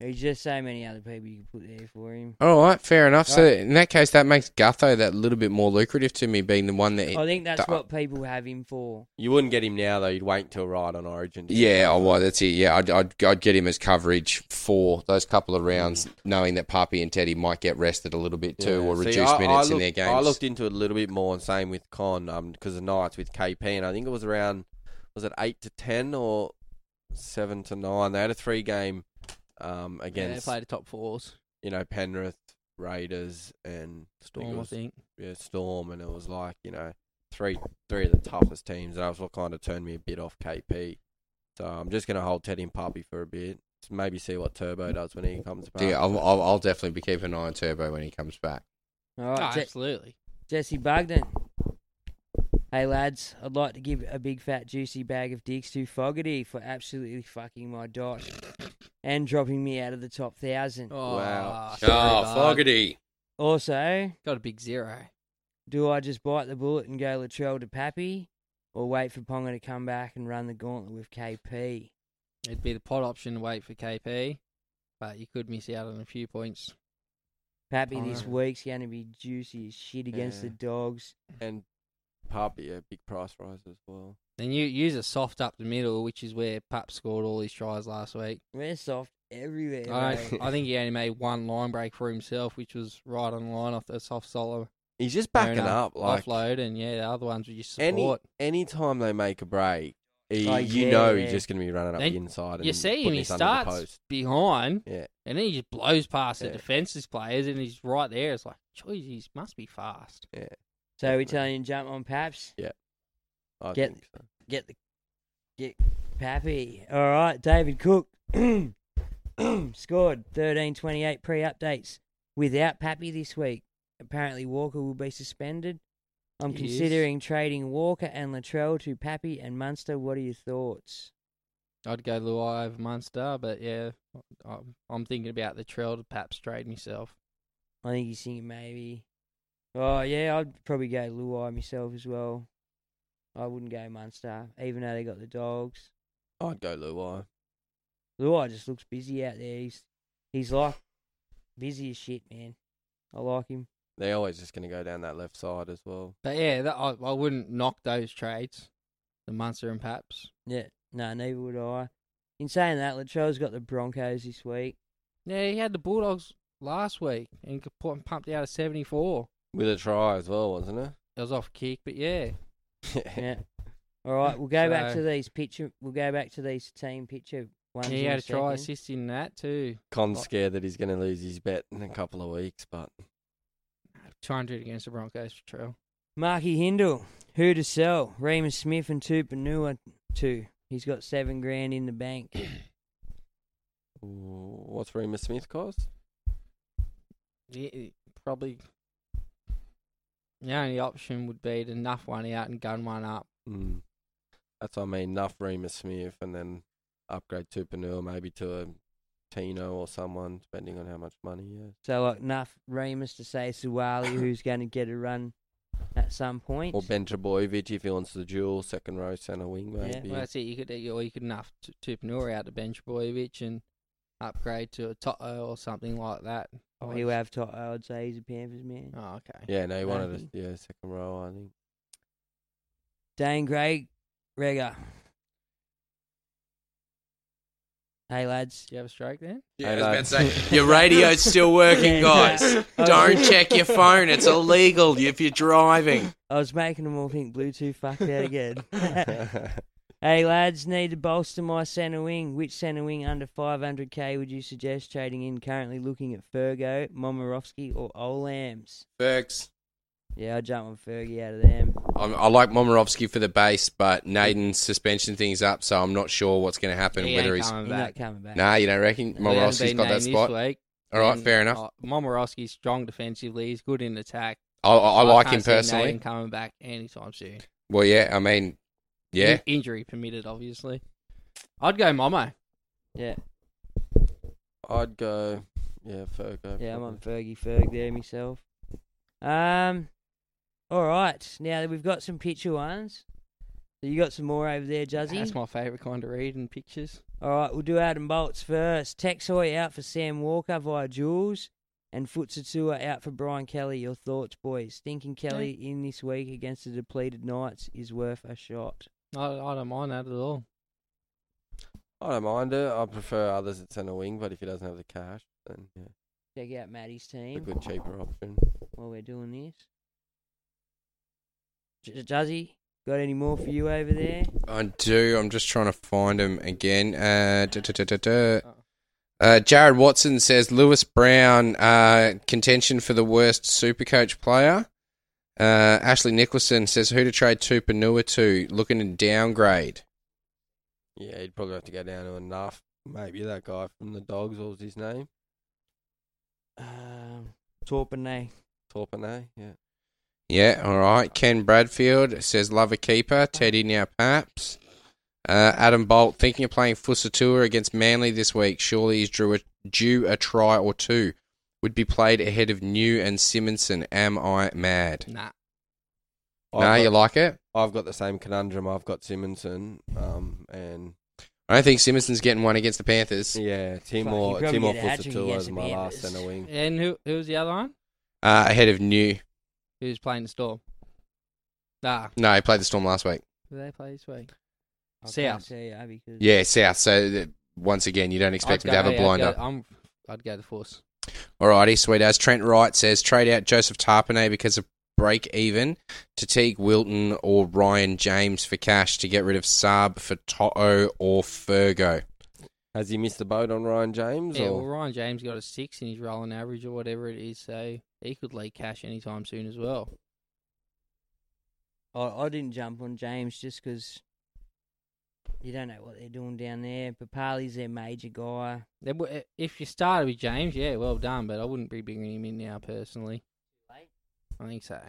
Speaker 9: there's just so many other people you can put there for him.
Speaker 5: All right, fair enough. So
Speaker 9: Right.
Speaker 5: in that case, that makes Gutho that little bit more lucrative to me, being the one that.
Speaker 9: I think that's
Speaker 5: that-
Speaker 9: what people have him for.
Speaker 10: You wouldn't get him now though. You'd wait until right on Origin.
Speaker 5: Yeah, oh, well, that's it. Yeah, I'd, I'd, I'd get him as coverage for those couple of rounds, knowing that Papi and Teddy might get rested a little bit too, or
Speaker 10: See,
Speaker 5: reduce
Speaker 10: I- I
Speaker 5: minutes in
Speaker 10: looked-
Speaker 5: their games.
Speaker 10: I looked into it a little bit more, and same with Con, um, because the Knights with KP, and I think it was around, was it eight to ten or seven to nine? They had a three game, um,
Speaker 8: Yeah, they
Speaker 10: against
Speaker 8: play the top fours.
Speaker 10: you know Penrith Raiders and I think it
Speaker 8: Storm, I
Speaker 10: was-
Speaker 8: think.
Speaker 10: yeah Storm, and it was like you know three three of the toughest teams, and that was what kind of turned me a bit off KP. So I'm just gonna hold Teddy and Puppy for a bit, maybe see what Turbo does when he comes back.
Speaker 5: yeah, I'll, I'll, I'll definitely be keeping an eye on Turbo when he comes back.
Speaker 9: All right,
Speaker 8: Oh,
Speaker 9: Je-
Speaker 8: absolutely.
Speaker 9: Jesse Bugden. Hey lads, I'd like to give a big fat juicy bag of dicks to Fogarty for absolutely fucking my dot and dropping me out of the top thousand.
Speaker 8: Oh,
Speaker 10: Wow.
Speaker 8: sorry,
Speaker 5: Oh,
Speaker 8: bud.
Speaker 5: Fogarty.
Speaker 9: Also,
Speaker 8: Got a big zero.
Speaker 9: do I just bite the bullet and go Latrell to Pappy, or wait for Ponga to come back and run the gauntlet with KP?
Speaker 8: It'd be the pot option to wait for KP, but you could miss out on a few points.
Speaker 9: Pappy this
Speaker 8: Ponga.
Speaker 9: week's going to be juicy as shit against
Speaker 10: Yeah.
Speaker 9: the Dogs.
Speaker 10: and Puppy a big price rise as well.
Speaker 8: Then you use a soft up the middle, which is where Pap scored all his tries last week.
Speaker 9: We're soft everywhere.
Speaker 8: I,
Speaker 9: mate.
Speaker 8: don't- (laughs) I think he only made one line break for himself, which was right on line off the soft solo.
Speaker 10: He's just backing
Speaker 8: Owner,
Speaker 10: up like
Speaker 8: offload, and yeah, the other ones were just
Speaker 10: any
Speaker 8: support.
Speaker 10: any time they make a break, he,
Speaker 9: Oh,
Speaker 10: you know
Speaker 9: yeah.
Speaker 10: he's just going to be running up
Speaker 8: Then
Speaker 10: the inside. And
Speaker 8: you see him;
Speaker 10: putting
Speaker 8: he
Speaker 10: this under the
Speaker 8: starts
Speaker 10: post.
Speaker 8: behind,
Speaker 10: Yeah,
Speaker 8: and then he just blows past
Speaker 10: Yeah.
Speaker 8: the defences players, and he's right there. It's like, geez, he must be fast.
Speaker 10: yeah.
Speaker 9: So we telling you to jump on Paps?
Speaker 10: Yeah. I
Speaker 9: get
Speaker 10: think so.
Speaker 9: get the get Pappy. All right, David Cook (clears throat) scored 13-28 pre-updates without Pappy this week. Apparently Walker will be suspended. I'm
Speaker 8: Yes.
Speaker 9: considering trading Walker and Latrell to Pappy and Munster. What are your thoughts?
Speaker 8: I'd go Luai over Munster, but yeah, I'm, I'm thinking about the trail to perhaps trade myself.
Speaker 9: I think he's thinking maybe. Oh yeah, I'd probably go Luai myself as well. I wouldn't go Munster, even though they got the dogs.
Speaker 10: I'd go Luai.
Speaker 9: Luai just looks busy out there. He's he's like busy as shit, man. I like him.
Speaker 10: They're always just going to go down that left side as well.
Speaker 8: But yeah, that, I, I wouldn't knock those trades, the Munster and perhaps.
Speaker 9: Yeah, no, neither would I. In saying that, Latrell's got the Broncos this
Speaker 8: (laughs)
Speaker 9: week.
Speaker 8: Yeah, he had the Bulldogs last week and got pu- pumped out of 74.
Speaker 10: With a try as well, wasn't it?
Speaker 8: It was off kick, but yeah.
Speaker 9: yeah. All right, we'll go back
Speaker 8: So-
Speaker 9: to these picture. We'll go back to these team picture ones.
Speaker 8: he
Speaker 9: in
Speaker 8: had a try
Speaker 9: second.
Speaker 8: assist in that too.
Speaker 10: Con's scared that he's going to lose his bet in a couple of weeks, but
Speaker 8: 200 against the Broncos for trail.
Speaker 9: Marky Hindle, who to sell? Remus Smith and Tupanua two. He's got seven grand in the bank.
Speaker 10: Ooh, what's Remus Smith cost?
Speaker 8: Yeah, it- probably the only option would be to nuff one out and gun one up.
Speaker 10: Mm. That's what I mean. Enough Remus Smith, and then upgrade Tupanua maybe to a Tino or someone, depending on how much money he has.
Speaker 9: So like enough Remus to say Suwali, who's going to get a run at some point.
Speaker 10: Or Ben Trebojevic if he wants the dual second row centre wing maybe.
Speaker 8: Well, that's it. You could or you could nuff T- Tupanua out to Benjabojevic and upgrade to a Toto or something like that.
Speaker 9: Oh, he'll have to, I'd say he's a Panthers man.
Speaker 8: Oh, okay.
Speaker 10: yeah, no, he wanted a
Speaker 9: Maybe.
Speaker 10: yeah second row. I think.
Speaker 9: Dane Gray, Rega. Hey lads.
Speaker 8: Do you have a stroke then?
Speaker 10: Yeah, I was about to
Speaker 5: say,
Speaker 10: (laughs)
Speaker 5: your radio's still working,
Speaker 9: Yeah.
Speaker 5: guys.
Speaker 9: (laughs) I
Speaker 8: Oh,
Speaker 9: was-
Speaker 5: Don't check your phone. It's illegal if you're
Speaker 10: (laughs)
Speaker 5: driving.
Speaker 9: I was making them all think Bluetooth fucked out again. (laughs) hey lads, need to bolster my centre wing. Which centre wing under 500k would you suggest trading in? Currently looking at Fergo, Momorowski, or Olams.
Speaker 5: Fergs.
Speaker 9: Yeah, I jump on Fergie out of them.
Speaker 5: I'm, I like Momorowski for the base, but Naden's suspension thing's up, so I'm not sure what's going to happen.
Speaker 8: He ain't
Speaker 5: whether he's
Speaker 8: coming
Speaker 9: He's not coming back.
Speaker 5: nah, you don't reckon
Speaker 8: Well, he
Speaker 5: Momorowski's
Speaker 8: hasn't been
Speaker 5: got that
Speaker 8: named this
Speaker 5: spot.
Speaker 8: week,
Speaker 5: All right,
Speaker 8: and,
Speaker 5: fair enough.
Speaker 8: uh, Momorowski's strong defensively. He's good in attack.
Speaker 5: I, I, I like
Speaker 8: can't
Speaker 5: him
Speaker 8: see
Speaker 5: personally.
Speaker 8: Naden coming back anytime soon.
Speaker 5: Well, yeah, I mean, yeah,
Speaker 8: In- injury permitted, obviously. I'd go Momo.
Speaker 9: Yeah,
Speaker 10: I'd go. Yeah, Fergo.
Speaker 9: yeah, I'm on
Speaker 10: probably.
Speaker 9: Fergie Ferg there myself. Um, all right. Now that we've got some picture ones, so you got some more over there, Juzzy.
Speaker 8: That's my favourite kind of read in pictures.
Speaker 9: All right, we'll do Adam Bolts first. Texoy out for Sam Walker via Jules, and Futsatua out for Brian Kelly. Your thoughts, boys? Thinking Kelly in this week against the depleted Knights is worth a shot.
Speaker 8: I, I don't mind that at all.
Speaker 10: I don't mind it. I prefer others at centre wing, but if he doesn't have the cash, then yeah,
Speaker 9: Check out Maddie's
Speaker 10: it's a
Speaker 9: team
Speaker 10: good cheaper option.
Speaker 9: while we're doing this. J- Juzzy, got any more for you over there?
Speaker 5: I do. I'm just trying to find him again. Uh, duh, duh, duh, duh, duh. Uh, Jared Watson says Lewis Brown uh, contention for the worst Supercoach player. Uh, Ashley Nicholson says who to trade Tupanua to, looking to downgrade.
Speaker 10: Yeah, he'd probably have to go down to enough. Maybe that guy from the Dogs, what was his name?
Speaker 9: Um, Torpenay.
Speaker 10: Torpenay, yeah.
Speaker 5: Yeah, all right. Ken Bradfield says love a keeper. Teddy now perhaps. Uh, Adam Bolt thinking of playing Fusatua against Manly this week. Surely he's drew a, due a try or two. Would be played ahead of New and Simonson. Am I mad?
Speaker 8: Nah. Oh,
Speaker 5: No,
Speaker 10: I've
Speaker 5: oh, you
Speaker 10: got-
Speaker 5: like it?
Speaker 10: I've got the same conundrum. I've got Simonson, um, and
Speaker 5: I don't think Simonson's getting one against the Panthers.
Speaker 10: yeah,
Speaker 9: you'd
Speaker 10: Timor
Speaker 9: probably
Speaker 10: Timor
Speaker 9: get a hat-trick
Speaker 10: Fusatua
Speaker 9: against
Speaker 10: is
Speaker 9: the
Speaker 10: my last
Speaker 9: Panthers.
Speaker 10: centre wing.
Speaker 8: And who who was the other one?
Speaker 5: Uh, ahead of New.
Speaker 8: Who's playing the Storm? Nah.
Speaker 5: No, he played the Storm last week.
Speaker 8: Who they play this week?
Speaker 9: I
Speaker 8: South.
Speaker 9: can't see ya because
Speaker 5: Yeah, South. So th- once again, you don't expect
Speaker 8: I'd
Speaker 5: him to
Speaker 8: go-
Speaker 5: have a
Speaker 8: yeah, I'd
Speaker 5: blinder.
Speaker 8: go- I'm, I'd go the Force.
Speaker 5: Alrighty, sweet as Trent Wright says, trade out Joseph Tarpanay because of break even to Teague Wilton or Ryan James for cash to get rid of Saab for Toto or Fergo.
Speaker 10: Has he missed the boat on Ryan James?
Speaker 8: Yeah,
Speaker 10: or?
Speaker 8: well, Ryan James got a six in his rolling average or whatever it is, so he could leak cash anytime soon as well.
Speaker 9: I, I didn't jump on James just because you don't know what they're doing down there. But Parley's their major guy.
Speaker 8: They w- eh, If you started with James, yeah, well done. But I wouldn't be bringing him in now personally. I think so,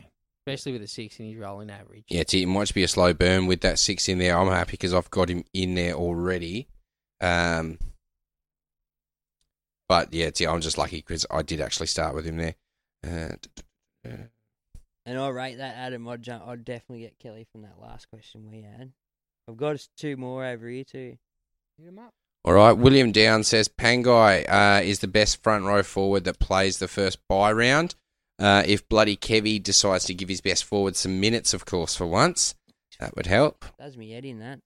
Speaker 8: especially with a six in his rolling average.
Speaker 5: Yeah, it's, it might just be a slow burn with that six in there. I'm happy because I've got him in there already. Um, but yeah, it's, I'm just lucky because I did actually start with him there. Uh, d- d- uh,
Speaker 9: And I rate that Adam. I'd jump. I'd definitely get Kelly from that last question we had. I've got us two more over here too.
Speaker 5: all right, William Down says Pangai uh, is the best front row forward that plays the first buy round. Uh, if bloody Kevy decides to give his best forward some minutes, of course, for once, that would help.
Speaker 9: Does me head in that.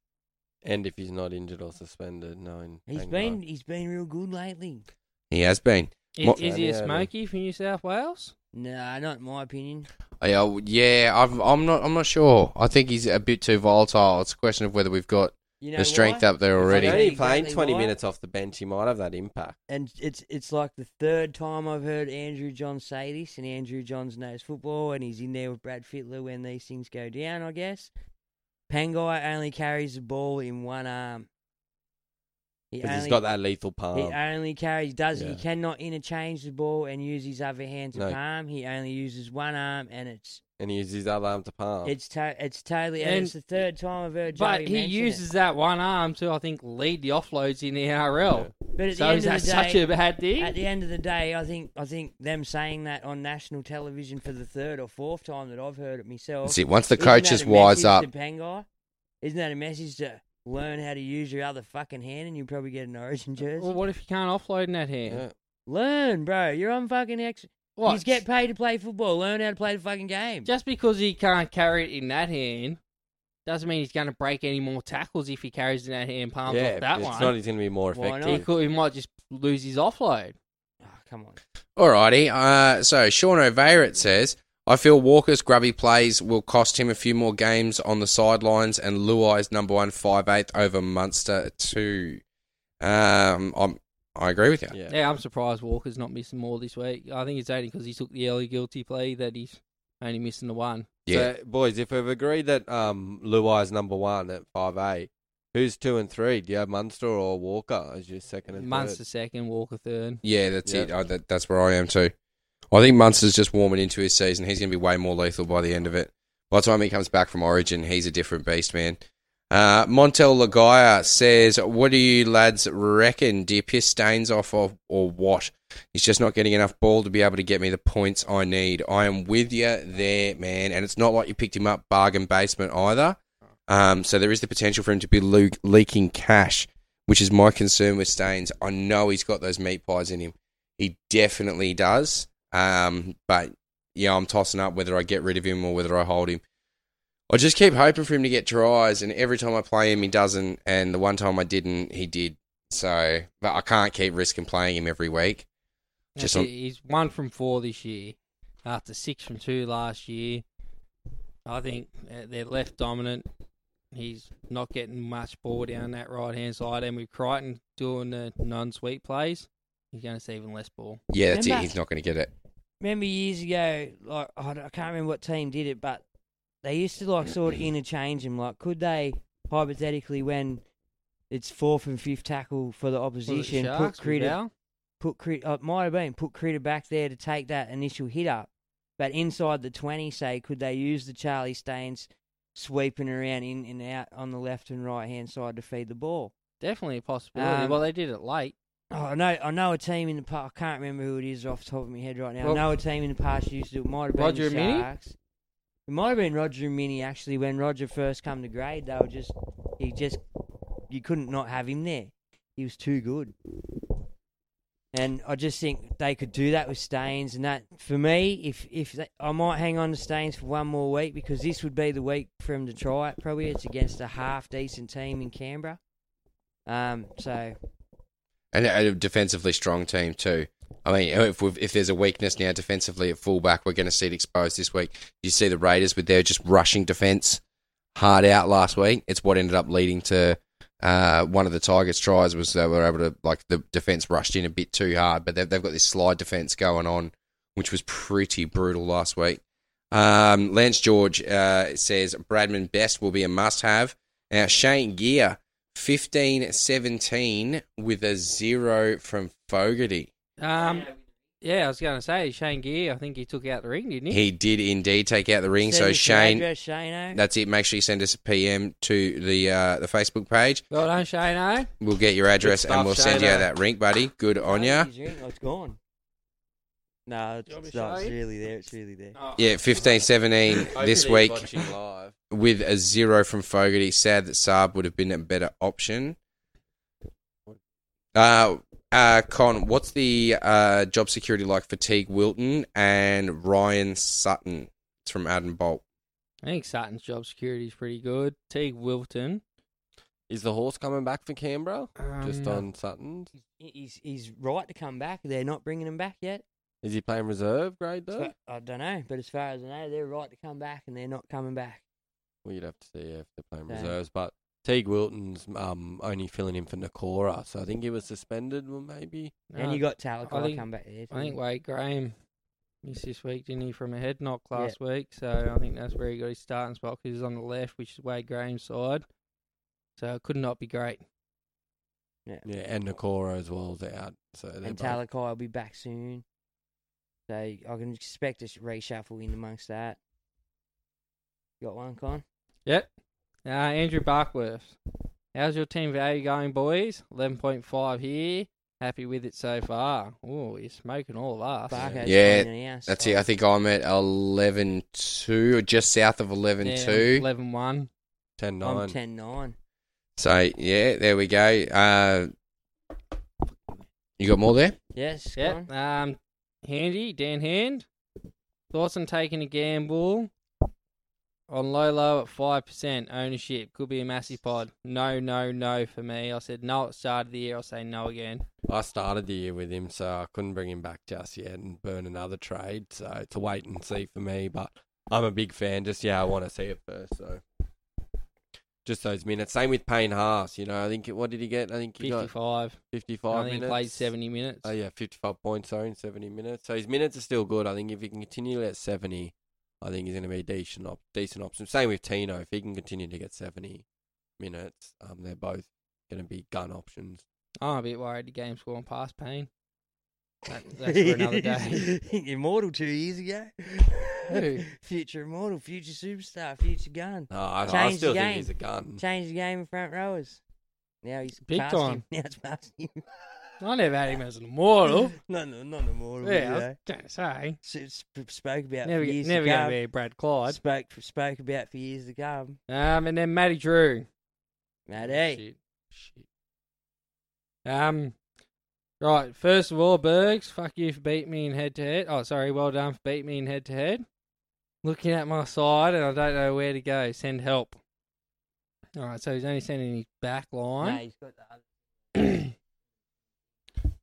Speaker 10: And if he's not injured or suspended, knowing
Speaker 9: He's
Speaker 10: Pangai.
Speaker 9: been he's been real good lately.
Speaker 5: He has been.
Speaker 8: Is,
Speaker 5: Mo-
Speaker 8: is he a smoky from New South Wales?
Speaker 9: No, not in my opinion.
Speaker 5: Yeah, w- yeah, I've, I'm not. I'm not sure. I think he's a bit too volatile. It's a question of whether we've got
Speaker 9: You know
Speaker 5: the strength
Speaker 9: why?
Speaker 5: up there
Speaker 9: If I
Speaker 5: already.
Speaker 9: know
Speaker 10: Only playing
Speaker 9: exactly
Speaker 10: 20
Speaker 9: why.
Speaker 10: minutes off the bench, he might have that impact.
Speaker 9: And it's it's like the third time I've heard Andrew John say this, and Andrew Johns knows football, and he's in there with Brad Fittler when these things go down. I guess Pangai only carries the ball in one arm. He
Speaker 10: 'Cause he's
Speaker 9: only-
Speaker 10: got that lethal palm.
Speaker 9: He only carries does
Speaker 10: Yeah.
Speaker 9: he cannot interchange the ball and use his other hand to
Speaker 10: No.
Speaker 9: palm. He only uses one arm, and it's
Speaker 10: and he uses his other arm to palm.
Speaker 9: it's to, it's totally. And,
Speaker 8: And-
Speaker 9: it's the third time I've heard.
Speaker 8: But
Speaker 9: Joey
Speaker 8: he
Speaker 9: mention it.
Speaker 8: uses that one arm to, I think, lead the offloads in the NRL.
Speaker 9: But at
Speaker 8: so
Speaker 9: the end
Speaker 8: is
Speaker 9: of
Speaker 8: that
Speaker 9: the
Speaker 8: such
Speaker 9: day,
Speaker 8: a bad thing?
Speaker 9: At the end of the day, I think I think them saying that on national television for the third or fourth time that I've heard it myself.
Speaker 5: That's it. Once the
Speaker 9: isn't
Speaker 5: coaches
Speaker 9: that a
Speaker 5: wise
Speaker 9: message
Speaker 5: up.
Speaker 9: to Pangai? isn't that a message to learn how to use your other fucking hand and you probably get an Origin jersey?
Speaker 8: Well, what if you can't offload in that hand?
Speaker 9: Learn, bro. You're on fucking ex.
Speaker 8: What?
Speaker 9: You get paid to play football. Learn how to play the fucking game.
Speaker 8: Just because he can't carry it in that hand doesn't mean he's going to break any more tackles if he carries it in that hand palms
Speaker 10: Yeah,
Speaker 8: off that
Speaker 10: it's
Speaker 8: one.
Speaker 10: not he's going to be more
Speaker 8: Why not?
Speaker 10: effective.
Speaker 8: He, could, he might just lose his offload.
Speaker 9: Ah, come on.
Speaker 5: Alrighty. Uh, so Sean O'Veirat says, I feel Walker's grubby plays will cost him a few more games on the sidelines, and Luai's number one five eighth over Munster too. Um, I'm, I agree with you.
Speaker 8: Yeah. I'm surprised Walker's not missing more this week. I think it's only because he took the early guilty plea that he's only missing the one.
Speaker 10: So, boys, if we've agreed that um, Luai's number one at five eight, who's two and three? Do you have Munster or Walker as your second and
Speaker 8: Munster
Speaker 10: third?
Speaker 8: second, Walker third.
Speaker 5: Yeah, that's
Speaker 10: Yeah.
Speaker 5: it. I, that, that's where I am too. I think Munster's just warming into his season. He's going to be way more lethal by the end of it. By the time he comes back from Origin, he's a different beast, man. Uh, Montel Lagaya says, "What do you lads reckon? Do you piss stains off of, or what? He's just not getting enough ball to be able to get me the points I need. I am with you there, man. And it's not like you picked him up bargain basement either. Um, so there is the potential for him to be le- leaking cash, which is my concern with Staines. I know he's got those meat pies in him. He definitely does. Um, but yeah, I'm tossing up whether I get rid of him or whether I hold him. I just keep hoping for him to get tries, and every time I play him, he doesn't. And the one time I didn't, he did. So, but I can't keep risking playing him every week. Just
Speaker 8: That's
Speaker 5: on,
Speaker 8: it. he's one from four this year, after six from two last year. I think uh, they're left dominant. He's not getting much ball down that right hand side, and with Crichton doing the non-sweep plays, he's going to see even less ball.
Speaker 5: yeah, that's it.
Speaker 9: Remember-
Speaker 5: He's not going to get it.
Speaker 9: remember years ago, like I, don't- I can't remember what team did it, but they used to like sort of interchange them. Like, could they hypothetically, when it's fourth and fifth tackle for the opposition, put
Speaker 8: Sharks with
Speaker 9: Critter,
Speaker 8: Bow?
Speaker 9: put Critter, oh, it might have been put Critter back there to take that initial hit up, but inside the twenty, say, could they use the Charlie Staines sweeping around in and out on the left and right hand side to feed the ball?
Speaker 8: Definitely a possibility.
Speaker 9: Um,
Speaker 8: well, they did it late.
Speaker 9: Oh, I know, I know a team in the past. I can't remember who it is off the top of my head right now.
Speaker 8: Well-
Speaker 9: I know a team in the past used to. do It might have been
Speaker 8: Roger
Speaker 9: the
Speaker 8: Mini?
Speaker 9: Sharks. It might have been Roger and Mini actually. When Roger first come to grade, they were just he just you couldn't not have him there. He was too good. And I just think they could do that with Staines, and that for me, if if they, I might hang on to Staines for one more week because this would be the week for him to try it. Probably it's against a half decent team in Canberra. Um, so
Speaker 5: and a a defensively strong team too. I mean, if we've, if there's a weakness now defensively at fullback, we're going to see it exposed this week. You see the Raiders with their just rushing defense hard out last week. It's what ended up leading to uh, one of the Tigers' tries was they were able to like the defense rushed in a bit too hard, but they've, they've got this slide defense going on, which was pretty brutal last week. Um, Lance George uh, says Bradman Best will be a must have. Now, Shane Gear, 15 17 with a zero from Fogarty.
Speaker 8: Um, yeah, I was going to say Shane Gear. I think he took out the ring, didn't he?
Speaker 5: He did indeed take out the ring. so,
Speaker 8: Send us your
Speaker 5: Shane,
Speaker 8: address,
Speaker 9: eh?
Speaker 8: Shane-o.
Speaker 5: that's it. Make sure you send us a PM to the uh, the Facebook page.
Speaker 8: Well done, Shane. eh?
Speaker 5: We'll get your address
Speaker 8: Good
Speaker 5: and
Speaker 8: stuff, eh?
Speaker 5: we'll send you
Speaker 8: Shane-o.
Speaker 5: that ring, buddy. Good on ya.
Speaker 9: His ring, oh, it's gone. No, it's,
Speaker 8: want me to
Speaker 9: no,
Speaker 8: show
Speaker 9: it's
Speaker 8: you?
Speaker 9: really there. It's really there.
Speaker 5: Yeah, 15 17 this
Speaker 10: Hopefully
Speaker 5: week
Speaker 10: he's watching live.
Speaker 5: with a zero from Fogarty. Sad that Saab would have been a better option. Uh, uh, Con, what's the uh, job security like for Teague Wilton and Ryan Sutton? It's from Adam Bolt.
Speaker 8: I think Sutton's job security is pretty good. Teague Wilton.
Speaker 10: Is the horse coming back for Canberra? Just
Speaker 9: Um,
Speaker 10: on Sutton.
Speaker 9: He- He's he's right to come back. They're not bringing him back yet.
Speaker 10: Is he playing reserve grade
Speaker 9: As
Speaker 10: though?
Speaker 9: far- I don't know, but as far as I know, they're right to come back, and they're not coming back.
Speaker 10: Well, you'd have to see if they're playing
Speaker 9: Yeah.
Speaker 10: reserves. But Teague Wilton's um, only filling in for Nakora, so I think he was suspended. Well, maybe.
Speaker 9: And you got Talakai
Speaker 8: I think-
Speaker 9: come back there.
Speaker 8: I think
Speaker 9: too.
Speaker 8: Wade Graham missed this week, didn't he, from a head knock last week? So I think that's where he got his starting spot because he's on the left, which is Wade Graham's side. So it could not be great.
Speaker 9: Yeah.
Speaker 10: Yeah, and Nakora as well is out. So they're
Speaker 9: and
Speaker 10: both-
Speaker 9: Talakai will be back soon. So I can expect a s- reshuffle in amongst that. Got one, Con?
Speaker 8: Yep. Uh, Andrew Barkworth. How's your team value going, boys? 11.5 here. Happy with it so far. Oh, you're smoking all of us.
Speaker 5: yeah, that's it. I think I'm at 11 2, or just south of 11 2.
Speaker 8: 11 1.
Speaker 10: 10
Speaker 9: I'm 10 9.
Speaker 5: So, yeah, there we go. Uh, you got more there?
Speaker 9: Yes.
Speaker 8: Yep. Um, Handy, Dan Hand. Thoughts on taking a gamble on Lolo at 5% ownership? Could be a massive pod. No, no, no for me. I said no at the start of the year. I'll say no again.
Speaker 10: I started the year with him, so I couldn't bring him back just yet and burn another trade. So it's a wait and see for me. But I'm a big fan. Just yeah, I want to see it first. So just those minutes. Same with Payne Haas. You know, I think what did he get? I think he got
Speaker 8: 55. I
Speaker 10: 55
Speaker 8: think he
Speaker 10: minutes.
Speaker 8: played 70 minutes.
Speaker 10: Oh yeah, 55 points sorry, in 70 minutes. So his minutes are still good. I think if he can continue at 70, I think he's going to be a decent op- decent option. Same with Tino. If he can continue to get 70 minutes, um, they're both going to be gun options.
Speaker 8: I'm a bit worried the game's gone past Payne. That,
Speaker 10: (laughs)
Speaker 8: that's
Speaker 9: (laughs)
Speaker 8: for another day.
Speaker 9: immortal two years ago.
Speaker 8: (laughs) Who?
Speaker 9: future immortal, future superstar, future gun.
Speaker 10: No, I- I
Speaker 9: Changed the
Speaker 10: still think
Speaker 9: game.
Speaker 10: he's a gun.
Speaker 9: Changed the game in front rowers. Now he's
Speaker 8: Mm. Big
Speaker 9: past him.
Speaker 8: time.
Speaker 9: (laughs) Now it's past him.
Speaker 8: I never had him as an
Speaker 9: (laughs)
Speaker 8: immortal.
Speaker 9: not, not immortal.
Speaker 8: Yeah, I
Speaker 9: you
Speaker 8: was
Speaker 9: know.
Speaker 8: gonna say.
Speaker 9: S- s- spoke about
Speaker 8: Never
Speaker 9: for
Speaker 8: get-
Speaker 9: years
Speaker 8: never
Speaker 9: to
Speaker 8: gonna
Speaker 9: come.
Speaker 8: be Brad Clyde.
Speaker 9: Spoke spoke about for years to come.
Speaker 8: Um, and then Matty Drew.
Speaker 9: Matty.
Speaker 8: Um, right. First of all, Bergs, fuck you for beating me in head to head. Oh, sorry. Well done for beating me in head to head. Looking at my side, and I don't know where to go. Send help. All right. So he's only sending his back line.
Speaker 9: No, he's got the other.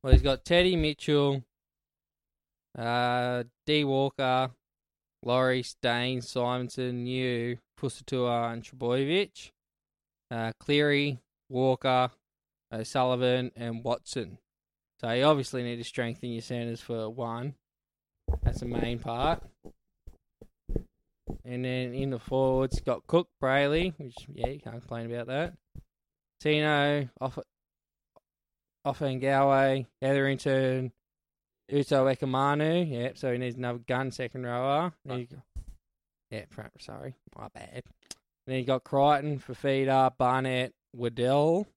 Speaker 8: Well, he's got Teddy Mitchell, uh, D Walker, Laurie Stain, Simonson, New, Pusatua, and Trebojevic, uh, Cleary, Walker, O'Sullivan, and Watson. So you obviously need to strengthen your centres for one. That's the main part. And then in the forwards, he's got Cook, Brayley, which, yeah, you can't complain about that. Tino, off, Offengawe, Etherington, Uto Ekamanu. Yep, so he needs another gun second rower. Then you go- Yeah, front, sorry, my bad. And then you got Crichton, Fafita, Barnett, Waddell,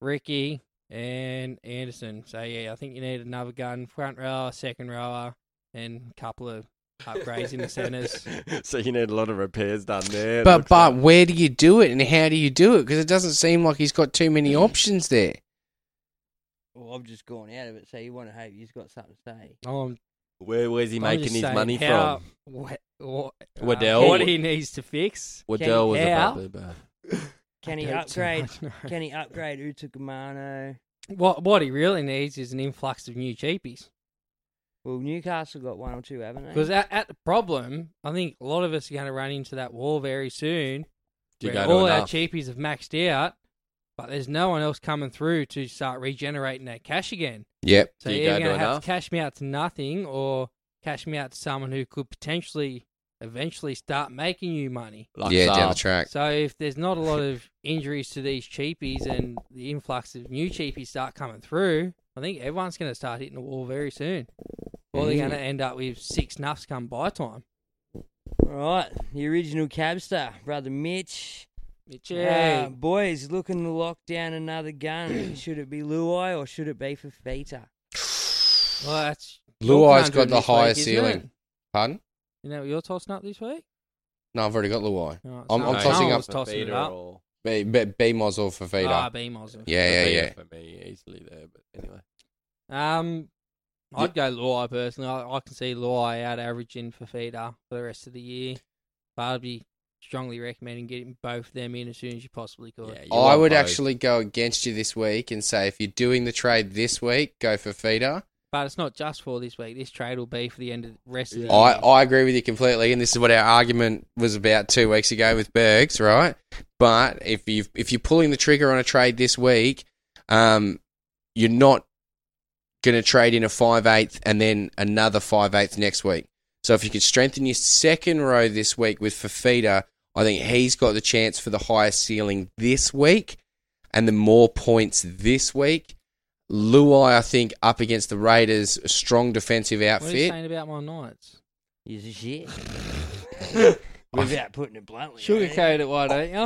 Speaker 8: Ricky, and Anderson. So yeah, I think you need another gun, front rower, second rower, and a couple of upgrades in the centres.
Speaker 5: (laughs)
Speaker 10: (laughs) so you need a lot of repairs done there. uh,
Speaker 5: But but where do you do it and how do you do it? Because it doesn't seem like he's got too many options there.
Speaker 9: Well, I've just gone out of it, so you want to hope he's got something to say.
Speaker 8: Um,
Speaker 10: where where's he
Speaker 8: I'm
Speaker 10: making
Speaker 8: just
Speaker 10: his
Speaker 8: saying
Speaker 10: money
Speaker 8: how-
Speaker 10: from?
Speaker 8: What, what, uh,
Speaker 10: Waddell.
Speaker 8: what he needs to fix.
Speaker 10: Waddell was
Speaker 8: How?
Speaker 10: a probably bad.
Speaker 9: Can he
Speaker 8: don't
Speaker 9: upgrade?
Speaker 8: know.
Speaker 9: Can he upgrade Utagamano?
Speaker 8: What what he really needs is an influx of new cheapies.
Speaker 9: Well, Newcastle got one or two, haven't they?
Speaker 8: Because at, at the problem, I think a lot of us are going to run into that wall very soon.
Speaker 10: Do you
Speaker 8: where
Speaker 10: go to
Speaker 8: all our
Speaker 10: enough?
Speaker 8: cheapies have maxed out, but there's no one else coming through to start regenerating that cash again.
Speaker 5: Yep.
Speaker 8: So
Speaker 10: Do you
Speaker 8: you're
Speaker 10: go to
Speaker 8: going to have
Speaker 10: enough?
Speaker 8: to cash me out to nothing, or cash me out to someone who could potentially eventually start making you money.
Speaker 5: Like Yeah, down the Saab. track.
Speaker 8: So if there's not a lot of injuries to these cheapies and the influx of new cheapies start coming through, I think everyone's going to start hitting the wall very soon. Or they're going to
Speaker 9: Mm.
Speaker 8: end up with six nuffs come buy time.
Speaker 9: All right, the original cabster, brother Mitch.
Speaker 8: Mitchy.
Speaker 9: Uh, boys, looking to lock down another
Speaker 8: (clears throat)
Speaker 9: gun. should it be Luai or should it be Fafita?
Speaker 8: Well, that's
Speaker 5: Luai's got the
Speaker 8: higher
Speaker 5: highest ceiling. Pardon?
Speaker 8: You know, what you're tossing up this week.
Speaker 5: No, I've already got Luai.
Speaker 8: Alright,
Speaker 5: I'm,
Speaker 8: someone-
Speaker 5: I'm tossing
Speaker 8: someone
Speaker 5: up.
Speaker 8: was tossing it up.
Speaker 5: B, B, B Mozzle for Vita.
Speaker 8: Ah, B Mozzle.
Speaker 5: Yeah, yeah, yeah.
Speaker 10: For me, easily there, but anyway.
Speaker 8: Um, I'd go Luai personally. I, I can see Luai out averaging for feeder for the rest of the year, but I'd be strongly recommending getting both them in as soon as you possibly could.
Speaker 5: I would actually go against you this week and say if you're doing the trade this week, go for Fida.
Speaker 8: but it's not just for this week. This trade will be for the end of the rest of the
Speaker 5: I,
Speaker 8: year.
Speaker 5: I agree with you completely, and this is what our argument was about two weeks ago with Bergs, right? But if you if you're pulling the trigger on a trade this week, um, you're not going to trade in a five eighth and then another five eighth next week. So if you could strengthen your second row this week with Fafita, I think he's got the chance for the highest ceiling this week and the more points this week. Luai, I think, up against the Raiders, a strong defensive
Speaker 8: What are you
Speaker 5: outfit.
Speaker 8: saying about my Knights?
Speaker 9: Is a shit.
Speaker 8: (laughs)
Speaker 9: Without putting it bluntly. eh?
Speaker 8: Sugarcoat it, why don't you?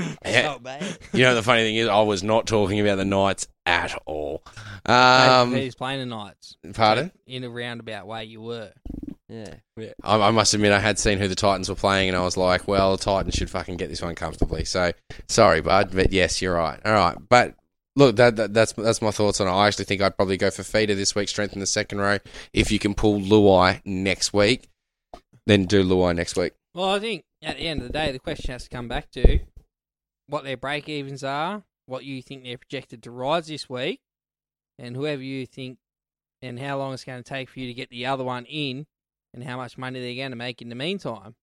Speaker 8: Oh,
Speaker 5: Yeah.
Speaker 9: Not bad.
Speaker 5: You know, the funny thing is, I was not talking about the Knights at all. Um,
Speaker 8: he's playing the Knights.
Speaker 5: Pardon?
Speaker 8: In a roundabout way, you were.
Speaker 9: Yeah.
Speaker 5: I, I must admit, I had seen who the Titans were playing, and I was like, well, the Titans should fucking get this one comfortably. So, sorry, bud, but yes, you're right. All right. But look, that, that, that's that's my thoughts on it. I actually think I'd probably go for Feeder this week, strengthen the second row. If you can pull Luai next week, then do Luai next week.
Speaker 8: Well, I think at the end of the day, the question has to come back to what their break evens are, what you think they're projected to rise this week, and whoever you think, and how long it's going to take for you to get the other one in, and how much money they're going to make in the meantime.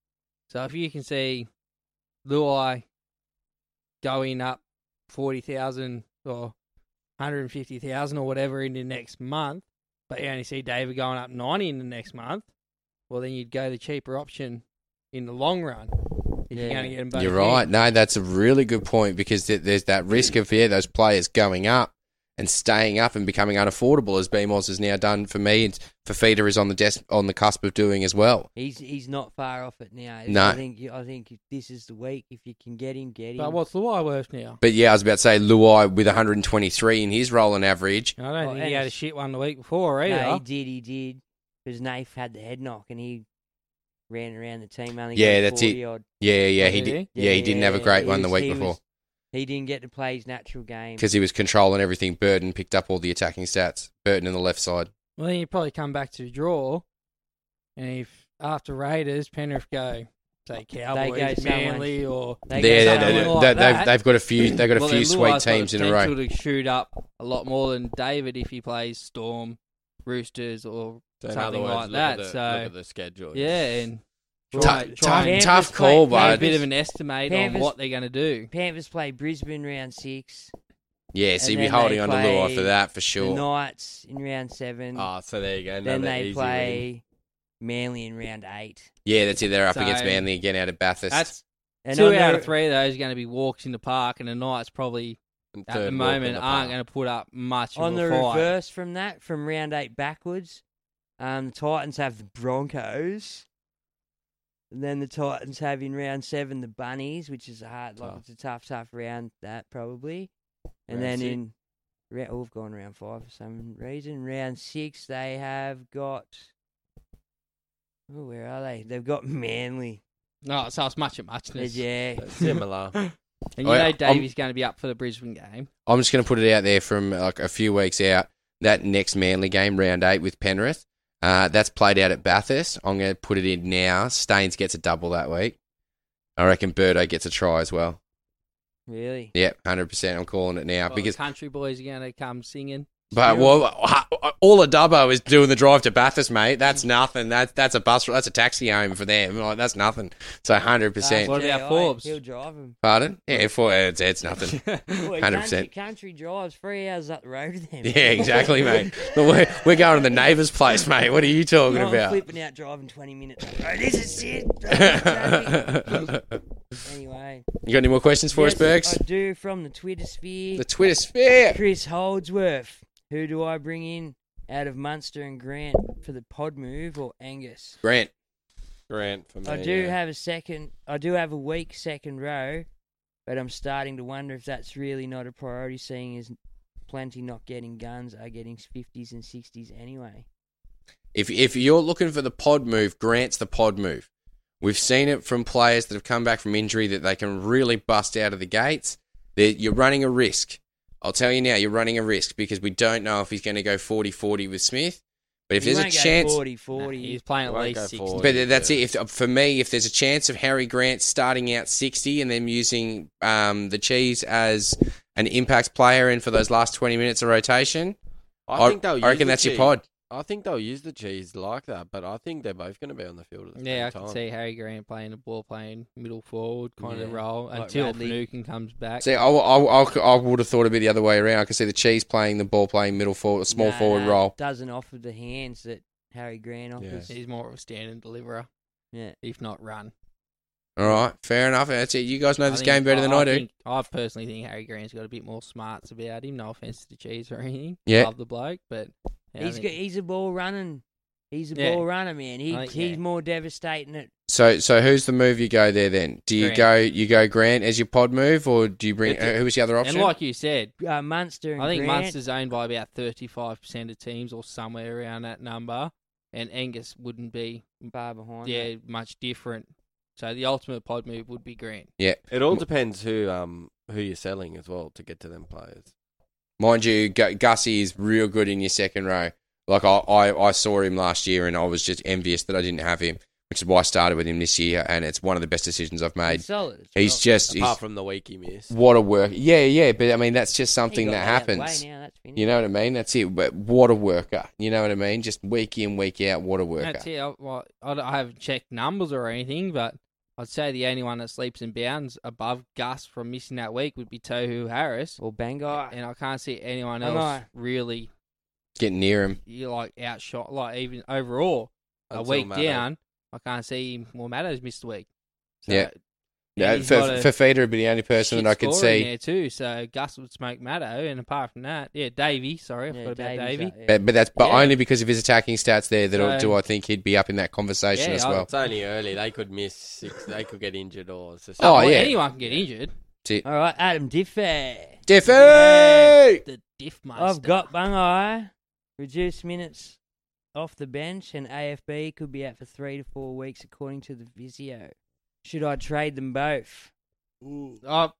Speaker 8: So if you can see Luai going up forty thousand or hundred and fifty thousand or whatever in the next month, but you only see David going up ninety in the next month, well then you'd go the cheaper option in the long run. If you're going to get them both
Speaker 5: You're
Speaker 8: in.
Speaker 5: right. No, that's a really good point because th- there's that risk of yeah, those players going up and staying up and becoming unaffordable, as BMOS has now done for me, and Fafita is on the desk on the cusp of doing as well.
Speaker 9: He's he's not far off it now.
Speaker 5: No.
Speaker 9: I think I think if this is the week. If you can get him, get him.
Speaker 8: But what's Luai worth now?
Speaker 5: But yeah, I was about to say Luai with 123 in his rolling average.
Speaker 8: I don't
Speaker 9: Oh,
Speaker 8: think he
Speaker 9: and
Speaker 8: had a
Speaker 9: it's-
Speaker 8: shit one the week before either.
Speaker 9: No, he did. He did. Because Nath had the head knock and he ran around the team. Only
Speaker 5: Yeah,
Speaker 9: got
Speaker 5: that's
Speaker 9: 40
Speaker 5: it.
Speaker 9: Odd.
Speaker 5: Yeah, yeah, he did. Yeah, he didn't have a great
Speaker 9: he
Speaker 5: one the
Speaker 9: was- he was-
Speaker 5: week before
Speaker 9: he didn't get to play his natural game.
Speaker 5: because he was controlling everything. Burton picked up all the attacking stats. Burton in the left side.
Speaker 8: Well, then you probably come back to the draw, and if after Raiders, Penrith go say Cowboys,
Speaker 9: go someone-
Speaker 8: Manly, or
Speaker 9: they
Speaker 5: go Yeah, they-
Speaker 8: someone
Speaker 5: they-
Speaker 8: like
Speaker 5: they- they've-
Speaker 8: that,
Speaker 5: they've got a few- they've got a
Speaker 8: well,
Speaker 5: few
Speaker 8: then
Speaker 5: sweet
Speaker 8: Luai's got
Speaker 5: teams in a
Speaker 8: potential To shoot up a lot more than David if he plays Storm, Roosters, or
Speaker 10: So in other
Speaker 8: something
Speaker 10: words,
Speaker 8: like
Speaker 10: look
Speaker 8: that.
Speaker 10: at the-
Speaker 8: so
Speaker 10: look at the schedule.
Speaker 8: Yeah, and
Speaker 5: Tou-
Speaker 8: try,
Speaker 5: tough-
Speaker 8: try and
Speaker 5: tough call,
Speaker 8: make a
Speaker 5: bud.
Speaker 8: bit of an estimate on what they're going to do.
Speaker 9: Panthers play Brisbane round six.
Speaker 5: Yeah,
Speaker 9: and
Speaker 5: so you'd be
Speaker 9: then they
Speaker 5: holding on to Luai for
Speaker 9: play
Speaker 5: that for
Speaker 9: The
Speaker 5: sure.
Speaker 9: Knights in round seven.
Speaker 10: Ah, so there you go,
Speaker 9: Then
Speaker 10: another
Speaker 9: they
Speaker 10: easy
Speaker 9: play Manly in round eight.
Speaker 5: Yeah, that's it. They're up
Speaker 8: So-
Speaker 5: against Manly again out of Bathurst.
Speaker 8: That's
Speaker 9: And
Speaker 8: two
Speaker 9: I
Speaker 8: out
Speaker 9: know-
Speaker 8: of three of those are going to be walks in the park, and the Knights probably
Speaker 5: third
Speaker 8: at the
Speaker 5: walk in
Speaker 8: moment
Speaker 5: the
Speaker 8: aren't going to put up much
Speaker 9: On
Speaker 8: of a
Speaker 9: the
Speaker 8: fight.
Speaker 9: reverse from that, from round eight backwards, um, the Titans have the Broncos. And then the Titans have in round seven the Bunnies, which is a hard, like
Speaker 8: Tough.
Speaker 9: it's a tough, tough round that probably. And
Speaker 8: Round
Speaker 9: then
Speaker 8: six.
Speaker 9: in, ra- oh, we've gone round five for some reason. Round six, they have got. Oh, where are they? They've got Manly.
Speaker 8: No, so it's much at muchness.
Speaker 9: Yeah.
Speaker 5: (laughs)
Speaker 10: Similar.
Speaker 8: and you
Speaker 5: Oh, yeah,
Speaker 8: know
Speaker 5: I'm-
Speaker 8: Davey's going to be up for the Brisbane game.
Speaker 5: I'm just going to put it out there from like a few weeks out. That next Manly game, round eight with Penrith, uh, that's played out at Bathurst. I'm going to put it in now. Staines gets a double that week. I reckon Burdo gets a try as well.
Speaker 9: Really?
Speaker 5: Yep, hundred percent. I'm calling it now
Speaker 8: Well, the
Speaker 5: because,
Speaker 8: country boys are going to come singing.
Speaker 5: but well, all a dubbo is doing the drive to Bathurst, mate. That's nothing. That that's a bus. That's a taxi home for them. Like, that's nothing. So hundred percent.
Speaker 9: What about Forbes? He'll drive
Speaker 8: (laughs)
Speaker 9: him.
Speaker 5: Pardon? Yeah, for uh, it's,
Speaker 9: (laughs)
Speaker 5: it's nothing. (laughs)
Speaker 9: Boy,
Speaker 5: Hundred
Speaker 9: country,
Speaker 5: percent.
Speaker 9: country drives three hours up the road to
Speaker 8: (laughs)
Speaker 9: them.
Speaker 5: Yeah, exactly, mate. But we're, we're going to the neighbour's place, mate. What are you
Speaker 9: Oh,
Speaker 5: talking
Speaker 9: I'm
Speaker 5: about?
Speaker 9: flipping out driving 20 minutes. Oh, this is it. anyway.
Speaker 5: (laughs) You got any more questions for us,
Speaker 9: Yes,
Speaker 5: Bergs?
Speaker 9: I do from the Twitter sphere.
Speaker 5: The Twitter sphere.
Speaker 9: Chris Holdsworth. Who do I bring in out of Munster and Grant for the pod move or Angus?
Speaker 5: Grant. Grant for me.
Speaker 9: I do
Speaker 5: yeah.
Speaker 9: have a second. I do have a weak second row, but I'm starting to wonder if that's really not a priority, seeing as plenty not getting guns are getting 50s and 60s anyway.
Speaker 5: If if you're looking for the pod move, Grant's the pod move. We've seen it from players that have come back from injury that they can really bust out of the gates. That you're running a risk. I'll tell you now, you're running a risk because we don't know if he's going to go 40-40 with Smith. But if
Speaker 9: He
Speaker 5: there's a
Speaker 9: won't go
Speaker 5: chance,
Speaker 9: 40, 40. he's
Speaker 8: playing at
Speaker 10: Won't least go 60. forward,
Speaker 5: But that's it. If for me, if there's a chance of Harry Grant starting out 60 and then using um, the cheese as an impact player in for those last 20 minutes of rotation, I,
Speaker 10: think they'll.
Speaker 5: I
Speaker 10: Use
Speaker 5: reckon
Speaker 10: the
Speaker 5: that's your
Speaker 10: cheese.
Speaker 5: pod.
Speaker 10: I think they'll use the cheese like that, but I think they're both going to be on the field at the
Speaker 8: Yeah, I
Speaker 10: same
Speaker 8: can
Speaker 10: time.
Speaker 8: see Harry Grant playing the ball playing middle forward kind of
Speaker 10: Yeah.
Speaker 8: role
Speaker 10: Like
Speaker 8: until
Speaker 10: Radley.
Speaker 8: Nukin comes back.
Speaker 5: See, I, I, I, I would have thought it'd be the other way around. I could see the Chiefs playing the ball, playing middle forward, small
Speaker 9: No,
Speaker 5: forward
Speaker 9: no,
Speaker 5: role.
Speaker 9: Doesn't offer the hands that Harry Grant offers.
Speaker 8: He's more of a standing deliverer.
Speaker 9: Yeah.
Speaker 8: If not run.
Speaker 5: All right, fair enough. That's it. You guys know
Speaker 8: I
Speaker 5: this
Speaker 8: think-
Speaker 5: game better than I, do.
Speaker 8: think- I personally think Harry Grant's got a bit more smarts about him. No offense to the cheese or anything.
Speaker 5: Yeah.
Speaker 8: Love the bloke, but yeah, I
Speaker 9: He's
Speaker 8: think-
Speaker 9: got, he's a ball running. He's a
Speaker 8: Yeah.
Speaker 9: ball runner, man. He,
Speaker 8: I think-
Speaker 9: he's
Speaker 8: yeah.
Speaker 9: more devastating at
Speaker 5: so, so who's the move you go there then? Do you
Speaker 8: Grant.
Speaker 5: go you go Grant as your pod move, or do you bring
Speaker 8: It did.
Speaker 5: uh, who was the other option?
Speaker 8: And like you said,
Speaker 9: uh, Munster and
Speaker 8: I think
Speaker 9: Grant.
Speaker 8: Munster's owned by about thirty five percent of teams or somewhere around that number, and Angus wouldn't be
Speaker 9: far behind.
Speaker 8: Yeah, much different. So the ultimate pod move would be Grant.
Speaker 5: yeah,
Speaker 10: It all depends who um who you're selling as well to get to them players.
Speaker 5: mind you, Gu- Gussie is real good in your second row. Like I, I, I saw him last year, and I was just envious that I didn't have him, which is why I started with him this year, and it's one of the best decisions I've made.
Speaker 9: He's solid.
Speaker 5: He's just he's,
Speaker 10: Apart from the week he missed.
Speaker 5: What a work. Yeah, yeah, but I mean that's just something
Speaker 9: got
Speaker 5: that
Speaker 9: out of the way
Speaker 5: happens.
Speaker 9: now, that's finished.
Speaker 5: You know what I mean? That's it. But what a worker. You know what I mean? Just week in, week out, what a worker.
Speaker 8: That's it. I, well, I, don't- I haven't checked numbers or anything, but I'd say the only one that sleeps in bounds above Gus from missing that week would be Tohu Harris.
Speaker 9: Or Bangai.
Speaker 8: And I can't see anyone
Speaker 9: Am
Speaker 8: else
Speaker 9: I?
Speaker 8: really
Speaker 5: Getting near him.
Speaker 8: you like outshot. Like even overall, a
Speaker 10: Until
Speaker 8: week
Speaker 10: Maddo.
Speaker 8: down, I can't see him. Well, Maddo's missed a week. So
Speaker 5: yeah.
Speaker 8: yeah,
Speaker 5: Yeah,
Speaker 8: he's
Speaker 5: for,
Speaker 8: got a
Speaker 5: for Fafita would be the only person
Speaker 8: shit
Speaker 5: that I could
Speaker 8: scorer in
Speaker 5: see.
Speaker 8: there too. So Gus would smoke Maddo, and apart from that, yeah, Davy. Sorry, I
Speaker 9: Yeah,
Speaker 8: forgot about
Speaker 9: Davy's
Speaker 8: Davy.
Speaker 9: out, yeah.
Speaker 5: But, but that's but
Speaker 8: Yeah.
Speaker 5: only because of his attacking stats there that
Speaker 8: So-
Speaker 5: do I think he'd be up in that conversation
Speaker 8: Yeah,
Speaker 5: as
Speaker 8: I-
Speaker 5: well.
Speaker 10: It's only early. They could miss six. They could get injured or. So
Speaker 5: Oh,
Speaker 8: well,
Speaker 5: yeah.
Speaker 8: anyone can get injured.
Speaker 5: That's it.
Speaker 9: All right, Adam Diffie.
Speaker 5: Diffie!
Speaker 8: The diff master.
Speaker 9: I've got Bungai. Reduced minutes off the bench, and AFB could be out for three to four weeks, according to the physio. Should I trade them both?
Speaker 8: Oh,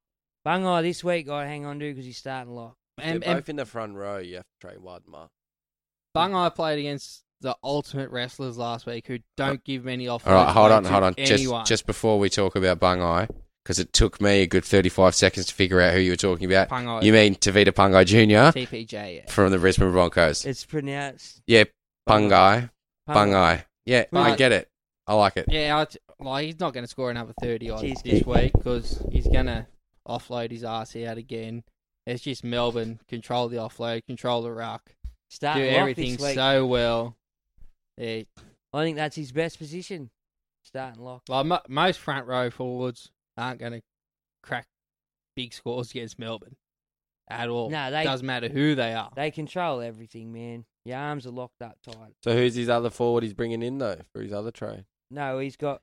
Speaker 9: Bungai this week, I hang on to because he's starting lock.
Speaker 8: and,
Speaker 10: They're
Speaker 8: and
Speaker 10: both in the front row. You have to trade Wadma.
Speaker 8: Bungai played against the ultimate wrestlers last week who don't give many off.
Speaker 5: Uh, All right, hold on,
Speaker 8: to
Speaker 5: hold on.
Speaker 8: Anyone.
Speaker 5: Just just before we talk about Bungai, because it took me a good 35 seconds to figure out who you were talking about.
Speaker 8: Pungai.
Speaker 5: You mean Tavita Pungai Jr.
Speaker 8: TPJ. Yeah.
Speaker 5: from the Brisbane Broncos.
Speaker 9: It's pronounced
Speaker 5: Yeah, Pungai.
Speaker 9: Pungai.
Speaker 5: Pungai. Yeah, I
Speaker 8: Right.
Speaker 5: get it. I like it.
Speaker 8: Yeah, I t- like he's not going to score another thirty odd
Speaker 9: Jeez,
Speaker 8: this
Speaker 9: Keith.
Speaker 8: week because he's going to offload his ass out again. It's just Melbourne control the offload, control the ruck, do
Speaker 9: starting lock
Speaker 8: everything
Speaker 9: this week.
Speaker 8: so well. Yeah,
Speaker 9: I think that's his best position. Starting lock.
Speaker 8: like mo- most front row forwards aren't going to crack big scores against Melbourne at all.
Speaker 9: No, they-
Speaker 8: doesn't matter who they are.
Speaker 9: They control everything, man. Your arms are locked up tight.
Speaker 10: So who's his other forward? He's bringing in though for his other trade.
Speaker 9: No, he's got.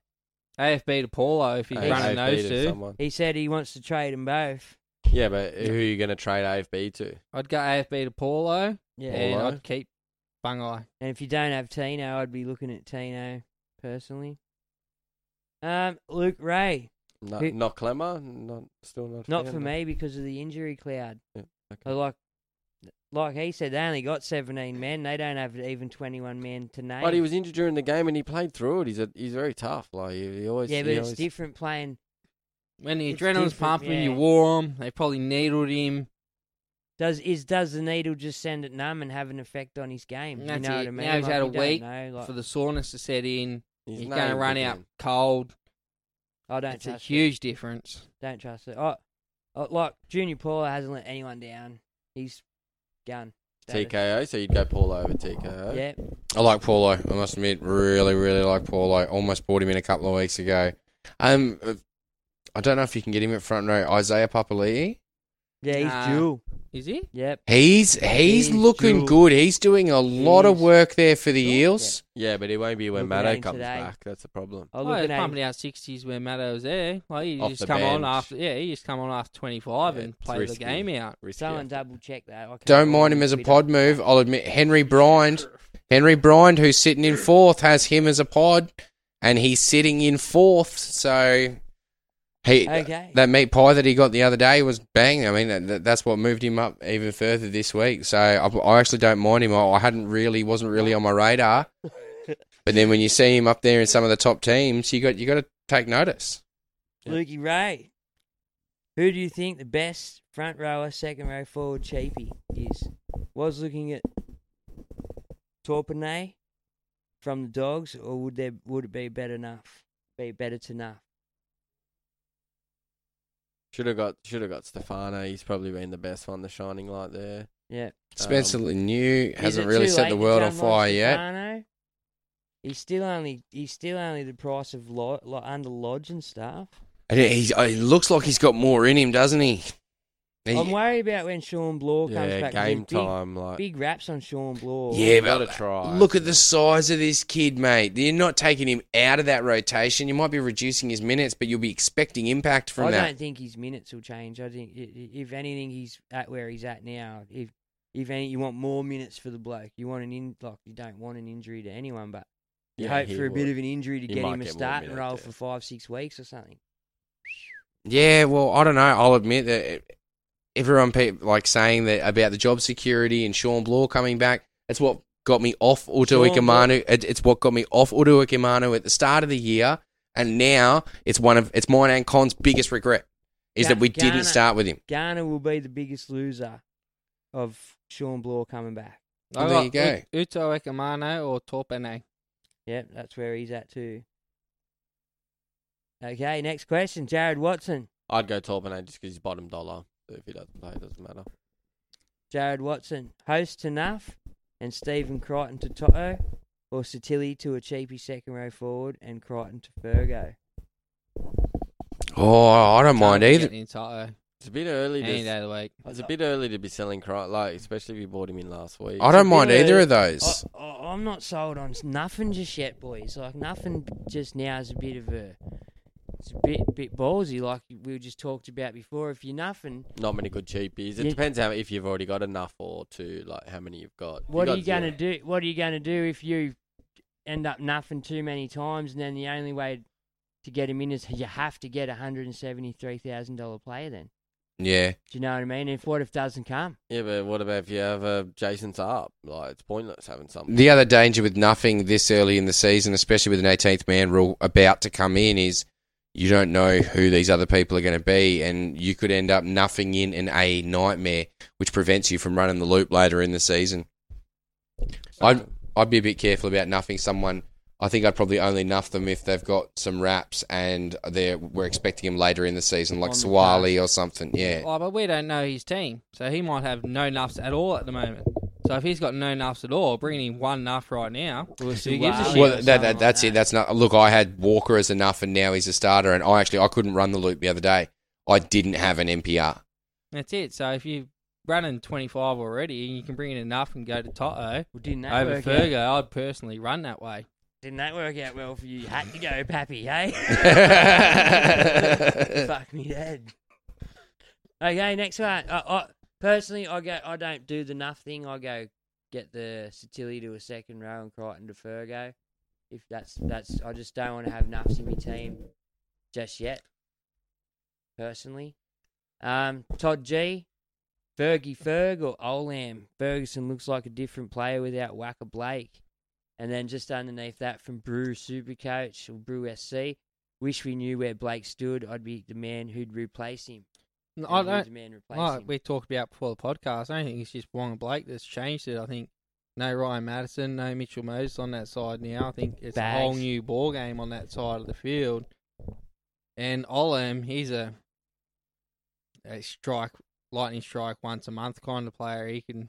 Speaker 8: AFB to Paulo if he's
Speaker 10: AFB
Speaker 8: running those
Speaker 10: to
Speaker 8: two.
Speaker 10: someone.
Speaker 9: He said he wants to trade them both.
Speaker 10: Yeah, but who are you going to trade AFB to?
Speaker 8: I'd go AFB to Paulo,
Speaker 9: Yeah.
Speaker 8: and
Speaker 10: Paulo?
Speaker 8: I'd keep Bungai.
Speaker 9: And if you don't have Tino, I'd be looking at Tino personally. Um, Luke Ray,
Speaker 10: No,
Speaker 9: Who-
Speaker 10: not Clemmer. Not still not. a
Speaker 9: not
Speaker 10: fan,
Speaker 9: for
Speaker 10: no?
Speaker 9: me because of the injury cloud.
Speaker 10: Yeah, okay.
Speaker 9: But Like, like he said, they only got seventeen men. They don't have even twenty-one men to name.
Speaker 10: But he was injured during the game and he played through it. He's a, he's very tough. Like he, he always.
Speaker 9: yeah, but
Speaker 10: he
Speaker 9: it's
Speaker 10: always-
Speaker 9: different playing.
Speaker 8: When the
Speaker 9: It's
Speaker 8: adrenaline's
Speaker 9: different,
Speaker 8: pumping, you
Speaker 9: yeah.
Speaker 8: wore him. They probably needled him.
Speaker 9: Does is does the needle just send it numb and have an effect on his game?
Speaker 8: That's
Speaker 9: you know
Speaker 8: it.
Speaker 9: what I mean?
Speaker 8: Now he's
Speaker 9: Like,
Speaker 8: had a
Speaker 9: you don't
Speaker 8: week
Speaker 9: know, like-
Speaker 8: for the soreness to set in.
Speaker 9: He's
Speaker 8: He's,
Speaker 9: no
Speaker 8: going to run
Speaker 9: good
Speaker 8: out
Speaker 9: then.
Speaker 8: cold.
Speaker 9: I don't
Speaker 8: It's a
Speaker 9: trust it.
Speaker 8: huge difference.
Speaker 9: Don't trust it. Oh, oh, like Junior Paula hasn't let anyone down. He's gone. Status.
Speaker 10: TKO, so you'd go Paul over TKO.
Speaker 9: Yeah.
Speaker 5: I like Paulo. I must admit, really, really like Paulo. Almost bought him in a couple of weeks ago. Um, uh, I don't know if you can get him at front row. Isaiah Papali'i.
Speaker 9: Yeah, he's
Speaker 8: Nah.
Speaker 9: dual.
Speaker 8: Is he?
Speaker 9: Yep.
Speaker 5: He's he's,
Speaker 9: He's
Speaker 5: looking
Speaker 9: dual.
Speaker 5: good. He's doing a lot of work there for the Eels.
Speaker 10: Yeah, but he won't be when
Speaker 5: Look at
Speaker 10: Maddo
Speaker 5: him
Speaker 10: comes
Speaker 5: today.
Speaker 10: back. That's the problem.
Speaker 8: Oh,
Speaker 9: look
Speaker 8: he's
Speaker 9: at him.
Speaker 8: pumping out sixties where Maddo was there. Like he
Speaker 10: Off the
Speaker 8: just come on
Speaker 10: bench.
Speaker 8: after. Yeah, he just come on after twenty five
Speaker 10: Yeah,
Speaker 8: and
Speaker 10: it's
Speaker 8: play
Speaker 10: risky.
Speaker 8: the game out.
Speaker 10: Risky
Speaker 9: Someone double check that. I can't
Speaker 5: Don't
Speaker 9: remember
Speaker 5: mind him
Speaker 9: who
Speaker 5: as a
Speaker 9: bid
Speaker 5: pod move. I'll admit Henry Bryant, Henry Bryant, who's sitting in fourth, has him as a pod, and he's sitting in fourth. So he
Speaker 9: Okay.
Speaker 5: that meat pie that he got the other day was bang. I mean, that- that, that's what moved him up even further this week. So I, I actually don't mind him. I, I hadn't really wasn't really on
Speaker 9: (laughs)
Speaker 5: my radar, but then when you see him up there in some of the top teams, you got you got to take notice.
Speaker 9: Lukey Ray. Who do you think the best front rower, second row forward cheapie is? Was looking at Torpenay from the Dogs, or would there would it be better enough? Be better to enough.
Speaker 10: Should have got should have got Stefano. He's probably been the best one, the shining light there.
Speaker 9: Yeah.
Speaker 5: Spencer Laniu
Speaker 9: Um, Is
Speaker 5: hasn't
Speaker 9: it
Speaker 5: really
Speaker 9: too
Speaker 5: set
Speaker 9: late
Speaker 5: the
Speaker 9: to
Speaker 5: world on
Speaker 9: download
Speaker 5: fire yet.
Speaker 9: Stefano? He's still only he's still only the price of lo- lo- under lodge and stuff.
Speaker 5: And he, he looks like he's got more in him, doesn't he? He-
Speaker 9: I'm worried about when Sean Blaw comes
Speaker 5: Yeah,
Speaker 9: back. 'cause
Speaker 5: game
Speaker 9: there's big-
Speaker 5: time, like-
Speaker 9: big raps on Sean Blaw.
Speaker 5: yeah, but look at the size of this kid, mate. You're not taking him out of that rotation. You might be reducing his minutes, but you'll be expecting impact from
Speaker 9: I
Speaker 5: that.
Speaker 9: don't think his minutes will change. I think i- i- if anything, he's at where he's at now. If if any, you want more minutes for the bloke. You want an in like you don't want an injury to anyone, but you
Speaker 5: Yeah,
Speaker 9: hope
Speaker 5: he
Speaker 9: for a bit
Speaker 5: would.
Speaker 9: of an injury to
Speaker 5: He
Speaker 9: get
Speaker 5: might
Speaker 9: him a
Speaker 5: get more
Speaker 9: starting
Speaker 5: minutes,
Speaker 9: role
Speaker 5: yeah.
Speaker 9: for five six weeks or something.
Speaker 5: Yeah, well, I don't know. I'll admit that everyone pe- like saying that about the job security and Sean Blaw coming back. That's what got me off Utuikimanu. It, it's what got me off Utuikimanu at the start of the year, and now it's one of it's mine and Con's biggest regret is
Speaker 9: Ga-
Speaker 5: that we
Speaker 9: Garner-
Speaker 5: didn't start with him.
Speaker 9: Garner will be the biggest loser of Sean Blaw coming back.
Speaker 5: Well, there you go.
Speaker 8: Uto Ekamano or Torpene.
Speaker 9: Yep, that's where he's at too. Okay, next question, Jared Watson.
Speaker 10: I'd go Torbenay just because he's bottom dollar. So if he doesn't play, it doesn't matter.
Speaker 9: Jared Watson, host to Nuff and Stephen Crichton to Toto, or Satili to a cheapy second row forward and Crichton to Fergo.
Speaker 5: Oh, I don't mind either.
Speaker 8: Getting Toto.
Speaker 10: It's a bit early.
Speaker 8: Any
Speaker 10: to,
Speaker 8: day of the week.
Speaker 10: It's a bit early to be selling cry, like especially if you bought him in last week.
Speaker 5: I don't mind either of those.
Speaker 9: I, I, I'm not sold on nothing just yet, boys. Like nothing just now is a bit of a, it's a bit bit ballsy. Like we just talked about before. If you're nothing,
Speaker 10: Not many good cheapies. It
Speaker 9: Yeah.
Speaker 10: depends how if you've already got enough or two, like how many you've
Speaker 5: Oh,
Speaker 10: got. If
Speaker 9: What are
Speaker 10: got
Speaker 9: you going to
Speaker 10: zero-
Speaker 9: do? What are you going to do if you end up nothing too many times, and then the only way to get him in is you have to get a hundred and seventy-three thousand dollar player? Then
Speaker 5: Yeah.
Speaker 9: do you know what I mean? If what if doesn't come?
Speaker 10: Yeah, but what about if you have a Jason's up? Like it's pointless having something.
Speaker 5: The other danger with nothing this early in the season, especially with an 18th man rule about to come in, is you don't know who these other people are going to be, and you could end up nothing in and a nightmare, which prevents you from running the loop later in the season. I'd I'd be a bit careful about nothing someone. I think I'd probably only nuff them if they've got some wraps and they are we're expecting him later in the season, like
Speaker 8: On the
Speaker 5: Swali or something. Yeah,
Speaker 8: Oh, but we don't know his team, so he might have no nuffs at all at the moment. So if he's got no nuffs at all, bringing in one nuff right now, who gives a shit?
Speaker 5: Well, that, that, that's
Speaker 8: uh,
Speaker 5: it. That's not. Look, I had Walker as enough, and now he's a starter. And I actually I couldn't run the loop the other day. I didn't have an (laughs) NPR.
Speaker 8: That's it. So if you running 25 already and you can bring in enough and go to Toto
Speaker 9: didn't that
Speaker 8: over
Speaker 9: work
Speaker 8: Fergo, I'd personally run that way.
Speaker 9: Didn't that work out well for you? You had to go, Pappy. Hey,
Speaker 5: (laughs)
Speaker 9: fuck me dead. Okay, next one. I, I, personally, I go. I don't do the nuff thing. I go get the Satili to a second row and Crichton to Fergo. If that's that's, I just don't want to have nuffs in my team just yet. Personally, um, Todd G, Fergie Ferg or Olam Ferguson looks like a different player without Wacker Blake. And then just underneath that from Brew Supercoach or Brew SC, wish we knew where Blake stood. I'd be the man who'd replace him.
Speaker 8: No,
Speaker 9: and
Speaker 8: I don't.
Speaker 9: Guzman replace
Speaker 8: Like
Speaker 9: him.
Speaker 8: we talked about before the podcast, I don't think it's just Wong Blake that's changed it. I think no Ryan Madison, no Mitchell Moses on that side now. I think it's a whole
Speaker 9: Bags.
Speaker 8: new ball game on that side of the field. And Olam, he's a a strike, lightning strike once a month kind of player. He can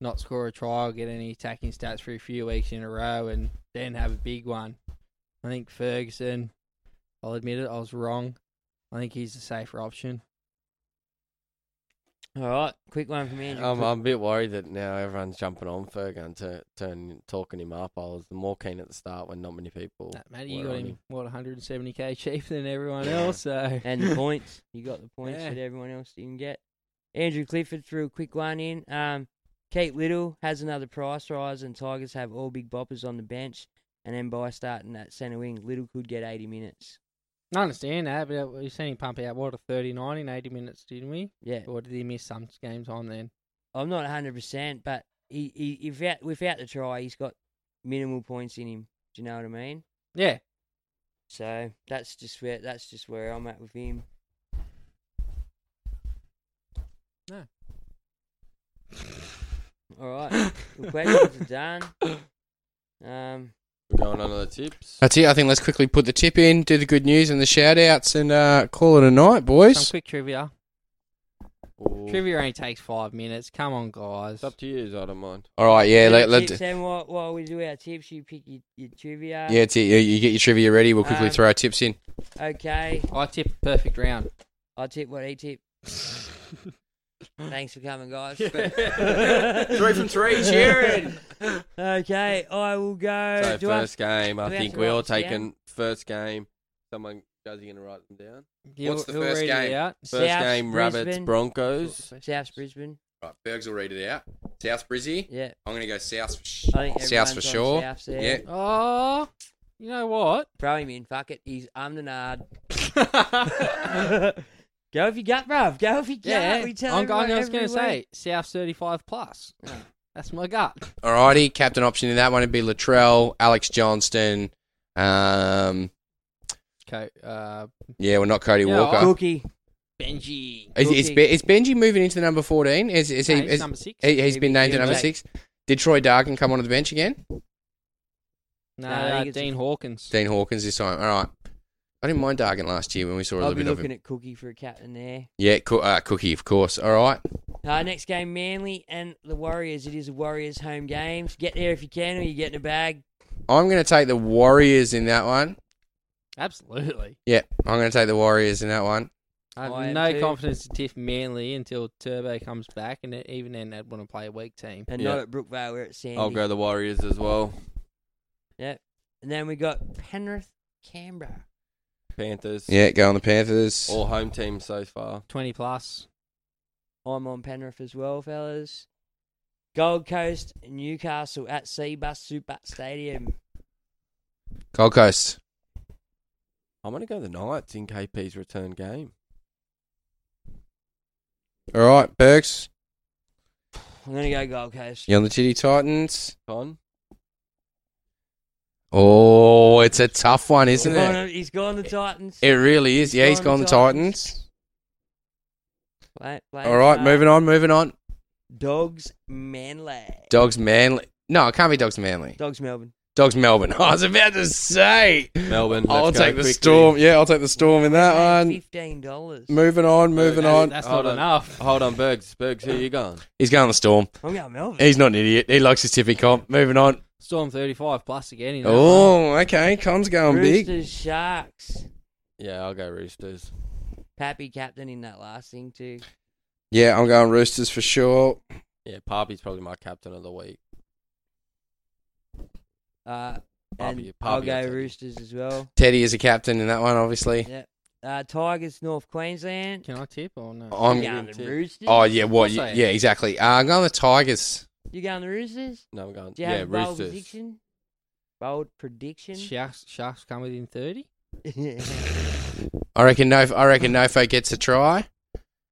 Speaker 8: not score a try or get any attacking stats for a few weeks in a row, and then have a big one. I think Ferguson. I'll admit it, I was wrong. I think he's the safer option.
Speaker 9: All right, quick one from Andrew.
Speaker 5: Um,
Speaker 10: I'm,
Speaker 9: Cook.
Speaker 5: (laughs)
Speaker 10: I'm a bit worried that now everyone's jumping on Fergo and tur turn, talking him up. I was more keen at the start when not many people.
Speaker 8: Mate, you
Speaker 10: were
Speaker 8: got
Speaker 10: on
Speaker 8: him, what 170k cheaper than everyone
Speaker 10: Yeah.
Speaker 8: else. So
Speaker 9: (laughs)
Speaker 8: (laughs)
Speaker 9: and the points. You got the points
Speaker 8: Yeah.
Speaker 9: that everyone else didn't get. Andrew Clifford threw a quick one in. Um, Kate Little has another price rise, and Tigers have all big boppers on the bench. And then by starting that centre wing, Little could get 80 minutes.
Speaker 8: I understand that, but uh, we've seen him pump out what a 39 in 80 minutes, didn't we?
Speaker 9: Yeah.
Speaker 8: Or did he miss some game time then?
Speaker 9: I'm not 100%, but he, he without, without the try, he's got minimal points in him. Do you know what I mean?
Speaker 8: Yeah.
Speaker 9: So that's just where that's just where I'm at with him. (laughs)
Speaker 8: No.
Speaker 9: All right, the questions are done. Um,
Speaker 10: Going on to the tips.
Speaker 5: That's it. I think let's quickly put the tip in, do the good news and the shout outs, and uh, call it a night,
Speaker 8: Some
Speaker 5: boys.
Speaker 8: quick trivia. Trivia only takes five minutes. Come on, guys. It's up
Speaker 10: to you, I don't mind.
Speaker 5: All right, yeah,
Speaker 9: do
Speaker 5: let,
Speaker 9: the
Speaker 5: let,
Speaker 9: tips, then while, while we do our tips, you pick your, your trivia.
Speaker 5: yeah, it's it. You, you get your trivia ready. We'll quickly
Speaker 8: Uh,
Speaker 9: Um,
Speaker 5: throw our tips in.
Speaker 9: Okay,
Speaker 8: I tip perfect round.
Speaker 9: I'll tip what he
Speaker 5: (laughs)
Speaker 9: tip. Thanks for coming, guys.
Speaker 5: (laughs)
Speaker 10: Three from three, cheering.
Speaker 9: Okay, I will go.
Speaker 10: So
Speaker 9: Uh, do
Speaker 10: first
Speaker 9: I,
Speaker 10: game, I
Speaker 9: do we have
Speaker 10: think
Speaker 9: to
Speaker 10: we're
Speaker 9: write
Speaker 10: all
Speaker 9: this down?
Speaker 10: taking first game. Someone does he gonna write them down?
Speaker 8: He'll-
Speaker 10: What's the
Speaker 8: he'll
Speaker 10: first
Speaker 8: read it
Speaker 10: game?
Speaker 8: out.
Speaker 10: First
Speaker 9: South
Speaker 10: game, Rabbits
Speaker 9: Brisbane.
Speaker 10: Broncos.
Speaker 9: South Brisbane.
Speaker 5: Right, Bergs will read it out. South Brizzy.
Speaker 9: Yeah.
Speaker 5: I'm going to go South. For
Speaker 9: I think
Speaker 5: South
Speaker 9: everyone's
Speaker 5: for
Speaker 9: on
Speaker 5: sure.
Speaker 9: South there.
Speaker 5: yeah.
Speaker 8: Oh, you know
Speaker 9: (laughs)
Speaker 8: what? (laughs)
Speaker 9: Throw him in. Fuck it. He's I'm the nard. Go if you got, bruv. Go if you got.
Speaker 8: Yeah.
Speaker 9: We tell
Speaker 8: I'm, going- I
Speaker 9: everyone
Speaker 8: was going to
Speaker 9: every
Speaker 8: say
Speaker 9: week.
Speaker 8: South 35 plus. That's my gut.
Speaker 5: Alrighty, captain option in that one would be Latrell, Alex Johnston. Um,
Speaker 8: Okay. Uh,
Speaker 5: yeah, we're not Cody
Speaker 8: Yeah,
Speaker 5: Walker.
Speaker 9: Cookie.
Speaker 8: Benji.
Speaker 5: Is, is,
Speaker 8: Cookie.
Speaker 5: Be- is Benji moving into number 14? Is, is he,
Speaker 8: No, he's
Speaker 5: is-
Speaker 8: number six.
Speaker 5: He, has
Speaker 8: He'll
Speaker 5: been
Speaker 8: be-
Speaker 5: named to
Speaker 8: he'll be
Speaker 5: number
Speaker 8: back.
Speaker 5: six. Did Troy Dargan come onto the bench again?
Speaker 8: No,
Speaker 9: Nah, I think
Speaker 8: uh,
Speaker 9: it's a-
Speaker 8: Dean Hawkins.
Speaker 5: Dean Hawkins this time. All right. I didn't mind Dargan last year when we saw a
Speaker 9: I'll
Speaker 5: little
Speaker 9: be
Speaker 5: bit of
Speaker 9: looking
Speaker 5: him.
Speaker 9: at Cookie for a captain there.
Speaker 5: Yeah, coo- uh, Cookie, of course. All right.
Speaker 9: Uh, next game, Manly and the Warriors. It is a Warriors home game. Get there if you can, or you get in a bag.
Speaker 5: I'm going to take the Warriors in that one.
Speaker 8: Absolutely.
Speaker 5: Yeah, I'm going to take the Warriors in that one.
Speaker 8: I have
Speaker 9: I am
Speaker 8: no
Speaker 9: too.
Speaker 8: confidence to tiff Manly until Turbo comes back, and then- even then, they'd want to play a weak team.
Speaker 9: And
Speaker 10: Yeah.
Speaker 9: not at Brookvale, we're at Sandy.
Speaker 10: I'll go the Warriors as well.
Speaker 9: Yep. And then we got Penrith, Canberra.
Speaker 10: Panthers.
Speaker 5: Yeah, go on the Panthers.
Speaker 10: All home teams so far.
Speaker 8: 20 plus.
Speaker 9: I'm on Penrith as well, fellas. Gold Coast, Newcastle at Seabus Super Stadium.
Speaker 5: Gold Coast.
Speaker 10: I'm gonna go the Knights in KP's return game.
Speaker 5: All right, Bergs.
Speaker 9: I'm gonna go Gold Coast.
Speaker 5: You on the Chitty Titans?
Speaker 10: Con.
Speaker 5: Oh, it's a tough one, isn't
Speaker 9: He's
Speaker 5: it?
Speaker 9: gone- he's gone the Titans.
Speaker 5: It really is. Yeah, he's gone the Titans.
Speaker 9: Play- play
Speaker 5: All right,
Speaker 9: smart.
Speaker 5: moving on, moving on.
Speaker 9: Dogs Manly.
Speaker 5: Dogs Manly. No, it can't be Dogs Manly.
Speaker 9: Dogs Melbourne.
Speaker 5: Dogs Melbourne. (laughs) I was about to say.
Speaker 10: Melbourne.
Speaker 5: I'll
Speaker 10: let's go
Speaker 5: take the
Speaker 10: quickly.
Speaker 5: storm. Yeah, I'll take the storm in that
Speaker 9: Hey,
Speaker 5: one.
Speaker 9: Fifteen dollars.
Speaker 5: Moving on, moving on.
Speaker 8: That's
Speaker 10: Hold
Speaker 8: not
Speaker 10: on.
Speaker 8: enough.
Speaker 10: Hold on, Bergs. Bergs, who you going?
Speaker 5: He's going the storm.
Speaker 9: I'm going Melbourne.
Speaker 5: He's not an idiot. He likes his tipping comp. Moving on.
Speaker 8: Storm 35 plus again. You know,
Speaker 5: Oh, okay. Con's going
Speaker 9: Roosters
Speaker 5: big.
Speaker 9: Sharks.
Speaker 10: Yeah, I'll go Roosters.
Speaker 9: Pappy captain in that last thing too.
Speaker 5: Yeah, I'm going Roosters for sure.
Speaker 10: Yeah, Poppy's probably my captain of the week.
Speaker 9: Uh, and
Speaker 10: Pappy-
Speaker 9: I'll
Speaker 10: Pappy, I'll
Speaker 9: go
Speaker 10: take it.
Speaker 9: Roosters as well.
Speaker 5: Teddy is a captain in that one, obviously.
Speaker 9: Yeah. Uh, Tigers North Queensland.
Speaker 8: Can I tip or no?
Speaker 5: I'm-
Speaker 9: You going the Roosters?
Speaker 5: Oh yeah, what?
Speaker 8: I'll say
Speaker 5: Yeah, exactly. Uh, I'm going the Tigers.
Speaker 9: You going the Roosters?
Speaker 10: No, I'm going.
Speaker 9: Do you have
Speaker 10: Yeah,
Speaker 9: a bold
Speaker 10: Roosters.
Speaker 9: prediction? Bold prediction.
Speaker 8: Sharks, Sharks come within 30?
Speaker 5: I reckon. No, I reckon. Nofo gets a try.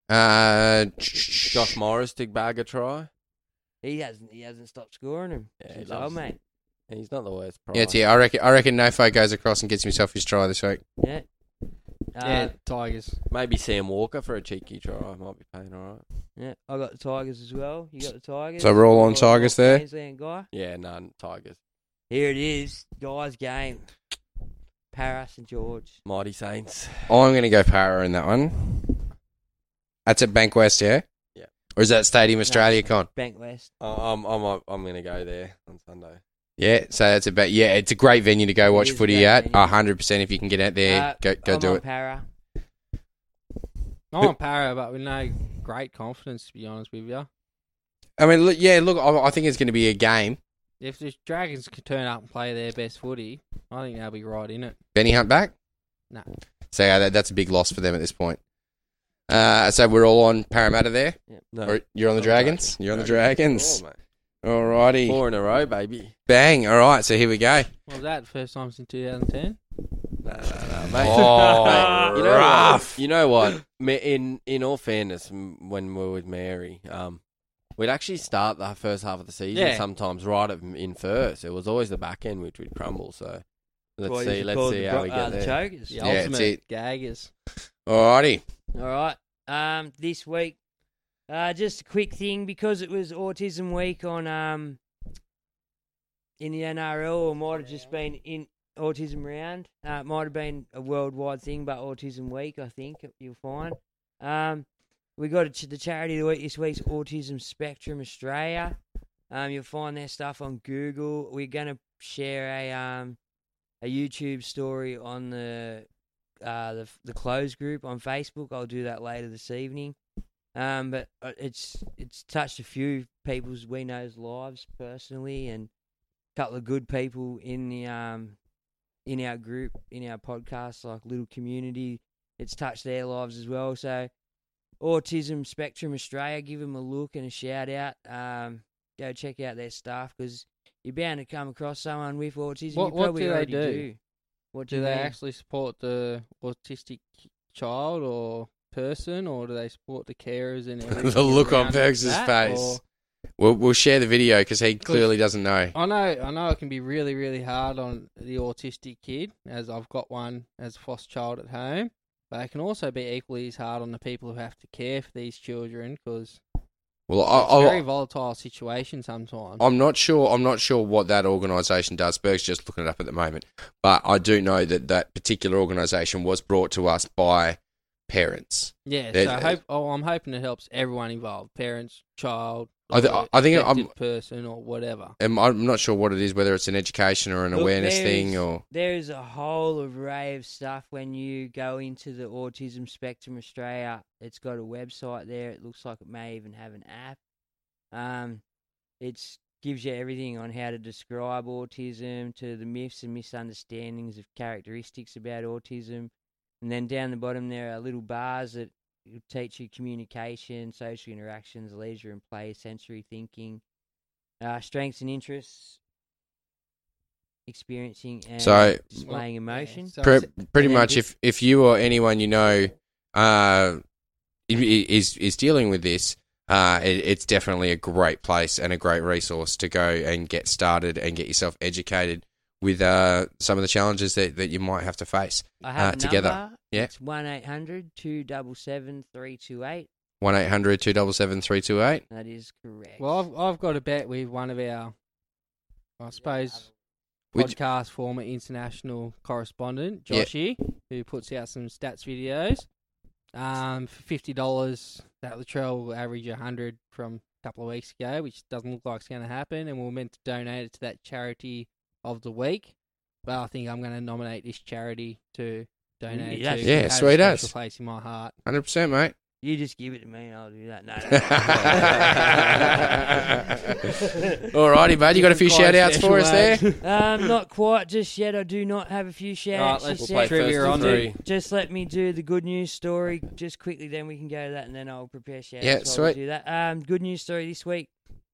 Speaker 5: Uh,
Speaker 10: Josh Morris to bag a try.
Speaker 9: (laughs) he hasn't. He hasn't stopped scoring him.
Speaker 10: Yeah, he
Speaker 9: since
Speaker 10: loves
Speaker 9: old
Speaker 10: it.
Speaker 9: mate.
Speaker 10: He's not the worst. Price.
Speaker 5: yeah, it's- yeah. I reckon. I reckon. Nofo goes across and gets himself his try this week.
Speaker 9: Yeah. Uh,
Speaker 8: Tigers.
Speaker 10: Maybe Sam Walker for a cheeky try might be paying all right.
Speaker 9: yeah, I got the Tigers as well. You got the Tigers.
Speaker 5: So we're all on
Speaker 9: Got
Speaker 5: Tigers there?
Speaker 9: Queensland guy.
Speaker 10: Yeah, none Tigers.
Speaker 9: Here it is, guys. Game. Paris and George.
Speaker 10: Mighty Saints.
Speaker 5: I'm going to go Para in that one. That's at Bankwest, yeah?
Speaker 10: Yeah.
Speaker 5: Or is that Stadium Australia Con?
Speaker 9: Bank West.
Speaker 10: I- I'm I'm I'm gonna go there on Sunday.
Speaker 5: Yeah, so that's about yeah. It's a great venue to go watch
Speaker 9: is a
Speaker 5: footy
Speaker 9: great
Speaker 5: at.
Speaker 9: venue.
Speaker 5: hundred percent if you can get out there,
Speaker 9: Uh,
Speaker 5: go go
Speaker 9: I'm
Speaker 5: do
Speaker 9: on
Speaker 5: it.
Speaker 9: Para.
Speaker 8: I'm on para, but with no great confidence, to be honest with you.
Speaker 5: I mean, look, yeah, look, I, I think it's going to be a game.
Speaker 8: If the Dragons could turn up and play their best footy, I think they'll be right in it.
Speaker 5: Benny Hunt back,
Speaker 8: Nah.
Speaker 5: so yeah, that, that's a big loss for them at this point. Uh, so we're all on Parramatta there.
Speaker 10: No.
Speaker 5: Or you're on the Dragons. You're on the Dragons.
Speaker 10: Four, mate.
Speaker 5: Alrighty.
Speaker 10: Four in a row, baby.
Speaker 5: Bang. All right. So here we go.
Speaker 8: What was that? First time since 2010?
Speaker 10: No, no, no,
Speaker 8: (laughs)
Speaker 10: mate.
Speaker 5: Oh,
Speaker 10: Mate, (laughs) you know
Speaker 5: rough.
Speaker 10: what? You know what? Ma- In in all fairness, m- when we were with Mary, um, we'd actually start the first half of the season
Speaker 8: Yeah.
Speaker 10: sometimes right at, in first. It was always the back end which would crumble. So let's
Speaker 8: Well, you
Speaker 10: see,
Speaker 8: should
Speaker 10: let's
Speaker 8: call
Speaker 10: see
Speaker 8: the
Speaker 10: how
Speaker 8: bro-
Speaker 10: we get
Speaker 8: uh, the
Speaker 10: there.
Speaker 8: Chokers.
Speaker 10: Yeah.
Speaker 8: The
Speaker 5: Yeah, it's
Speaker 8: ultimate
Speaker 5: it.
Speaker 8: gaggers.
Speaker 5: Alrighty.
Speaker 9: All right. Um, this week, uh, just a quick thing because it was Autism Week on um in the NRL, or might have just been in Autism Round. Uh, it might have been a worldwide thing, but Autism Week, I think you'll find. Um, we got a ch- the charity of the week this week's Autism Spectrum Australia. Um, you'll find their stuff on Google. We're gonna share a um a YouTube story on the uh, the the closed group on Facebook. I'll do that later this evening. Um, but uh, it's it's touched a few people's we know's lives personally, and a couple of good people in the um in our group in our podcast, like little community. It's touched their lives as well. So, Autism Spectrum Australia, give them a look and a shout out. Um, go check out their stuff because you're bound to come across someone with autism.
Speaker 8: What-
Speaker 9: you
Speaker 8: what
Speaker 9: probably
Speaker 8: do they
Speaker 9: already
Speaker 8: do?
Speaker 9: What do,
Speaker 8: Do
Speaker 9: you
Speaker 8: they
Speaker 9: mean?
Speaker 8: actually support the autistic child or person, or do they support the
Speaker 5: (laughs)
Speaker 8: carers and everything?
Speaker 5: the look on
Speaker 8: around
Speaker 5: Bergs'
Speaker 8: that,
Speaker 5: face.
Speaker 8: or-
Speaker 5: We'll we'll share the video because he clearly doesn't know.
Speaker 8: I know, I know, it can be really, really hard on the autistic kid, as I've got one as a foster child at home. But it can also be equally as hard on the people who have to care for these children because
Speaker 5: Well, I,
Speaker 8: it's a very
Speaker 5: I,
Speaker 8: volatile situation sometimes.
Speaker 5: I'm not sure. I'm not sure what that organisation does. Berg's just looking it up at the moment, but I do know that that particular organisation was brought to us by parents.
Speaker 8: yeah,
Speaker 5: There's-
Speaker 8: so I hope, oh, I'm hoping it helps everyone involved, parents, child,
Speaker 5: I thi-
Speaker 8: or
Speaker 5: I think I'm-
Speaker 8: affected person or whatever.
Speaker 5: Um, I'm not sure what it is, whether it's an education or an
Speaker 9: Look,
Speaker 5: awareness
Speaker 9: there
Speaker 5: thing,
Speaker 9: is-
Speaker 5: or
Speaker 9: there is a whole array of stuff when you go into the Autism Spectrum Australia. It's got a website there. It looks like it may even have an app. Um, it's gives you everything on how to describe autism to the myths and misunderstandings of characteristics about autism, and then down the bottom there are little bars that teach you communication, social interactions, leisure and play, sensory thinking, uh, strengths and interests, experiencing and
Speaker 5: So-
Speaker 9: displaying emotion.
Speaker 5: pre- pretty
Speaker 9: And then
Speaker 5: much
Speaker 9: just-
Speaker 5: if if you or anyone you know uh, i- i- is is dealing with this, uh, it, it's definitely a great place and a great resource to go and get started and get yourself educated with uh, some of the challenges that, that you might have to face
Speaker 9: I have a
Speaker 5: uh, together.
Speaker 9: number.
Speaker 5: Yeah,
Speaker 9: It's 1800 277 328.
Speaker 5: one 277 328
Speaker 9: That is correct.
Speaker 8: Well, I've I've got a bet with one of our, I suppose,
Speaker 5: Would you-
Speaker 8: podcast former international correspondent
Speaker 5: Yeah.
Speaker 8: Joshy, who puts out some stats videos. Um, for fifty dollars, that Latrell will average a hundred from a couple of weeks ago, which doesn't look like it's going to happen, and we we're meant to donate it to that charity of the week. But I think I'm going to nominate this charity to donate.
Speaker 9: Yeah,
Speaker 8: it to
Speaker 5: yeah,
Speaker 8: 'cause it had a
Speaker 5: sweet
Speaker 8: special
Speaker 5: as.
Speaker 8: place in
Speaker 5: (laughs)
Speaker 8: my heart.
Speaker 5: 100%, mate.
Speaker 9: You just give it to me and I'll do that. No. no.
Speaker 5: (laughs) Alrighty, mate. You got a few shout outs for us there?
Speaker 9: Um, not quite just yet. I do not have a few shout outs.
Speaker 10: Alright, let's
Speaker 9: just
Speaker 10: play
Speaker 9: yet.
Speaker 10: trivia
Speaker 9: Just
Speaker 10: on
Speaker 9: do-
Speaker 10: three.
Speaker 9: Just let me do the good news story just quickly, then we can go to that and then I'll prepare shout outs.
Speaker 5: Yeah,
Speaker 9: while we
Speaker 5: sweet.
Speaker 9: Do that. Um, good news story this week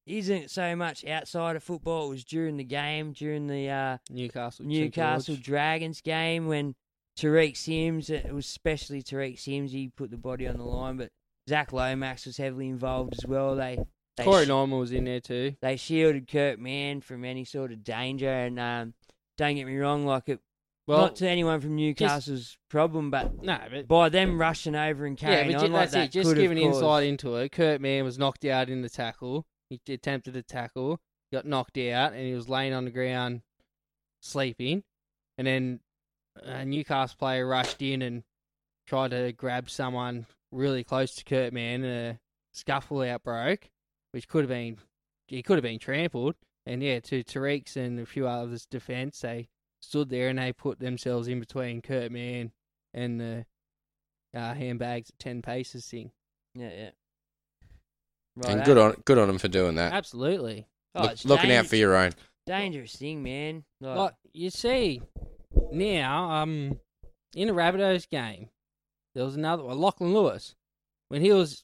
Speaker 9: isn't so much outside of football, it was during the game, during the. Uh,
Speaker 8: Newcastle, St.
Speaker 9: Newcastle
Speaker 8: George.
Speaker 9: Dragons game when Tariq Sims, it was especially Tariq Sims, he put the body on the line, but Zach Lomax was heavily involved as well. They, they
Speaker 8: Corey Norman was in there too.
Speaker 9: they shielded Kurt Mann from any sort of danger. And um, don't get me wrong, like it
Speaker 8: Well-
Speaker 9: not to anyone from Newcastle's problem, but,
Speaker 8: No, but-
Speaker 9: by them rushing over and carrying
Speaker 8: yeah, but
Speaker 9: on
Speaker 8: ju-
Speaker 9: like
Speaker 8: that's
Speaker 9: that,
Speaker 8: it. Just
Speaker 9: could have
Speaker 8: giving insight
Speaker 9: caused-
Speaker 8: into it. Kurt Mann was knocked out in the tackle. He t- attempted a tackle, got knocked out, and he was laying on the ground sleeping. And then a Newcastle player rushed in and tried to grab someone really close to Kurt Mann. And a scuffle outbroke, which could have been he could have been trampled. And yeah, to Tariq's and a few others' defence, they stood there and they put themselves in between Kurt Mann and the uh, handbags at 10 paces thing.
Speaker 9: Yeah, yeah. eh?
Speaker 10: and good on good on them for doing that.
Speaker 8: Absolutely.
Speaker 9: Oh,
Speaker 10: Uh, Look-
Speaker 9: it's
Speaker 10: looking out for
Speaker 9: dangerous.
Speaker 10: your own.
Speaker 9: Dangerous thing, man. Like,
Speaker 8: Like, you see, now, um, in the Rabbitohs game, there was another one, Lachlan Lewis, when he was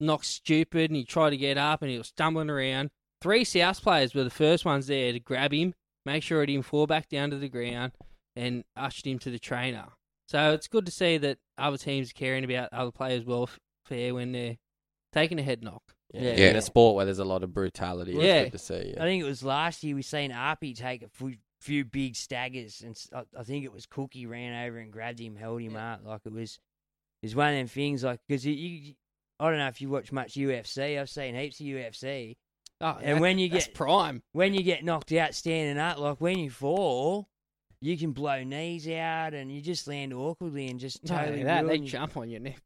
Speaker 8: knocked stupid and he tried to get up and he was stumbling around. Three South players were the first ones there to grab him, make sure he didn't fall back down to the ground, and ushered him to the trainer. So it's good to see that other teams are caring about other players' welfare when they're taking a head knock.
Speaker 5: yeah. In a sport where there's a lot of brutality,
Speaker 8: Yeah.
Speaker 5: it's good to see.
Speaker 9: I think it was last year we seen Arpy take a few, few big staggers, and s- I, I think it was Cookie ran over and grabbed him, held him up. Like it was, it was one of them things. Like because you, you, I don't know if you watch much UFC. I've seen heaps of UFC.
Speaker 8: Oh,
Speaker 9: and
Speaker 8: that-
Speaker 9: when you
Speaker 8: that's
Speaker 9: get
Speaker 8: prime,
Speaker 9: when you get knocked out standing up, like when you fall, you can blow knees out, and you just land awkwardly and just
Speaker 8: No,
Speaker 9: totally.
Speaker 8: that, they
Speaker 9: ruin your-
Speaker 8: jump on your neck.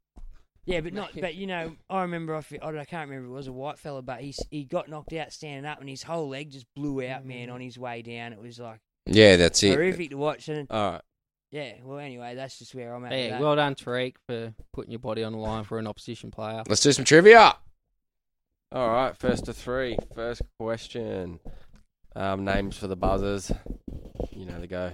Speaker 9: yeah, but not. But you know, I remember off. I, don't- I can't remember. It was a white fella, but he he got knocked out standing up, and his whole leg just blew out, man, on his way down. It was like
Speaker 10: Yeah, Mm. that's it.
Speaker 9: horrific to watch. And
Speaker 10: All right.
Speaker 9: yeah, well, anyway, that's just where I'm at. with
Speaker 8: Hey,
Speaker 9: that.
Speaker 8: well done, Tariq, for putting your body on the line for an opposition player.
Speaker 10: Let's do some trivia.
Speaker 5: All right, first to three. First question. Um, names for the buzzers. You know the go.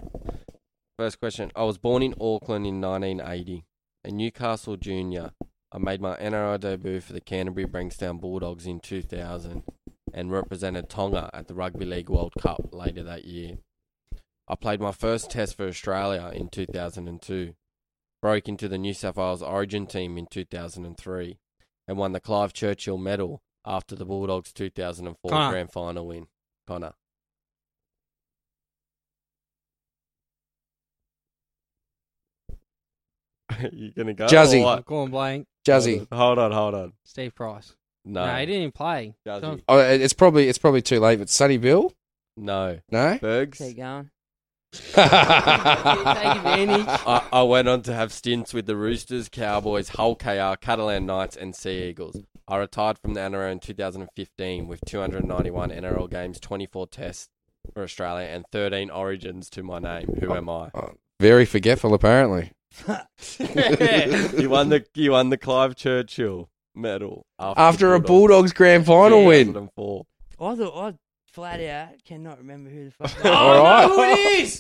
Speaker 5: First question. I was born in Auckland in 1980, a Newcastle junior. I made my NRL debut for the Canterbury Bankstown Bulldogs in 2000 and represented Tonga at the Rugby League World Cup later that year. I played my first test for Australia in 2002, broke into the New South Wales Origin team in 2003, and won the Clive Churchill Medal after the Bulldogs 2004
Speaker 8: Connor.
Speaker 5: grand final win. Connor. (laughs) you gonna go?
Speaker 10: Jazzy.
Speaker 5: or what?
Speaker 8: Go on, Blaine.
Speaker 10: Jazzy.
Speaker 5: Hold on, hold on.
Speaker 8: Steve Price.
Speaker 5: No.
Speaker 8: he didn't even play.
Speaker 5: Does
Speaker 8: Don't-
Speaker 10: Oh, it- it's probably it's probably too late. But Sunny Bill,
Speaker 5: No. (laughs)
Speaker 10: no.
Speaker 5: Bergs.
Speaker 9: keep going.
Speaker 10: (laughs)
Speaker 8: advantage.
Speaker 5: I, I went on to have stints with the Roosters, Cowboys, Hull KR, Catalan Knights, and Sea Eagles. I retired from the NRL in 2015 with 291 NRL games, 24 tests for Australia, and 13 origins to my name. Who am I?
Speaker 10: Oh, Very
Speaker 9: (laughs)
Speaker 10: forgetful, apparently.
Speaker 5: you won the you won the Clive Churchill medal after,
Speaker 10: After
Speaker 5: the
Speaker 10: a Bulldogs grand final win.
Speaker 5: 2004.
Speaker 9: I thought I flat out cannot remember who the
Speaker 10: (laughs)
Speaker 9: fuck.
Speaker 10: All right.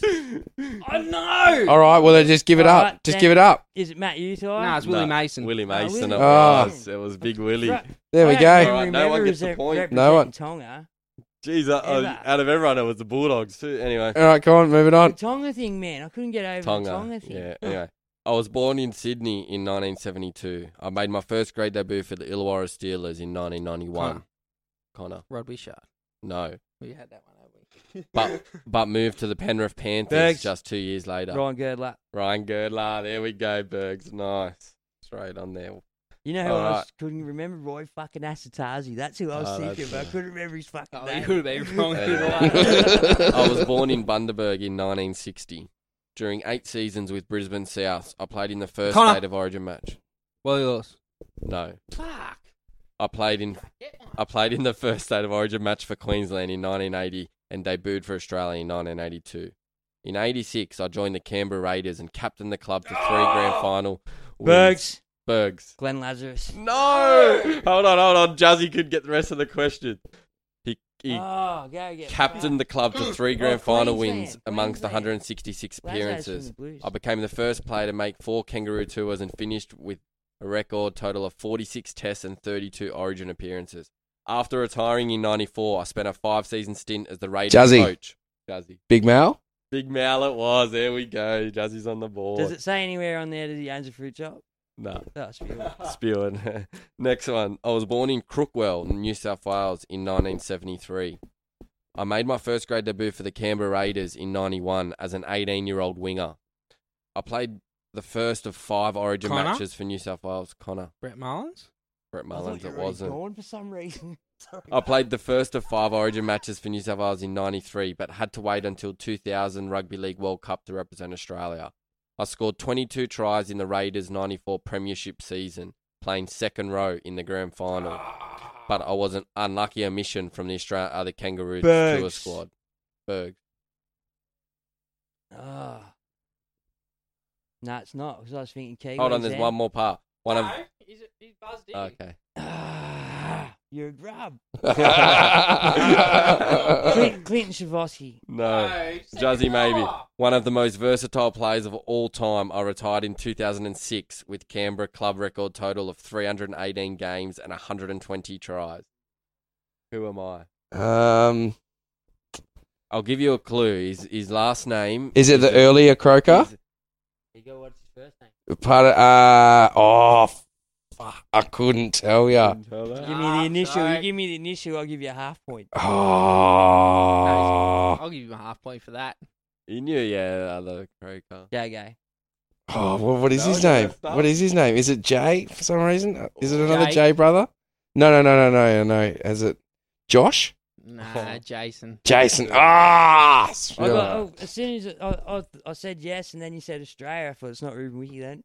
Speaker 10: (laughs)
Speaker 9: I know.
Speaker 10: All right. Well, then just give it
Speaker 9: All
Speaker 10: up.
Speaker 9: right,
Speaker 10: just
Speaker 9: then-
Speaker 10: give it up.
Speaker 9: Is it Matt Uthai?
Speaker 8: Nah, it's Willie
Speaker 5: No,
Speaker 8: Mason.
Speaker 5: Willie Mason.
Speaker 9: Ah, Willie
Speaker 5: it
Speaker 10: Mason.
Speaker 5: was. It was Big Willie.
Speaker 9: Right.
Speaker 10: There we
Speaker 9: I
Speaker 10: go.
Speaker 9: don't
Speaker 5: All right, no
Speaker 9: remember
Speaker 5: one gets the
Speaker 9: rep-
Speaker 5: point.
Speaker 10: No one-
Speaker 9: representing Tonga.
Speaker 5: Jeez, I, I,
Speaker 9: Ever.
Speaker 5: out of everyone, it was the Bulldogs too. Anyway.
Speaker 10: All right. Come on. Moving
Speaker 9: The
Speaker 10: on.
Speaker 9: Tonga thing, man. I couldn't get over
Speaker 5: Tonga.
Speaker 9: the Tonga thing. (laughs)
Speaker 5: Yeah. Anyway, I was born in Sydney in 1972. I made my first grade debut for the Illawarra Steelers in 1991. Connor.
Speaker 8: Rod Wishart.
Speaker 5: No.
Speaker 8: We had that one, haven't we?
Speaker 5: But but moved to the Penrith Panthers
Speaker 10: Thanks.
Speaker 5: just two years later.
Speaker 9: Ryan Girdler.
Speaker 5: Ryan Girdler. There we go, Bergs. Nice. Straight on there.
Speaker 9: You know who
Speaker 5: All
Speaker 9: I
Speaker 5: right.
Speaker 9: was, couldn't remember? Roy fucking Asatazi. That's who I was
Speaker 5: Oh,
Speaker 9: thinking
Speaker 5: that's
Speaker 9: of. I
Speaker 5: it.
Speaker 9: couldn't remember his fucking
Speaker 8: Oh,
Speaker 9: name.
Speaker 8: you would have been
Speaker 5: (laughs)
Speaker 8: wrong.
Speaker 10: (laughs)
Speaker 8: (laughs)
Speaker 5: Anyway, I was born in Bundaberg in 1960. During eight seasons with Brisbane South, I played in the first
Speaker 8: Connor.
Speaker 5: state of origin match.
Speaker 8: Well, yours.
Speaker 5: No.
Speaker 8: Fuck.
Speaker 5: I played in I played in the first State of Origin match for Queensland in 1980 and debuted for Australia in 1982. In 86, I joined the Canberra Raiders and captained the club to three grand final. wins.
Speaker 9: Bergs.
Speaker 5: Bergs.
Speaker 9: Glenn Lazarus.
Speaker 5: No! Hold on, hold on. Jazzy could get the rest of the question. He, he
Speaker 9: Oh, go get
Speaker 5: captained the club to three grand
Speaker 9: Oh,
Speaker 5: final
Speaker 9: Queensland,
Speaker 5: wins amongst
Speaker 9: Queensland.
Speaker 5: 166
Speaker 9: Lazo's from the
Speaker 5: appearances.
Speaker 9: Blues.
Speaker 5: I became the first player to make four Kangaroo tours and finished with a record total of 46 tests and 32 Origin appearances. After retiring in '94, I spent a five-season stint as the Raiders
Speaker 10: Jazzy.
Speaker 5: coach. Jazzy,
Speaker 10: Big Mal.
Speaker 5: big Mal, it was. There we go. Jazzy's on the board.
Speaker 9: Does it say anywhere on there that he owns a fruit shop? Oh,
Speaker 5: No.
Speaker 9: That's
Speaker 5: (laughs)
Speaker 9: beautiful.
Speaker 5: Spewing. (laughs) Next one. I was born in Crookwell, New South Wales in 1973. I made my first grade debut for the Canberra Raiders in 91 as an 18 year old winger I played the first of five Origin
Speaker 8: Connor?
Speaker 5: matches for New South Wales. Connor
Speaker 8: Brett Mullins?
Speaker 5: Brett
Speaker 9: I thought
Speaker 5: Mullins.
Speaker 9: you
Speaker 5: It
Speaker 9: were already
Speaker 5: wasn't.
Speaker 9: gone for some reason. (laughs) Sorry.
Speaker 5: I played the first of five Origin matches for New South Wales in '93, but had to wait until 2000 Rugby League World Cup to represent Australia. I scored 22 tries in the Raiders' '94 Premiership season, playing second row in the grand final. But I was an unlucky omission from the Australia uh, the Kangaroos tour
Speaker 8: Bergs.
Speaker 5: squad. Berg.
Speaker 9: Ah. No, it's not because I was thinking Kiwis.
Speaker 5: Hold on, there's
Speaker 9: then.
Speaker 5: one more part. One of Uh,
Speaker 8: He's, he's buzzed in.
Speaker 5: okay. (laughs)
Speaker 9: Ah, You're a grub. (laughs)
Speaker 5: Clin-
Speaker 9: Clint, Clinton Shavosky.
Speaker 5: No. Jazzy, maybe. One of the most versatile players of all time. I retired in 2006 with Canberra club record total of 318 games and 120 tries. Who am I?
Speaker 4: Um,
Speaker 5: I'll give you a clue. His, his last name
Speaker 4: is it the earlier Croker?
Speaker 9: You go, what's his first name?
Speaker 4: Part of, uh, oh, fuck, I couldn't tell ya.
Speaker 9: Give me the initial. You give me the initial, I'll give you a half point.
Speaker 4: Oh,
Speaker 8: I'll give you a half point for that.
Speaker 5: You knew, yeah, the other Croker.
Speaker 9: Yeah, okay.
Speaker 4: oh what, what is
Speaker 5: That
Speaker 4: his
Speaker 5: was
Speaker 4: name?
Speaker 5: messed up.
Speaker 4: What is his name? Is it Jay for some reason? Uh, Is it another
Speaker 8: Jay.
Speaker 4: Jay, brother? No, no, no, no, no, no. Is it Josh?
Speaker 5: Oh.
Speaker 8: Nah, Jason.
Speaker 4: Jason. Ah,
Speaker 9: I got,
Speaker 4: oh,
Speaker 9: oh, as soon as I, I, I said yes, and then you said Australia, I thought it's not Ruben Wiki then.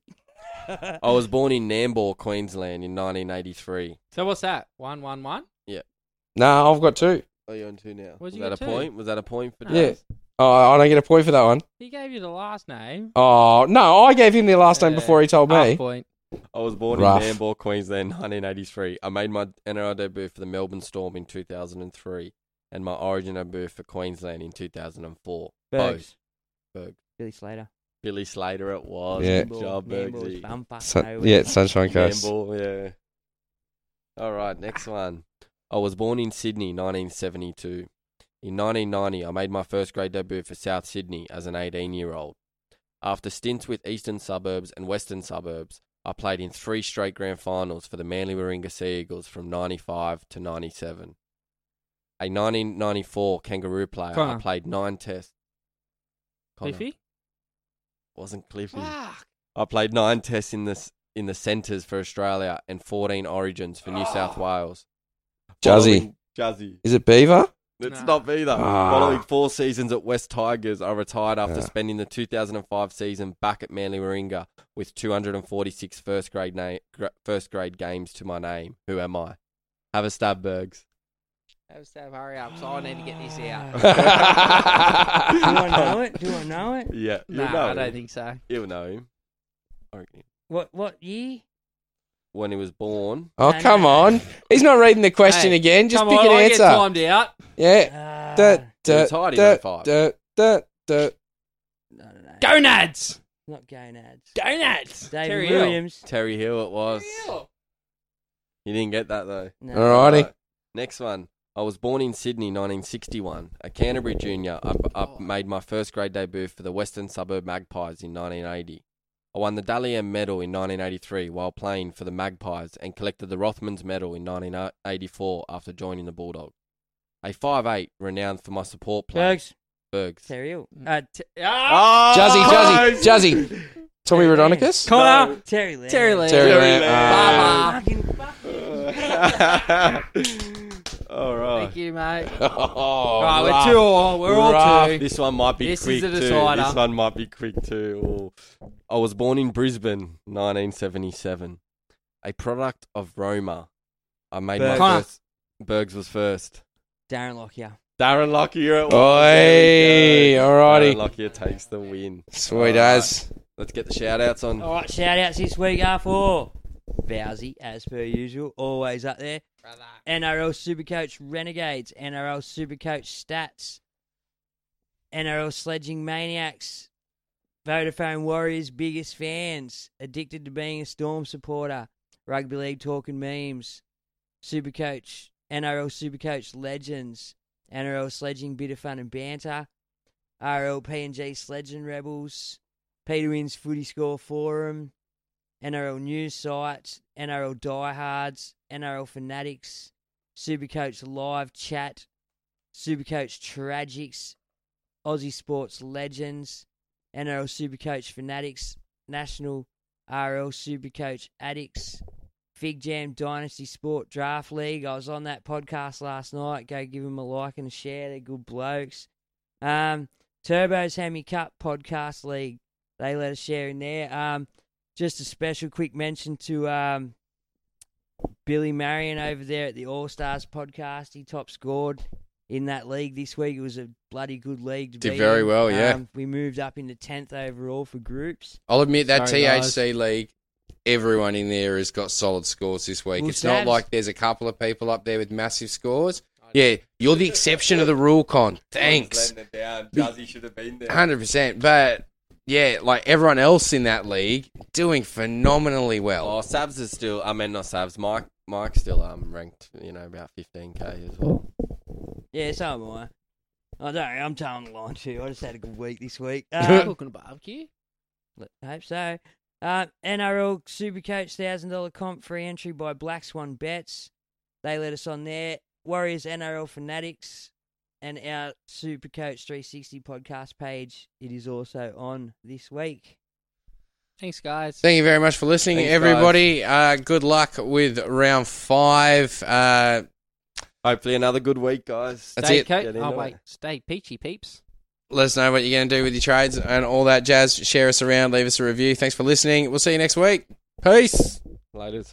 Speaker 5: I was born in Nambour, Queensland in 1983.
Speaker 8: So what's that? One, one, one.
Speaker 5: Yeah.
Speaker 4: no, I've got two.
Speaker 5: Are you Oh, on two now?
Speaker 8: Where'd
Speaker 5: Was
Speaker 8: you
Speaker 5: that a
Speaker 8: get two?
Speaker 5: point? Was that a point for
Speaker 4: Yeah. Oh, I don't get a point for that one.
Speaker 8: He gave you the last name.
Speaker 4: Oh no, I gave him the last name
Speaker 8: Yeah, Ah,
Speaker 4: before he told
Speaker 8: half
Speaker 4: Oh, me.
Speaker 8: Point.
Speaker 5: I was born
Speaker 4: Rough.
Speaker 5: in Nambour, Queensland, 1983. I made my NRL debut for the Melbourne Storm in 2003 and my Origin debut for Queensland in 2004. Both.
Speaker 9: Bergs.
Speaker 5: Berg.
Speaker 9: Billy Slater.
Speaker 5: Billy Slater it was.
Speaker 4: Yeah.
Speaker 5: Good job,
Speaker 9: Nambour's
Speaker 5: Bergsy.
Speaker 9: bumper.
Speaker 4: Sun-
Speaker 9: No,
Speaker 4: yeah, Sunshine Coast.
Speaker 5: Nambour, yeah. All right, next one. I was born in Sydney, 1972. In 1990, I made my first grade debut for South Sydney as an 18 year old. After stints with eastern suburbs and western suburbs, I played in three straight grand finals for the Manly Warringah Sea Eagles from 95 to 97. A 1994 Kangaroo player, I
Speaker 8: Connor.
Speaker 5: played nine tests. Connor.
Speaker 8: Cliffy?
Speaker 5: Wasn't Cliffy.
Speaker 4: Ah.
Speaker 10: Ah.
Speaker 8: Fuck.
Speaker 5: I played nine tests in this in the centres for Australia and 14 Origins for New South
Speaker 8: Oh.
Speaker 5: Wales.
Speaker 4: Juzzy.
Speaker 5: Juzzy.
Speaker 4: Is it Beaver?
Speaker 5: It's not either.
Speaker 4: Ah.
Speaker 5: Following four seasons at West Tigers, I retired after
Speaker 4: Yeah.
Speaker 5: spending the 2005 season back at Manly Warringah with 246 first grade na- gra- first grade games to my name. Who am I? Have a stab,
Speaker 4: (laughs)
Speaker 5: Bergs. (laughs)
Speaker 8: That was that. Hurry up! So
Speaker 9: Oh,
Speaker 8: I need to get this out.
Speaker 9: Do (laughs) I know it? Do I know it?
Speaker 5: Yeah, you
Speaker 8: Nah,
Speaker 5: know
Speaker 8: I
Speaker 5: him.
Speaker 8: don't think so.
Speaker 5: You'll know him. I reckon.
Speaker 9: What what year?
Speaker 5: When he was born,
Speaker 4: Oh,
Speaker 9: No,
Speaker 4: come
Speaker 9: no.
Speaker 4: on. He's not reading the question
Speaker 8: Hey,
Speaker 4: again. Just
Speaker 8: Come
Speaker 4: pick
Speaker 8: on,
Speaker 4: an
Speaker 8: I
Speaker 4: answer.
Speaker 8: get timed out.
Speaker 4: Yeah.
Speaker 9: Ah.
Speaker 4: Duh, duh,
Speaker 5: It's hard in
Speaker 4: duh,
Speaker 5: 05.
Speaker 4: duh, duh, duh.
Speaker 9: No, no, no.
Speaker 8: Gonads.
Speaker 9: Not gonads.
Speaker 8: Gonads.
Speaker 9: David
Speaker 8: Terry Hill.
Speaker 9: Williams.
Speaker 5: Terry Hill it was. You didn't get that though.
Speaker 9: No.
Speaker 4: Alrighty.
Speaker 5: Right. Next one. I was born in Sydney, 1961. A Canterbury junior, I, I made my first grade debut for the Western Suburb Magpies in 1980. I won the Dally M medal in 1983 while playing for the Magpies and collected the Rothmans medal in 1984 after joining the Bulldogs. A 5'8", renowned for my support play.
Speaker 9: Bergs.
Speaker 5: Bergs.
Speaker 9: Terry Hill. Uh, t-
Speaker 8: Ah!
Speaker 4: Juzzy, Juzzy,
Speaker 5: (laughs)
Speaker 4: Juzzy. Tommy Rodonicus?
Speaker 8: Connor.
Speaker 9: Terry Lamb.
Speaker 8: Terry Lee.
Speaker 4: Terry Lamb.
Speaker 8: Baba.
Speaker 9: Fucking
Speaker 5: All
Speaker 8: Thank you, mate.
Speaker 4: (laughs) Oh,
Speaker 8: All right,
Speaker 4: rough.
Speaker 8: we're two all. We're all
Speaker 4: Rough.
Speaker 8: two.
Speaker 5: This one might be
Speaker 8: This is
Speaker 5: quick
Speaker 8: the
Speaker 5: too.
Speaker 8: decider.
Speaker 5: This one might be quick too. Ooh. I was born in Brisbane, 1977. A product of Roma. I made my
Speaker 8: Bergs. Connor.
Speaker 5: first. Bergs was first. Oh,
Speaker 9: Darren Lockyer.
Speaker 5: Darren Lockyer. It was.
Speaker 4: Oi,
Speaker 5: There we go.
Speaker 4: alrighty.
Speaker 5: Darren Lockyer takes the win.
Speaker 4: Sweet
Speaker 5: Alright,
Speaker 4: as.
Speaker 5: Let's get the shout outs on.
Speaker 9: All right, shout outs this week are for Vowsy, as per usual, always up there. NRL Supercoach Renegades, NRL Supercoach Stats, NRL Sledging Maniacs, Vodafone Warriors' biggest fans, addicted to being a Storm supporter, Rugby League Talking Memes, Supercoach, NRL Supercoach Legends, NRL Sledging Bit of Fun and Banter, RLPNG Sledging Rebels, Peter Wynn's Footy Score Forum, NRL News Sites, NRL Diehards, NRL Fanatics, Supercoach Live Chat, Supercoach Tragics, Aussie Sports Legends, NRL Supercoach Fanatics, National RL Supercoach Addicts, Fig Jam Dynasty Sport Draft League. I was on that podcast last night. Go give them a like and a share. They're good blokes. Um, Turbo's Hammy Cup Podcast League. They let us share in there. Um, just a special quick mention to um, Billy Marion over there at the All Stars podcast. He top scored in that league this week. It was a bloody good league. To
Speaker 5: Did
Speaker 9: be
Speaker 5: very
Speaker 9: in.
Speaker 5: well, yeah.
Speaker 9: Um, we moved up into tenth overall for groups.
Speaker 5: I'll admit that
Speaker 9: Sorry, guys.
Speaker 5: THC league, everyone in there has got solid scores this week.
Speaker 9: Well,
Speaker 5: it's not
Speaker 9: Sabs-
Speaker 5: like there's a couple of people up there with massive scores. Yeah, you're the exception of the rule, Con. Thanks.
Speaker 10: Letting it down. Dazzy should have been there.
Speaker 5: 100%. But yeah, like everyone else in that league, doing phenomenally well.
Speaker 10: Oh, Sabs is still. I mean, not Sabs. Mike. Mike's still um ranked. You know, about 15k as well.
Speaker 9: Yeah, so am I. Oh, sorry, I'm telling the line too. I just had a good week this week. Um,
Speaker 8: Cooking barbecue.
Speaker 9: I hope so. Uh, NRL Supercoach thousand dollar comp free entry by Black Swan Bets. They let us on there. Warriors NRL Fanatics and our Supercoach 360 podcast page. It is also on this week.
Speaker 8: Thanks, guys.
Speaker 5: Thank you very much for listening,
Speaker 8: Thanks,
Speaker 5: everybody. Uh, good luck with round five. Uh,
Speaker 10: Hopefully, another good week, guys.
Speaker 5: That's
Speaker 8: stay
Speaker 5: it.
Speaker 8: coat-
Speaker 10: Get
Speaker 8: oh
Speaker 10: into
Speaker 8: wait, stay peachy peeps.
Speaker 5: Let us know what you're going to do with your trades and all that jazz. Share us around. Leave us a review. Thanks for listening. We'll see you next week. Peace.
Speaker 10: Laters.